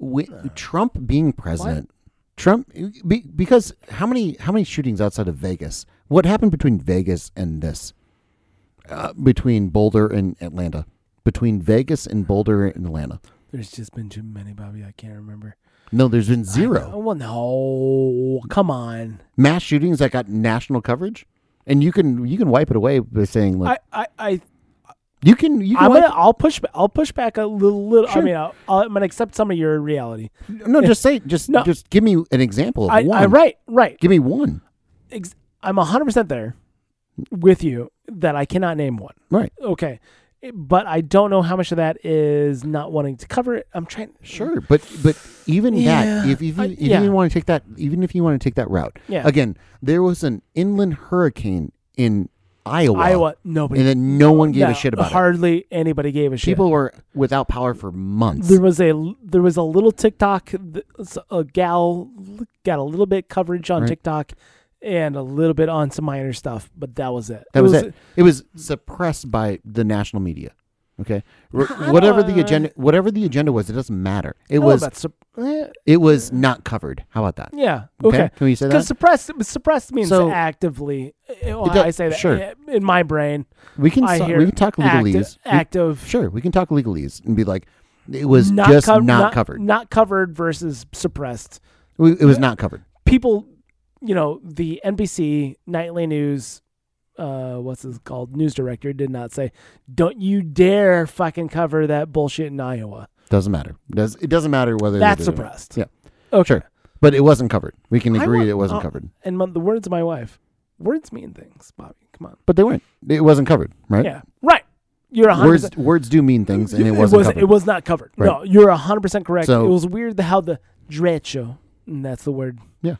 Speaker 2: wi- Trump being president, Trump be, because how many how many shootings outside of Vegas? What happened between Vegas and this? Uh, between Boulder and Atlanta, between Vegas and Boulder and Atlanta.
Speaker 1: there's just been too many bobby i can't remember
Speaker 2: No, there's been
Speaker 1: Oh,
Speaker 2: zero
Speaker 1: well, no. Come on.
Speaker 2: mass shootings that got national coverage, and you can you can wipe it away by saying like.
Speaker 1: I, I, I
Speaker 2: You can. You can
Speaker 1: I'm
Speaker 2: wipe-
Speaker 1: gonna. I'll push. ba- I'll push back a little. little I
Speaker 2: Sure.
Speaker 1: mean, I'll, I'll, I'm gonna accept some of your reality.
Speaker 2: no, just say. Just
Speaker 1: No.
Speaker 2: just give me an example of
Speaker 1: I,
Speaker 2: one.
Speaker 1: I right, right.
Speaker 2: Give me one.
Speaker 1: Ex- I'm 100 percent there with you that I cannot name one.
Speaker 2: Right.
Speaker 1: Okay, It- But I don't know how much of that is not wanting to cover it. I'm trying.
Speaker 2: Sure, but but even that,
Speaker 1: Yeah,
Speaker 2: if, if, you,
Speaker 1: I-
Speaker 2: if
Speaker 1: yeah.
Speaker 2: you want to take that, even if you want to take that route,
Speaker 1: Yeah.
Speaker 2: Again, there was an inland hurricane in Iowa,
Speaker 1: Iowa. Nobody.
Speaker 2: and then no one gave
Speaker 1: no,
Speaker 2: a shit about it.
Speaker 1: Hardly anybody gave a shit.
Speaker 2: People were without power for months.
Speaker 1: There was a there was a little TikTok. th- A gal got a little bit coverage on
Speaker 2: Right.
Speaker 1: TikTok, and a little bit on some minor stuff, but that was it.
Speaker 2: that was, it. It was suppressed by the national media. Okay, R-
Speaker 1: I don't-
Speaker 2: whatever the agenda, whatever the agenda was, it doesn't matter.
Speaker 1: I
Speaker 2: It
Speaker 1: don't know
Speaker 2: was
Speaker 1: about sup- eh,
Speaker 2: it was not covered. How about that?
Speaker 1: yeah. Okay.
Speaker 2: can we say
Speaker 1: Because
Speaker 2: that?
Speaker 1: suppressed suppressed means
Speaker 2: So-
Speaker 1: actively. Eh, well,
Speaker 2: It does-
Speaker 1: I say that
Speaker 2: sure.
Speaker 1: eh, in my brain.
Speaker 2: We can
Speaker 1: I
Speaker 2: so-
Speaker 1: hear
Speaker 2: we can talk
Speaker 1: acti-
Speaker 2: legalese. We-
Speaker 1: active.
Speaker 2: sure, we can talk legalese and be like, it was just
Speaker 1: cov-
Speaker 2: not, covered.
Speaker 1: Not covered versus suppressed.
Speaker 2: We- it was not covered.
Speaker 1: People, you know, the NBC nightly news, uh, what's this called? News director did not say, "Don't you dare fucking cover that bullshit in Iowa."
Speaker 2: Doesn't matter. Does it doesn't matter whether they
Speaker 1: That's
Speaker 2: did it or not.
Speaker 1: suppressed.
Speaker 2: Yeah.
Speaker 1: Okay.
Speaker 2: Sure. But it wasn't covered. We can
Speaker 1: I
Speaker 2: agree
Speaker 1: want-
Speaker 2: it wasn't
Speaker 1: uh,
Speaker 2: covered.
Speaker 1: And mon- the words of my wife, words mean things, Bobby. Come on.
Speaker 2: But they weren't. It wasn't covered, right?
Speaker 1: Yeah. Right. You're a 100%.
Speaker 2: Words words do mean things, and it wasn't
Speaker 1: was,
Speaker 2: covered.
Speaker 1: It was not covered. No, you're 100% correct.
Speaker 2: So-
Speaker 1: it was weird how the derecho, and that's the word,
Speaker 2: yeah,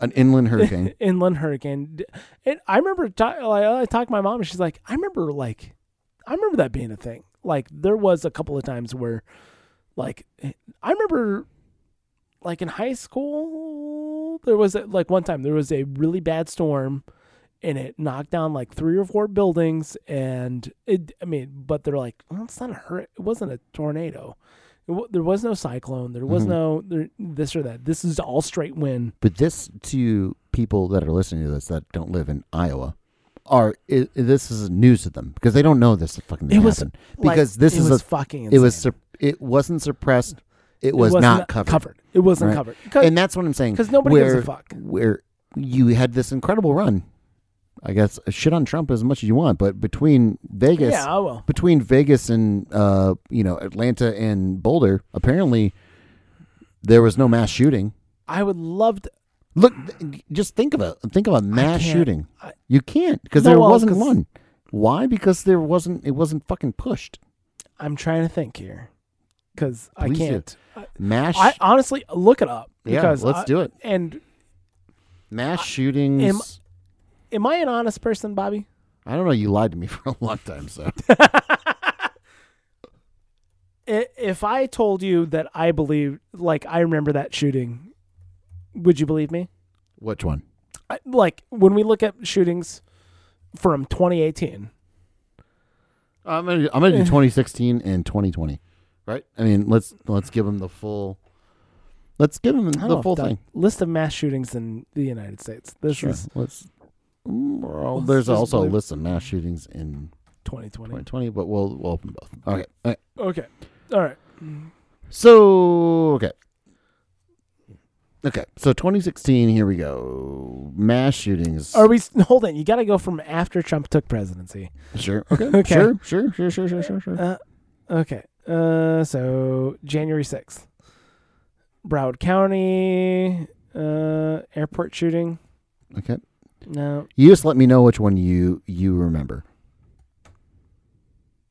Speaker 2: an inland hurricane.
Speaker 1: inland hurricane. d- And I remember ta- like, I talked to my mom, and she's like, I remember like, I remember that being a thing. Like there was a couple of times where, like, eh, I remember, like in high school, there was a, like one time there was a really bad storm, and it knocked down like three or four buildings. And it, I mean, but they're like, well, it's not a hur- It wasn't a tornado. It wa- There was no cyclone. There was
Speaker 2: Mhm.
Speaker 1: no there, this or that. This is all straight wind.
Speaker 2: but this to people that are listening to this that don't live in Iowa, are i this is news to them because they don't know this fucking thing
Speaker 1: It was
Speaker 2: happened.
Speaker 1: Like,
Speaker 2: because this
Speaker 1: it
Speaker 2: is
Speaker 1: was
Speaker 2: a
Speaker 1: fucking.
Speaker 2: it was
Speaker 1: insane.
Speaker 2: sup- it wasn't suppressed. It was,
Speaker 1: was
Speaker 2: not, covered.
Speaker 1: It wasn't
Speaker 2: right?
Speaker 1: covered.
Speaker 2: and that's what I'm saying.
Speaker 1: 'cause nobody
Speaker 2: where,
Speaker 1: gives a fuck.
Speaker 2: Where you had this incredible run, I guess uh, shit on Trump as much as you want, but between Vegas,
Speaker 1: yeah, I will.
Speaker 2: between Vegas and uh, you know Atlanta and Boulder, apparently there was no mass shooting.
Speaker 1: I would love to.
Speaker 2: Look, th- just think of a think of a mass
Speaker 1: can't.
Speaker 2: shooting.
Speaker 1: I-
Speaker 2: you can't because
Speaker 1: No,
Speaker 2: there
Speaker 1: well,
Speaker 2: wasn't
Speaker 1: 'cause-
Speaker 2: one. Why? Because there wasn't. It wasn't fucking pushed.
Speaker 1: I'm trying to think here because I
Speaker 2: Please do.
Speaker 1: can't. I,
Speaker 2: Mass.
Speaker 1: I honestly look it up.
Speaker 2: yeah,
Speaker 1: because
Speaker 2: let's
Speaker 1: I-
Speaker 2: do it.
Speaker 1: And
Speaker 2: Mass shootings.
Speaker 1: am- am I an honest person, Bobby?
Speaker 2: I don't know. You lied to me for a long time, so
Speaker 1: I- If I told you that I believe, like I remember that shooting, would you believe me?
Speaker 2: which one?
Speaker 1: I, like when we look at shootings from 2018,
Speaker 2: I'm gonna I'm gonna do 2016 and 2020, right? I mean, let's let's give them the full. Let's give them
Speaker 1: I don't know
Speaker 2: the
Speaker 1: if
Speaker 2: full
Speaker 1: that-
Speaker 2: thing.
Speaker 1: oh, List of mass shootings in the United States. This
Speaker 2: Sure.
Speaker 1: is
Speaker 2: Let's. Mm, well, there's
Speaker 1: let's
Speaker 2: also a
Speaker 1: believe-
Speaker 2: list of mass shootings in
Speaker 1: 2020.
Speaker 2: 2020, but we'll we'll open both. Okay. All right.
Speaker 1: Okay. All right.
Speaker 2: So okay. Okay, so 2016. Here we go. Mass shootings.
Speaker 1: Are we s- hold on? You got to go from after Trump took presidency.
Speaker 2: sure. Okay.
Speaker 1: Okay.
Speaker 2: Sure. Sure. Sure. Sure. Sure. Sure. Sure.
Speaker 1: Uh, okay. Uh, so January sixth, Broward County uh, airport shooting.
Speaker 2: Okay.
Speaker 1: No.
Speaker 2: You just let me know which one you you remember.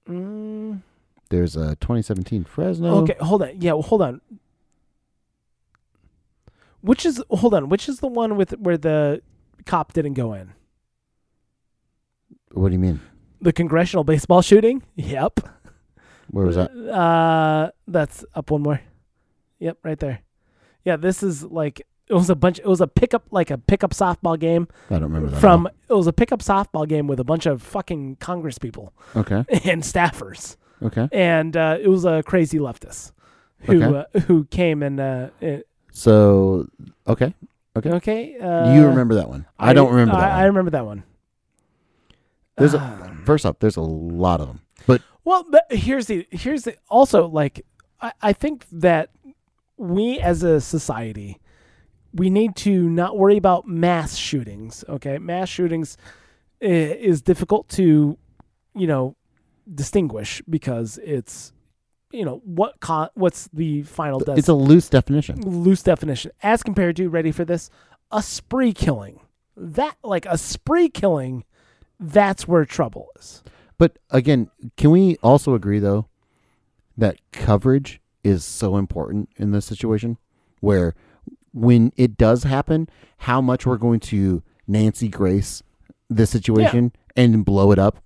Speaker 1: Mm,
Speaker 2: There's a 2017 Fresno.
Speaker 1: okay. Hold on. Yeah. Well, hold on. Which is hold on? Which is the one with where the cop didn't go in?
Speaker 2: What do you mean?
Speaker 1: The congressional baseball shooting. Yep.
Speaker 2: Where was that?
Speaker 1: Uh, that's up one more. Yep, right there. Yeah, this is like it was a bunch. It was a pickup, like a pickup softball game
Speaker 2: I don't remember that. at
Speaker 1: Uh, from. It was a pickup softball game with a bunch of fucking Congress people
Speaker 2: all. okay,
Speaker 1: and staffers,
Speaker 2: okay.
Speaker 1: and uh, it was a crazy leftist who
Speaker 2: Okay.
Speaker 1: uh, who came and uh, it,
Speaker 2: So okay,
Speaker 1: okay. Uh,
Speaker 2: you remember that one? I, don't remember
Speaker 1: I,
Speaker 2: that
Speaker 1: I
Speaker 2: one.
Speaker 1: remember that one.
Speaker 2: there's
Speaker 1: Ah.
Speaker 2: a, first off, there's a lot of them, but
Speaker 1: Well, but here's the here's the also like I, I think that we as a society we need to not worry about mass shootings. Okay, mass shootings i- is difficult to you know distinguish because it's you know what co- what's the final
Speaker 2: it's
Speaker 1: des-
Speaker 2: a loose definition.
Speaker 1: loose definition as compared to ready for this a spree killing that like a spree killing that's where trouble is
Speaker 2: But again, can we also agree though that coverage is so important in this situation where when it does happen, how much we're going to Nancy Grace this situation and blow it up?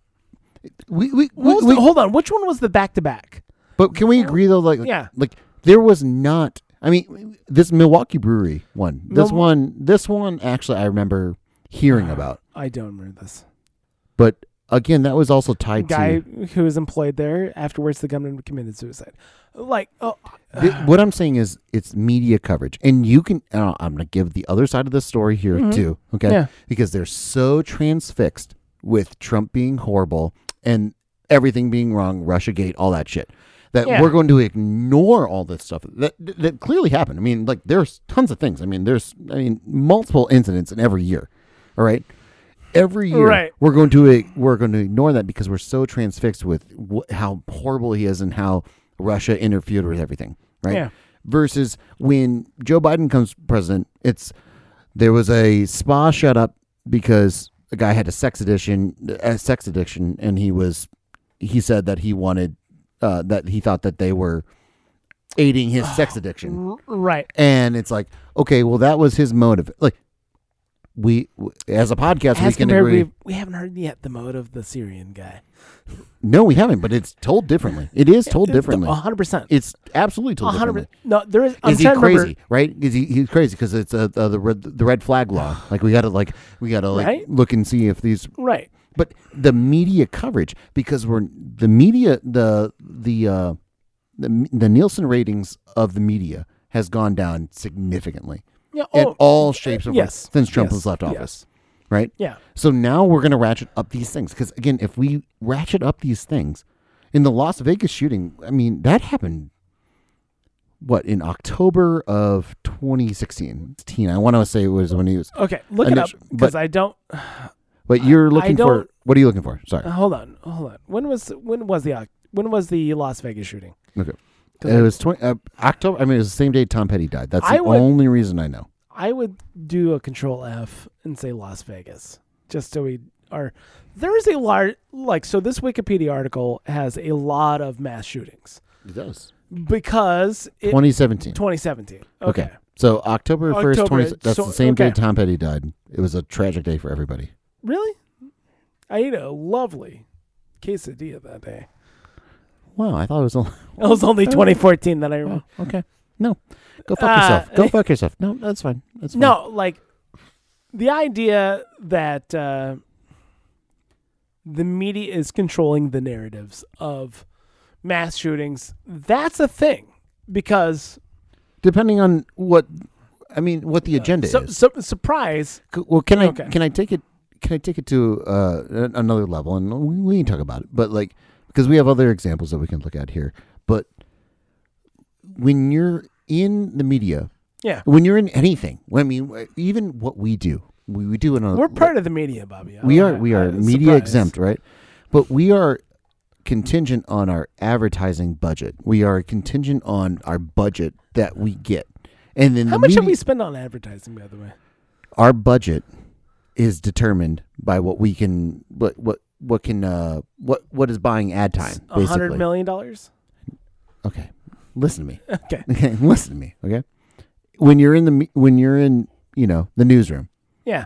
Speaker 2: We we,
Speaker 1: What
Speaker 2: we,
Speaker 1: was
Speaker 2: we-
Speaker 1: the- hold on. Which one was the back to back?
Speaker 2: but can we agree though like
Speaker 1: Yeah.
Speaker 2: like there was not I mean this Milwaukee Brewery one. This
Speaker 1: Mil-
Speaker 2: one this one actually I remember hearing about.
Speaker 1: I don't remember this.
Speaker 2: But again, that was also tied
Speaker 1: Guy
Speaker 2: to
Speaker 1: who was employed there afterwards, the gunman committed suicide. Like, oh,
Speaker 2: Th- what I'm saying is it's media coverage, and you can. Uh, I'm gonna give the other side of the story here too, okay?
Speaker 1: Mm-hmm. Yeah.
Speaker 2: Because they're so transfixed with Trump being horrible and everything being wrong, RussiaGate, all that shit, that
Speaker 1: Yeah.
Speaker 2: we're going to ignore all this stuff that that clearly happened. I mean, like there's tons of things. I mean, there's I mean multiple incidents in every year. All right. Every year,
Speaker 1: Right.
Speaker 2: we're going to ig- we're going to ignore that because we're so transfixed with wh- how horrible he is and how Russia interfered with everything, right?
Speaker 1: Yeah.
Speaker 2: Versus when Joe Biden comes president, it's there was a spa shut up because a guy had a sex addiction, a sex addiction, and he was he said that he wanted uh, that he thought that they were aiding his sex addiction
Speaker 1: r- right.
Speaker 2: and it's like okay well that was his motive like we w- as a podcast we
Speaker 1: As
Speaker 2: can
Speaker 1: compared,
Speaker 2: agree
Speaker 1: we we haven't heard yet the mode of the Syrian guy.
Speaker 2: no we haven't but it's told differently it is told differently
Speaker 1: One hundred percent.
Speaker 2: it's absolutely told
Speaker 1: hundred
Speaker 2: differently
Speaker 1: percent. No, there is. I'm
Speaker 2: is he
Speaker 1: trying to
Speaker 2: crazy
Speaker 1: remember-
Speaker 2: right is he he's crazy because it's uh, uh, the red the red flag law like we gotta like we gotta like
Speaker 1: Right?
Speaker 2: look and see if these
Speaker 1: Right.
Speaker 2: but the media coverage because we're the media the the uh the, the nielsen ratings of the media has gone down significantly
Speaker 1: Yeah.
Speaker 2: in
Speaker 1: Oh,
Speaker 2: all shapes and
Speaker 1: yes,
Speaker 2: forms since Trump
Speaker 1: yes,
Speaker 2: has left
Speaker 1: yes.
Speaker 2: office, right?
Speaker 1: yeah.
Speaker 2: So now we're going to ratchet up these things because again, if we ratchet up these things, in the Las Vegas shooting, I mean that happened. What in October of 2016? I want to say it was when he was.
Speaker 1: Okay. Look it up
Speaker 2: Initial-
Speaker 1: because
Speaker 2: but-
Speaker 1: I don't.
Speaker 2: But you're looking for
Speaker 1: don't-
Speaker 2: what are you looking for? Sorry,
Speaker 1: Uh, hold on, hold on. When was when was the Oc- when was the Las Vegas shooting?
Speaker 2: okay.
Speaker 1: 'Cause
Speaker 2: It
Speaker 1: I-
Speaker 2: was 20, uh, October. I mean, it was the same day Tom Petty died. That's
Speaker 1: I
Speaker 2: the
Speaker 1: would-
Speaker 2: only reason I know.
Speaker 1: I would do a control F and say Las Vegas, just so we are. There is a large like so. This Wikipedia article has a lot of mass shootings
Speaker 2: It does.
Speaker 1: because it,
Speaker 2: 2017.
Speaker 1: 2017. Okay.
Speaker 2: Okay. So October 1st,
Speaker 1: October,
Speaker 2: 20, that's
Speaker 1: so-
Speaker 2: the same
Speaker 1: okay.
Speaker 2: day Tom Petty died. It was a tragic day for everybody.
Speaker 1: really? I ate a lovely quesadilla that day.
Speaker 2: Wow, I thought it was only.
Speaker 1: It was only 2014 that I remember.
Speaker 2: Oh, okay. No, go fuck
Speaker 1: Uh,
Speaker 2: yourself. Go fuck yourself. No, that's fine. That's fine.
Speaker 1: No, like the idea that uh, the media is controlling the narratives of mass shootings, that's a thing because
Speaker 2: Depending on what, I mean, what the agenda
Speaker 1: so,
Speaker 2: is.
Speaker 1: so, surprise.
Speaker 2: C- well, can I
Speaker 1: Okay.
Speaker 2: can I take it? Can I take it to uh, a- another level? And we, we can talk about it, but like because we have other examples that we can look at here. But when you're in the media,
Speaker 1: Yeah.
Speaker 2: when you're in anything, I mean, even what we do, we, we do it on
Speaker 1: We're part of the media, Bobby.
Speaker 2: we
Speaker 1: I-
Speaker 2: are we are
Speaker 1: I-
Speaker 2: media
Speaker 1: surprise.
Speaker 2: exempt, right? But we are contingent on our advertising budget. We are contingent on our budget that we get, and then
Speaker 1: How
Speaker 2: the
Speaker 1: much
Speaker 2: media,
Speaker 1: have we spent on advertising, by the way?
Speaker 2: our budget is determined by what we can what what what can uh what what is buying ad time
Speaker 1: A hundred
Speaker 2: basically.
Speaker 1: million dollars.
Speaker 2: okay, listen to me.
Speaker 1: Okay.
Speaker 2: Okay, listen to me. Okay, when you're in the me- when you're in you know the newsroom,
Speaker 1: Yeah.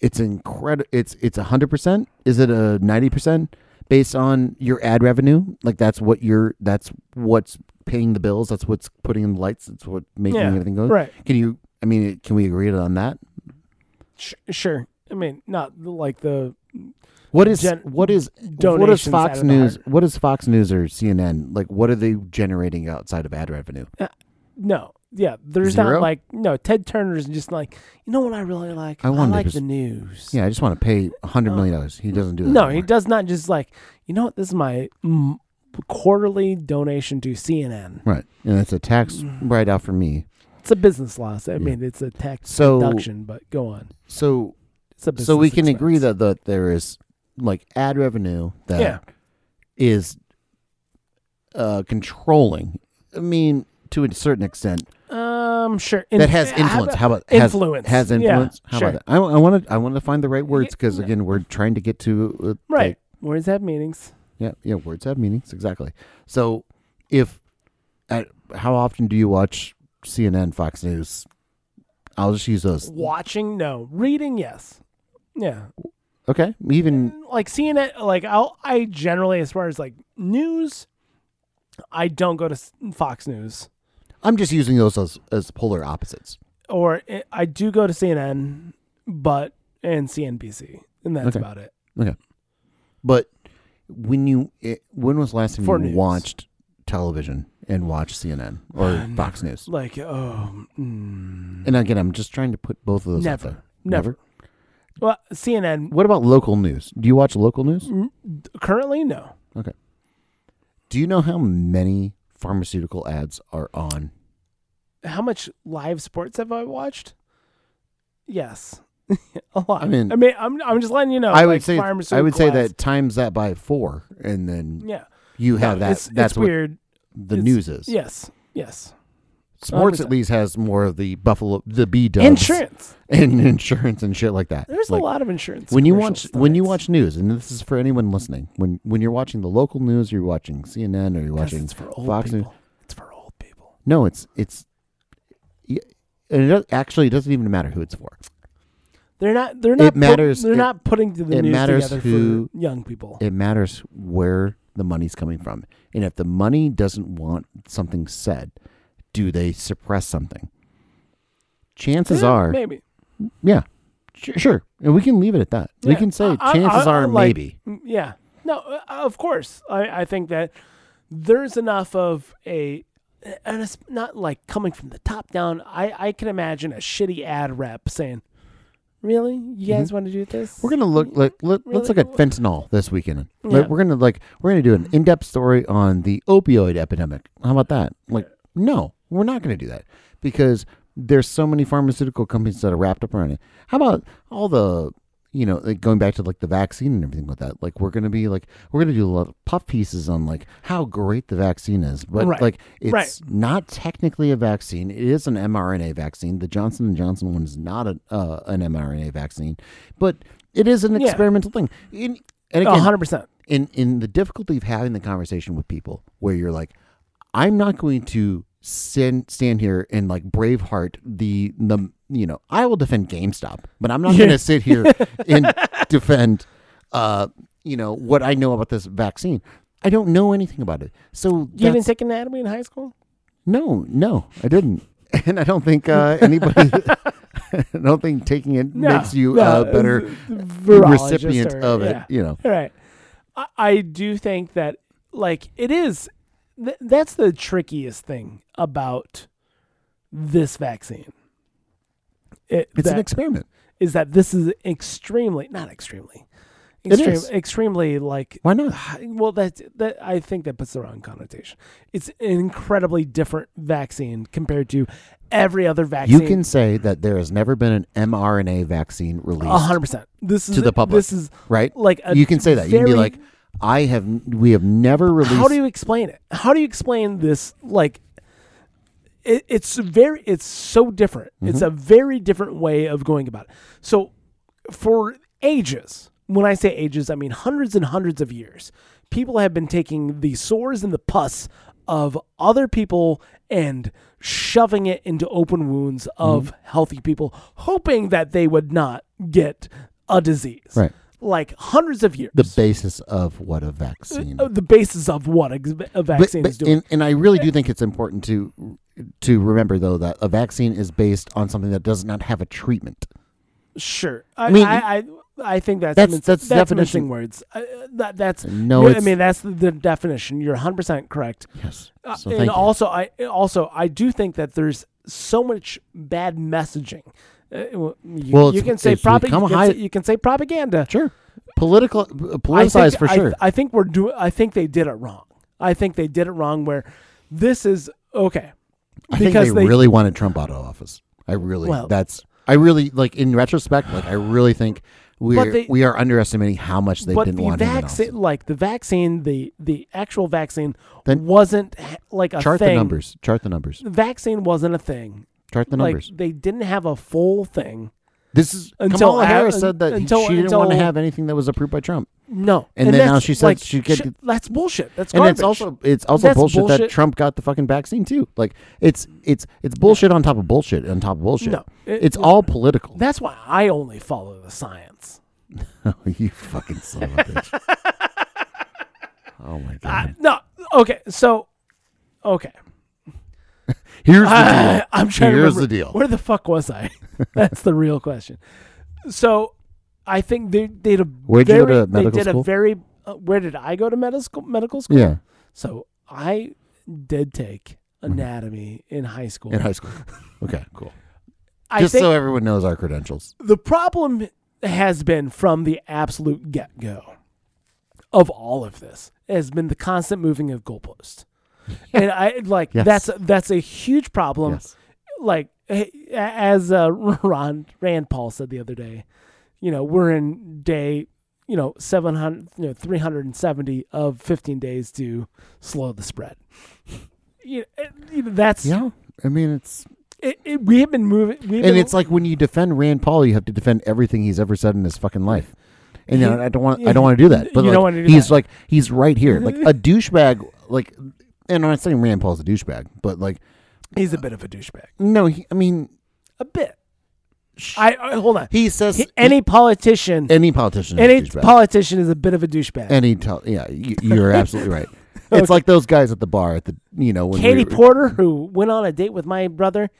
Speaker 2: it's incredible. It's it's a hundred percent. Is it a ninety percent based on your ad revenue? Like that's what you're. That's what's paying the bills. That's what's putting in the lights. That's what making
Speaker 1: Yeah,
Speaker 2: everything go.
Speaker 1: Right.
Speaker 2: Can you? I mean, can we agree on that?
Speaker 1: Sh- sure. I mean, not like the
Speaker 2: What is
Speaker 1: Gen-
Speaker 2: what is what is
Speaker 1: donations out
Speaker 2: Fox
Speaker 1: of the heart.
Speaker 2: News? What is Fox News or CNN? Like, what are they generating outside of ad revenue?
Speaker 1: No. Yeah. There's not
Speaker 2: Zero?
Speaker 1: like no Ted Turner's just like, you know what I really like?
Speaker 2: I wanted
Speaker 1: like
Speaker 2: his-
Speaker 1: the news.
Speaker 2: Yeah, I just want to pay a hundred million dollars. He doesn't do that.
Speaker 1: No, he
Speaker 2: anymore.
Speaker 1: does not just like, you know what, this is my mm, quarterly donation to CNN.
Speaker 2: right, and it's a tax
Speaker 1: Mm.
Speaker 2: write off for me.
Speaker 1: It's a business loss. I mean, it's a tax
Speaker 2: So-
Speaker 1: deduction, but go on.
Speaker 2: So
Speaker 1: It's a business
Speaker 2: so we can
Speaker 1: expense.
Speaker 2: agree that that there is like ad revenue that is
Speaker 1: Yeah.
Speaker 2: uh, controlling. I mean, to a certain extent,
Speaker 1: Um, sure.
Speaker 2: that has
Speaker 1: Inf-
Speaker 2: influence. How about has-
Speaker 1: influence.
Speaker 2: Has,
Speaker 1: Yeah,
Speaker 2: influence? How
Speaker 1: sure.
Speaker 2: about that? I, I want to I want to find the right words because again, we're trying to get to uh,
Speaker 1: Right.
Speaker 2: like,
Speaker 1: Words have meanings.
Speaker 2: Yeah, yeah, words have meanings exactly. So, if at, how often do you watch CNN, Fox News? I'll just use those.
Speaker 1: Watching, no. Reading, yes. Yeah.
Speaker 2: Okay, even
Speaker 1: Like seeing it, like I'll, I generally, as far as like news, I don't go to s- Fox News
Speaker 2: I'm just using those as, as polar opposites.
Speaker 1: or i I do go to CNN, but and CNBC, and that's
Speaker 2: Okay.
Speaker 1: about it.
Speaker 2: But when you, it, when was the last time
Speaker 1: For
Speaker 2: you
Speaker 1: news.
Speaker 2: watched television and watched CNN or Fox News?
Speaker 1: Like, oh, mm,
Speaker 2: And again, I'm just trying to put both of those out
Speaker 1: never,
Speaker 2: there.
Speaker 1: never. Well, CNN
Speaker 2: What about local news? Do you watch local news?
Speaker 1: currently no.
Speaker 2: Do you know how many pharmaceutical ads are on?
Speaker 1: How much live sports have I watched? Yes, a lot.
Speaker 2: I mean-
Speaker 1: I mean, I'm I'm just letting you know.
Speaker 2: I would
Speaker 1: like,
Speaker 2: say I
Speaker 1: pharmaceutical
Speaker 2: would say
Speaker 1: ads.
Speaker 2: that times that by four, and then
Speaker 1: Yeah,
Speaker 2: you
Speaker 1: No,
Speaker 2: have that.
Speaker 1: It's,
Speaker 2: that's
Speaker 1: it's
Speaker 2: what
Speaker 1: weird.
Speaker 2: the
Speaker 1: it's-
Speaker 2: news is.
Speaker 1: Yes, yes.
Speaker 2: Sports
Speaker 1: 100%.
Speaker 2: at least has more of the Buffalo, the B dubs,
Speaker 1: Insurance.
Speaker 2: and insurance and shit like that.
Speaker 1: There's
Speaker 2: Like,
Speaker 1: a lot of insurance.
Speaker 2: when you watch
Speaker 1: commercials
Speaker 2: when you
Speaker 1: nowadays.
Speaker 2: watch news, and this is for anyone listening. When when you're watching the local news, you're watching CNN or you're
Speaker 1: 'Cause
Speaker 2: watching
Speaker 1: it's for old
Speaker 2: Fox News.
Speaker 1: people. It's for old people.
Speaker 2: No, it's it's. y- And it does, actually, it doesn't even matter who it's for.
Speaker 1: They're not. They're not. put-
Speaker 2: matters-
Speaker 1: they're
Speaker 2: it-
Speaker 1: not putting the
Speaker 2: it
Speaker 1: news
Speaker 2: matters
Speaker 1: together
Speaker 2: who-
Speaker 1: for young people.
Speaker 2: It matters where the money's coming from, and if the money doesn't want something said, do they suppress something? Chances
Speaker 1: Yeah,
Speaker 2: are,
Speaker 1: maybe
Speaker 2: yeah, sure, sure, and we can leave it at that. We
Speaker 1: Yeah.
Speaker 2: can say
Speaker 1: I- I-
Speaker 2: chances
Speaker 1: I- I
Speaker 2: are
Speaker 1: like-
Speaker 2: maybe.
Speaker 1: Mm, Yeah. No, uh, of course. I, I think that there's enough of a, and it's not like coming from the top down. I, I can imagine a shitty ad rep saying, "Really, you guys want to do this?
Speaker 2: Mm-hmm. We're gonna look like let, let's look
Speaker 1: Really?
Speaker 2: at fentanyl this weekend.
Speaker 1: Yeah.
Speaker 2: Like, we're gonna like we're gonna do an in-depth story on the opioid epidemic. How about that? Like, no, we're not gonna do that because there's so many pharmaceutical companies that are wrapped up around it. How about all the you know like going back to like the vaccine and everything with that? Like, we're gonna be like we're gonna do a lot of puff pieces on like how great the vaccine is, but
Speaker 1: Right.
Speaker 2: like it's
Speaker 1: Right.
Speaker 2: not technically a vaccine. It is an mRNA vaccine. The Johnson and Johnson one is not a, uh, an mRNA vaccine, but it is an
Speaker 1: Yeah.
Speaker 2: experimental thing. In, and
Speaker 1: Oh, A
Speaker 2: again,
Speaker 1: hundred percent.
Speaker 2: in in the difficulty of having the conversation with people, where you're like, I'm not going to stand stand here and like braveheart the the you know I will defend GameStop, but I'm not going to sit here and defend uh you know what I know about this vaccine. I don't know anything about it, so
Speaker 1: You
Speaker 2: that's-
Speaker 1: didn't take anatomy in high school?
Speaker 2: no, no, I didn't, and I don't think uh, anybody. I don't think taking it
Speaker 1: No,
Speaker 2: makes you
Speaker 1: no,
Speaker 2: uh, better
Speaker 1: virologist
Speaker 2: recipient
Speaker 1: or-
Speaker 2: of it.
Speaker 1: yeah.
Speaker 2: You know,
Speaker 1: All right. I, I do think that, like, it is. Th- that's the trickiest thing about this vaccine. It,
Speaker 2: it's an
Speaker 1: that-
Speaker 2: experiment.
Speaker 1: is that this is extremely, not extremely,
Speaker 2: It
Speaker 1: extreme,
Speaker 2: is.
Speaker 1: extremely like.
Speaker 2: Why not?
Speaker 1: Well, that that I think that puts the wrong connotation. It's an incredibly different vaccine compared to every other vaccine.
Speaker 2: You can say that there has never been an mRNA vaccine
Speaker 1: a
Speaker 2: released,
Speaker 1: hundred percent. This is
Speaker 2: To the public.
Speaker 1: This is
Speaker 2: right?
Speaker 1: like a
Speaker 2: you can say that. You can be
Speaker 1: very-
Speaker 2: like, I have. We have never released.
Speaker 1: how do you explain it? How do you explain this? Like, it, it's very, it's so different.
Speaker 2: Mm-hmm.
Speaker 1: It's a very different way of going about it. So, for ages, when I say ages, I mean hundreds and hundreds of years, people have been taking the sores and the pus of other people and shoving it into open wounds of
Speaker 2: Mm-hmm.
Speaker 1: healthy people, hoping that they would not get a disease.
Speaker 2: Right.
Speaker 1: Like hundreds of years
Speaker 2: the basis of what a vaccine?
Speaker 1: uh, the basis of what ex- a
Speaker 2: But-
Speaker 1: vaccine
Speaker 2: but-
Speaker 1: is doing.
Speaker 2: And, and I really do think it's important to to remember though that a vaccine is based on something that does not have a treatment.
Speaker 1: sure, I,
Speaker 2: mean-
Speaker 1: I, I I think that's
Speaker 2: That's-
Speaker 1: mis-
Speaker 2: that's definition.
Speaker 1: missing words. I- uh, that that's
Speaker 2: No,
Speaker 1: you- I
Speaker 2: it's-
Speaker 1: mean that's the, the definition. You're 100 percent correct.
Speaker 2: Yes.
Speaker 1: Uh,
Speaker 2: So
Speaker 1: and
Speaker 2: thank you.
Speaker 1: also, I also I do think that there's so much bad messaging. Uh, well, you,
Speaker 2: Well,
Speaker 1: you
Speaker 2: it's-
Speaker 1: can say
Speaker 2: it's become
Speaker 1: propaganda. You,
Speaker 2: high-
Speaker 1: can say- you can say propaganda.
Speaker 2: Sure. Political
Speaker 1: I
Speaker 2: politicized
Speaker 1: think,
Speaker 2: for
Speaker 1: I-
Speaker 2: sure.
Speaker 1: I, think we're doing. I think they did it wrong. I think they did it wrong. Where this is okay.
Speaker 2: I think they,
Speaker 1: because they-
Speaker 2: really wanted Trump out of office. I really
Speaker 1: Well-
Speaker 2: that's I really like in retrospect, like I really think we're
Speaker 1: they-
Speaker 2: we are underestimating how much they
Speaker 1: but
Speaker 2: didn't
Speaker 1: the
Speaker 2: want him in office.
Speaker 1: vaccine, like the vaccine, the the actual vaccine
Speaker 2: Then-
Speaker 1: wasn't h- like a
Speaker 2: Chart
Speaker 1: thing.
Speaker 2: the numbers. Chart the numbers.
Speaker 1: The vaccine wasn't a thing.
Speaker 2: Chart the numbers.
Speaker 1: Like they didn't have a full thing.
Speaker 2: This is
Speaker 1: Until
Speaker 2: Kamala
Speaker 1: a-
Speaker 2: Harris said that he-
Speaker 1: until-
Speaker 2: she didn't want to
Speaker 1: until-
Speaker 2: have anything that was approved by Trump,
Speaker 1: No.
Speaker 2: And then now
Speaker 1: that's,
Speaker 2: she said
Speaker 1: like,
Speaker 2: she could-
Speaker 1: shit, that's bullshit. That's
Speaker 2: and
Speaker 1: garbage.
Speaker 2: it's also it's also
Speaker 1: That's
Speaker 2: bullshit, that
Speaker 1: bullshit.
Speaker 2: Trump got the fucking vaccine too. Like it's it's it's bullshit on top of bullshit on top of bullshit.
Speaker 1: No. It-
Speaker 2: it's all political.
Speaker 1: that's why I only follow the science.
Speaker 2: you fucking son of a bitch. oh my god.
Speaker 1: No. Okay. So, okay.
Speaker 2: Here's the
Speaker 1: I,
Speaker 2: deal.
Speaker 1: I'm trying
Speaker 2: Here's
Speaker 1: to remember,
Speaker 2: the deal.
Speaker 1: Where the fuck was I? That's the real question. So, I think they they did a
Speaker 2: Where'd you
Speaker 1: very,
Speaker 2: go to
Speaker 1: they
Speaker 2: medical
Speaker 1: did a
Speaker 2: school?
Speaker 1: very uh, where did I go to medical medical school?
Speaker 2: Yeah.
Speaker 1: So I did take anatomy in high school.
Speaker 2: Mm-hmm. In high school. Okay, cool.
Speaker 1: I
Speaker 2: Just
Speaker 1: think
Speaker 2: so everyone knows our credentials.
Speaker 1: the problem has been from the absolute get go of all of this has been the constant moving of goalposts. And I like
Speaker 2: Yes.
Speaker 1: that's that's a huge problem.
Speaker 2: Yes.
Speaker 1: Like eh, as uh, Ron Rand Paul said the other day, you know, we're in day, you know, 700 you know 370 of 15 days to slow the spread. You eh, you know, that's
Speaker 2: Yeah. I mean it's
Speaker 1: it, it, we have been moving we've
Speaker 2: and
Speaker 1: been,
Speaker 2: it's like when you defend Rand Paul, you have to defend everything he's ever said in his fucking life. And you know, I don't want I don't want to do that. But
Speaker 1: You
Speaker 2: like,
Speaker 1: don't wanna do
Speaker 2: he's
Speaker 1: that.
Speaker 2: like he's right here, like a douchebag. Like, and I'm not saying Rand Paul's a douchebag, but like
Speaker 1: he's a bit of a douchebag.
Speaker 2: no, he, I mean
Speaker 1: A bit. I, I hold on.
Speaker 2: he says
Speaker 1: He- any politician,
Speaker 2: any politician, is a
Speaker 1: any
Speaker 2: douchebag.
Speaker 1: politician is a bit of a douchebag.
Speaker 2: any tel- yeah, you, you're absolutely right. It's like those guys at the bar at the you know when
Speaker 1: Katie
Speaker 2: we were-
Speaker 1: Porter, who went on a date with my brother,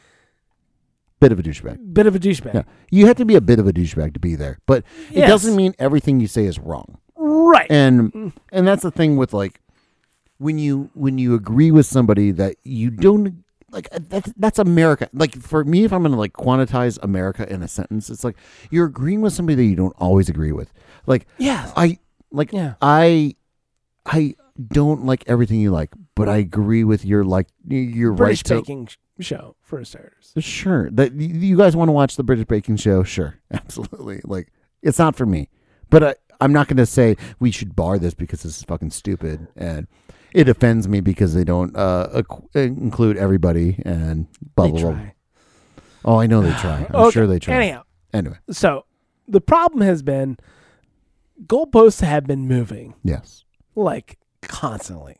Speaker 2: bit of a douchebag.
Speaker 1: bit of a douchebag.
Speaker 2: Yeah, you have to be a bit of a douchebag to be there, but it
Speaker 1: Yes.
Speaker 2: doesn't mean everything you say is wrong.
Speaker 1: Right. Mm.
Speaker 2: and and that's the thing with like when you when you agree with somebody that you don't like uh, that's that's America. Like for me, if I'm gonna like quantize America in a sentence, it's like you're agreeing with somebody that you don't always agree with. Like
Speaker 1: yes.
Speaker 2: I like
Speaker 1: Yeah.
Speaker 2: I I don't like everything you like, but I agree with your like your
Speaker 1: British
Speaker 2: right to
Speaker 1: baking sh- show for starters.
Speaker 2: Sure. That y- you guys want to watch the British Baking Show? Sure, absolutely. Like it's not for me, but I, I'm not going to say we should bar this because this is fucking stupid and it offends me because they don't uh, ac- include everybody and blah
Speaker 1: They
Speaker 2: blah blah.
Speaker 1: try.
Speaker 2: Oh, I know they try. I'm
Speaker 1: Okay.
Speaker 2: sure they try.
Speaker 1: Anyhow,
Speaker 2: Anyway,
Speaker 1: so the problem has been goalposts have been moving
Speaker 2: yes,
Speaker 1: like constantly.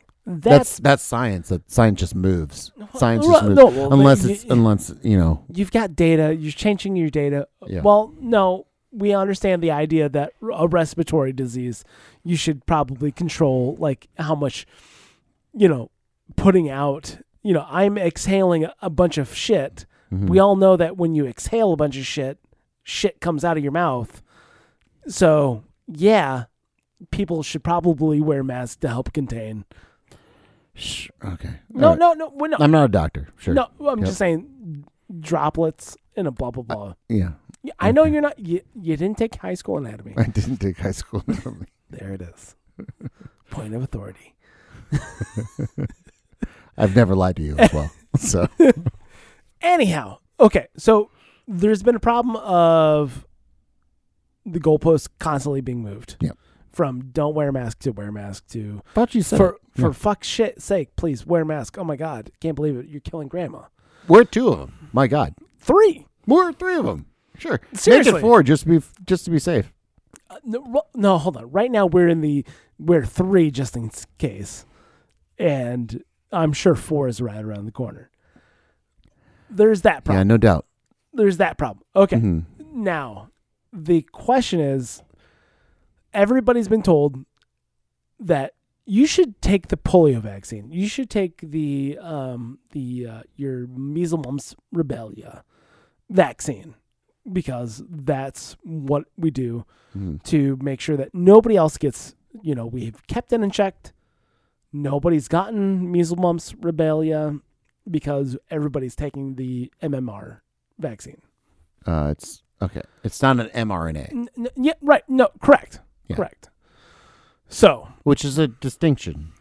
Speaker 1: That's,
Speaker 2: that's that's science. That science just moves. Science
Speaker 1: well,
Speaker 2: just moves
Speaker 1: no, well, but
Speaker 2: unless
Speaker 1: y-
Speaker 2: it's unless you know.
Speaker 1: you've got data. You're changing your data.
Speaker 2: Yeah.
Speaker 1: Well, no, we understand the idea that r- a respiratory disease, you should probably control like how much, you know, putting out. You know, I'm exhaling a- a bunch of shit.
Speaker 2: Hmm. mm-hmm.
Speaker 1: We all know that when you exhale a bunch of shit, shit comes out of your mouth. So yeah, people should probably wear masks to help contain.
Speaker 2: Shh, okay.
Speaker 1: No,
Speaker 2: All right.
Speaker 1: no, no, we're not.
Speaker 2: I'm not a doctor. Sure.
Speaker 1: No, I'm
Speaker 2: Yep.
Speaker 1: just saying droplets in a blah blah blah.
Speaker 2: Yeah,
Speaker 1: Yeah, I know you're not. You, you didn't take high school anatomy.
Speaker 2: I didn't take high school. anatomy.
Speaker 1: There it is. Point of authority.
Speaker 2: I've never lied to you as well. So
Speaker 1: Anyhow, okay. So there's been a problem of the goalposts constantly being moved.
Speaker 2: Yep.
Speaker 1: From don't wear a mask to wear a mask to
Speaker 2: Fauci said
Speaker 1: for
Speaker 2: it.
Speaker 1: for fuck's shit sake, please wear a mask. Oh my god, can't believe it. You're killing grandma.
Speaker 2: we're two of them. My God,
Speaker 1: Three.
Speaker 2: we're three of them. Sure, make
Speaker 1: Seriously.
Speaker 2: it four just to be just to be safe.
Speaker 1: Uh, no, ro- no, hold on. Right now we're in the we're three just in s- case, and I'm sure four is right around the corner. There's that problem.
Speaker 2: Yeah, no doubt. Mm-hmm.
Speaker 1: There's that problem. Okay. Now, the question is, everybody's been told that you should take the polio vaccine. You should take the um the uh, your measles mumps rubella vaccine because that's what we do to make sure that nobody else gets, you know, we've kept it in checked. Nobody's gotten measles, mumps, rubella because everybody's taking the MMR vaccine.
Speaker 2: Uh, it's okay. It's not an mRNA,
Speaker 1: N- n- yeah, right. No, correct.
Speaker 2: Yeah.
Speaker 1: Correct. So
Speaker 2: which is a distinction.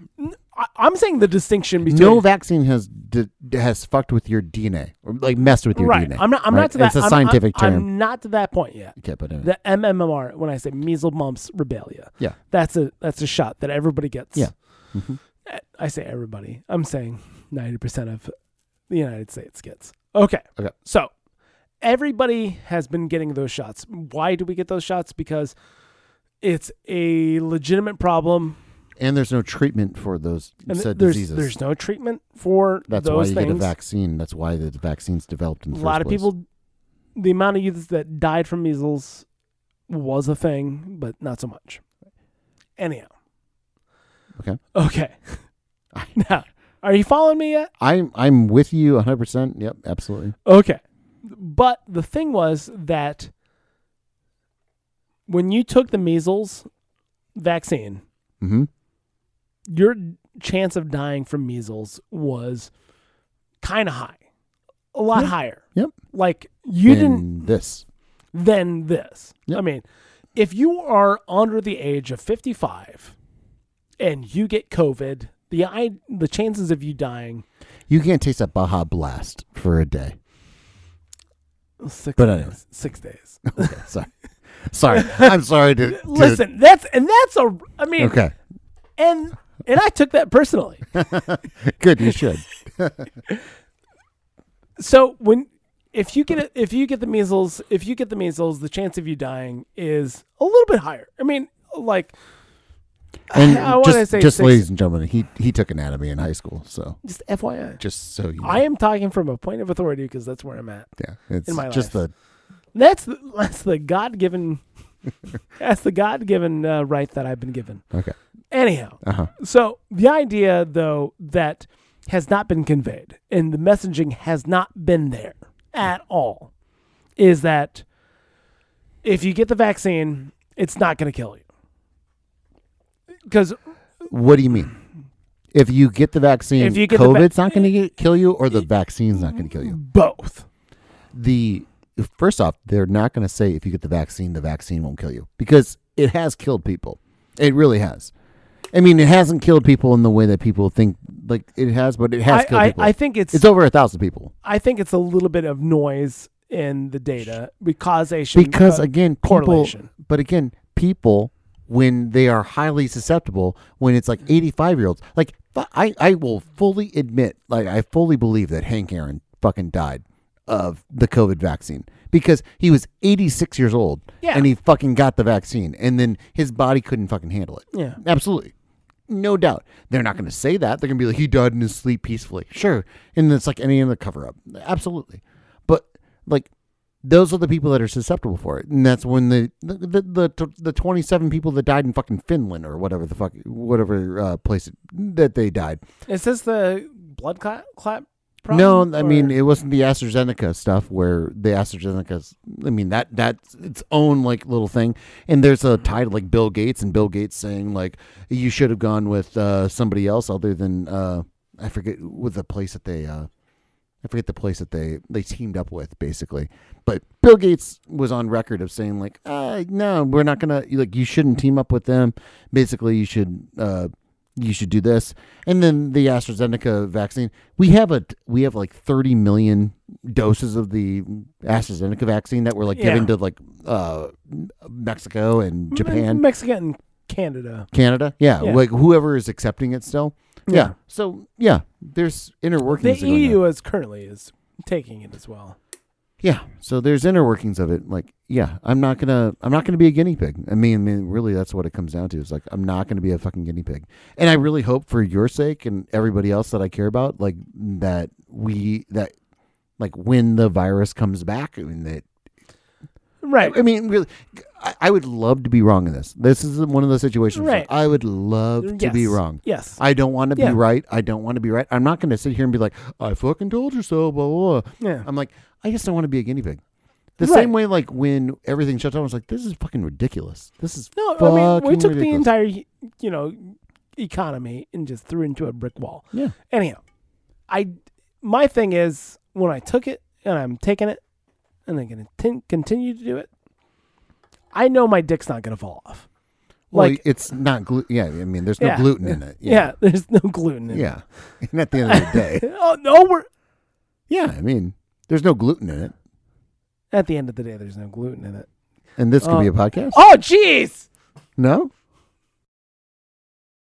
Speaker 1: I- I'm saying the distinction between
Speaker 2: No vaccine has d- has fucked with your DNA or like messed with your
Speaker 1: right.
Speaker 2: DNA.
Speaker 1: I'm not. I'm
Speaker 2: right?
Speaker 1: not to that.
Speaker 2: It's a
Speaker 1: I'm- I'm-
Speaker 2: scientific
Speaker 1: I'm,
Speaker 2: term.
Speaker 1: not to that point yet.
Speaker 2: okay, but anyway.
Speaker 1: The MMR. When I say measles, mumps, rubella,
Speaker 2: yeah,
Speaker 1: that's a that's a shot that everybody gets.
Speaker 2: Yeah. Mm-hmm.
Speaker 1: Eh, I say everybody. I'm saying 90% of the United States gets. Okay.
Speaker 2: Okay.
Speaker 1: So everybody has been getting those shots. Why do we get those shots? Because it's a legitimate problem.
Speaker 2: And there's no treatment for those
Speaker 1: And th-
Speaker 2: said
Speaker 1: there's
Speaker 2: diseases.
Speaker 1: there's no treatment for
Speaker 2: That's why
Speaker 1: those
Speaker 2: you get a
Speaker 1: things.
Speaker 2: vaccine. That's why the vaccine's developed in
Speaker 1: a
Speaker 2: the
Speaker 1: lot
Speaker 2: first
Speaker 1: of
Speaker 2: place.
Speaker 1: people the amount of youths that died from measles was a thing but not so much anyhow
Speaker 2: Okay.
Speaker 1: okay now are you following me yet
Speaker 2: I'm I'm with you 100. percent Yep, absolutely.
Speaker 1: okay but the thing was that when you took the measles vaccine
Speaker 2: Mm-hmm.
Speaker 1: your chance of dying from measles was kind of high a lot higher
Speaker 2: Yep.
Speaker 1: like you didn't
Speaker 2: this.
Speaker 1: than this.
Speaker 2: Yep.
Speaker 1: I mean, if you are under the age of 55 and you get COVID, the I, the chances of you dying
Speaker 2: You can't taste a Baja Blast for a day.
Speaker 1: oh, six
Speaker 2: But
Speaker 1: days.
Speaker 2: anyway.
Speaker 1: Six days.
Speaker 2: Okay, sorry, sorry. I'm sorry to, to-
Speaker 1: Listen, that's and that's a I mean
Speaker 2: Okay,
Speaker 1: and and I took that personally.
Speaker 2: good. You should.
Speaker 1: So when if you get it, if you get the measles, if you get the measles, the chance of you dying is a little bit higher. I mean, like
Speaker 2: And
Speaker 1: I wanna
Speaker 2: just,
Speaker 1: say
Speaker 2: just
Speaker 1: six-
Speaker 2: ladies and gentlemen, he he took anatomy in high school, so
Speaker 1: just FYI.
Speaker 2: just so you. Know.
Speaker 1: I am talking from a point of authority because that's where I'm at.
Speaker 2: yeah, it's
Speaker 1: in my
Speaker 2: just
Speaker 1: life.
Speaker 2: the
Speaker 1: That's the, that's the God given. that's the God given uh, right that I've been given.
Speaker 2: okay.
Speaker 1: Anyhow,
Speaker 2: Uh huh.
Speaker 1: so the idea though that has not been conveyed and the messaging has not been there at all is that if you get the vaccine, it's not going to kill you. Because
Speaker 2: What do you mean? If you get the vaccine,
Speaker 1: If you get the va-
Speaker 2: COVID's not going to kill you, or the vaccine's not going to kill you.
Speaker 1: both.
Speaker 2: the first off, they're not going to say if you get the vaccine, the vaccine won't kill you because it has killed people. It really has. I mean, it hasn't killed people in the way that people think. Like it has, but it has
Speaker 1: I,
Speaker 2: killed
Speaker 1: I,
Speaker 2: people.
Speaker 1: I think it's,
Speaker 2: it's over a thousand people
Speaker 1: I think it's a little bit of noise in the data with causation
Speaker 2: because
Speaker 1: uh,
Speaker 2: again, people.
Speaker 1: correlation.
Speaker 2: But again, people when they are highly susceptible, when it's like eighty-five year olds, like fu- I, I will fully admit, like I fully believe that Hank Aaron fucking died of the COVID vaccine because he was eighty-six years old
Speaker 1: Yeah.
Speaker 2: and he fucking got the vaccine, and then his body couldn't fucking handle it.
Speaker 1: yeah.
Speaker 2: Absolutely. No doubt. They're not going to say that. They're going to be like, he died in his sleep peacefully. Sure. And it's like any other cover up. Absolutely. But like, those are the people that are susceptible for it. And that's when the, the, the, the, the 27 people that died in fucking Finland or whatever the fuck, whatever uh, place it, that they died.
Speaker 1: Is this the blood clot, clot
Speaker 2: no, I mean, it wasn't the AstraZeneca stuff where the AstraZeneca's, I mean, that that's its own like little thing. And there's a tie to like Bill Gates and Bill Gates saying like, you should have gone with uh, somebody else other than, uh, I forget with the place that they, uh, I forget the place that they, they teamed up with basically. But Bill Gates was on record of saying like, uh, no, we're not going to, like, you shouldn't team up with them. Basically, you should, uh, you should do this. And then the AstraZeneca vaccine, we have a we have like 30 million doses of the AstraZeneca vaccine that we're like
Speaker 1: Yeah.
Speaker 2: giving to like uh Mexico and Japan,
Speaker 1: Mexican, and Canada.
Speaker 2: Canada. Yeah,
Speaker 1: Yeah.
Speaker 2: like whoever is accepting it still. Yeah.
Speaker 1: Yeah.
Speaker 2: So, yeah, there's inner
Speaker 1: The E
Speaker 2: workings. that go in there.
Speaker 1: EU is currently is taking it as well.
Speaker 2: Yeah. So there's inner workings of it. Like, yeah, I'm not gonna, I'm not gonna be a guinea pig. I mean, I mean, really, that's what it comes down to. Is like, I'm not gonna be a fucking guinea pig. And I really hope for your sake and everybody else that I care about, like that we that, like when the virus comes back, I mean that.
Speaker 1: Right.
Speaker 2: I mean, really, I, I would love to be wrong in this. This is one of those situations. where
Speaker 1: Right.
Speaker 2: I would love to be
Speaker 1: Yes.
Speaker 2: wrong.
Speaker 1: Yes.
Speaker 2: I don't want to
Speaker 1: Yeah.
Speaker 2: be right. I don't want to be right. I'm not going to sit here and be like, I fucking told you so, blah, blah, blah.
Speaker 1: yeah.
Speaker 2: I'm like, I just don't want to be a guinea pig. The
Speaker 1: Right.
Speaker 2: same way, like when everything shut down, I was like, this is fucking ridiculous. This is
Speaker 1: No, I mean, we
Speaker 2: fucking
Speaker 1: took the
Speaker 2: ridiculous.
Speaker 1: entire, you know, economy and just threw it into a brick wall.
Speaker 2: yeah,
Speaker 1: Anyhow, I my thing is when I took it and I'm taking it and I'm going to continue to do it, I know my dick's not going to fall off.
Speaker 2: like
Speaker 1: Like-
Speaker 2: it's not gluten. Yeah, I mean, there's no
Speaker 1: Yeah.
Speaker 2: gluten in it.
Speaker 1: Yeah, there's no gluten in it.
Speaker 2: yeah. And at the end of the day,
Speaker 1: Oh, no, we're
Speaker 2: yeah, I mean, there's no gluten in it,
Speaker 1: at the end of the day there's no gluten in it.
Speaker 2: and this could
Speaker 1: Uh,
Speaker 2: be a podcast.
Speaker 1: Oh, jeez.
Speaker 2: No,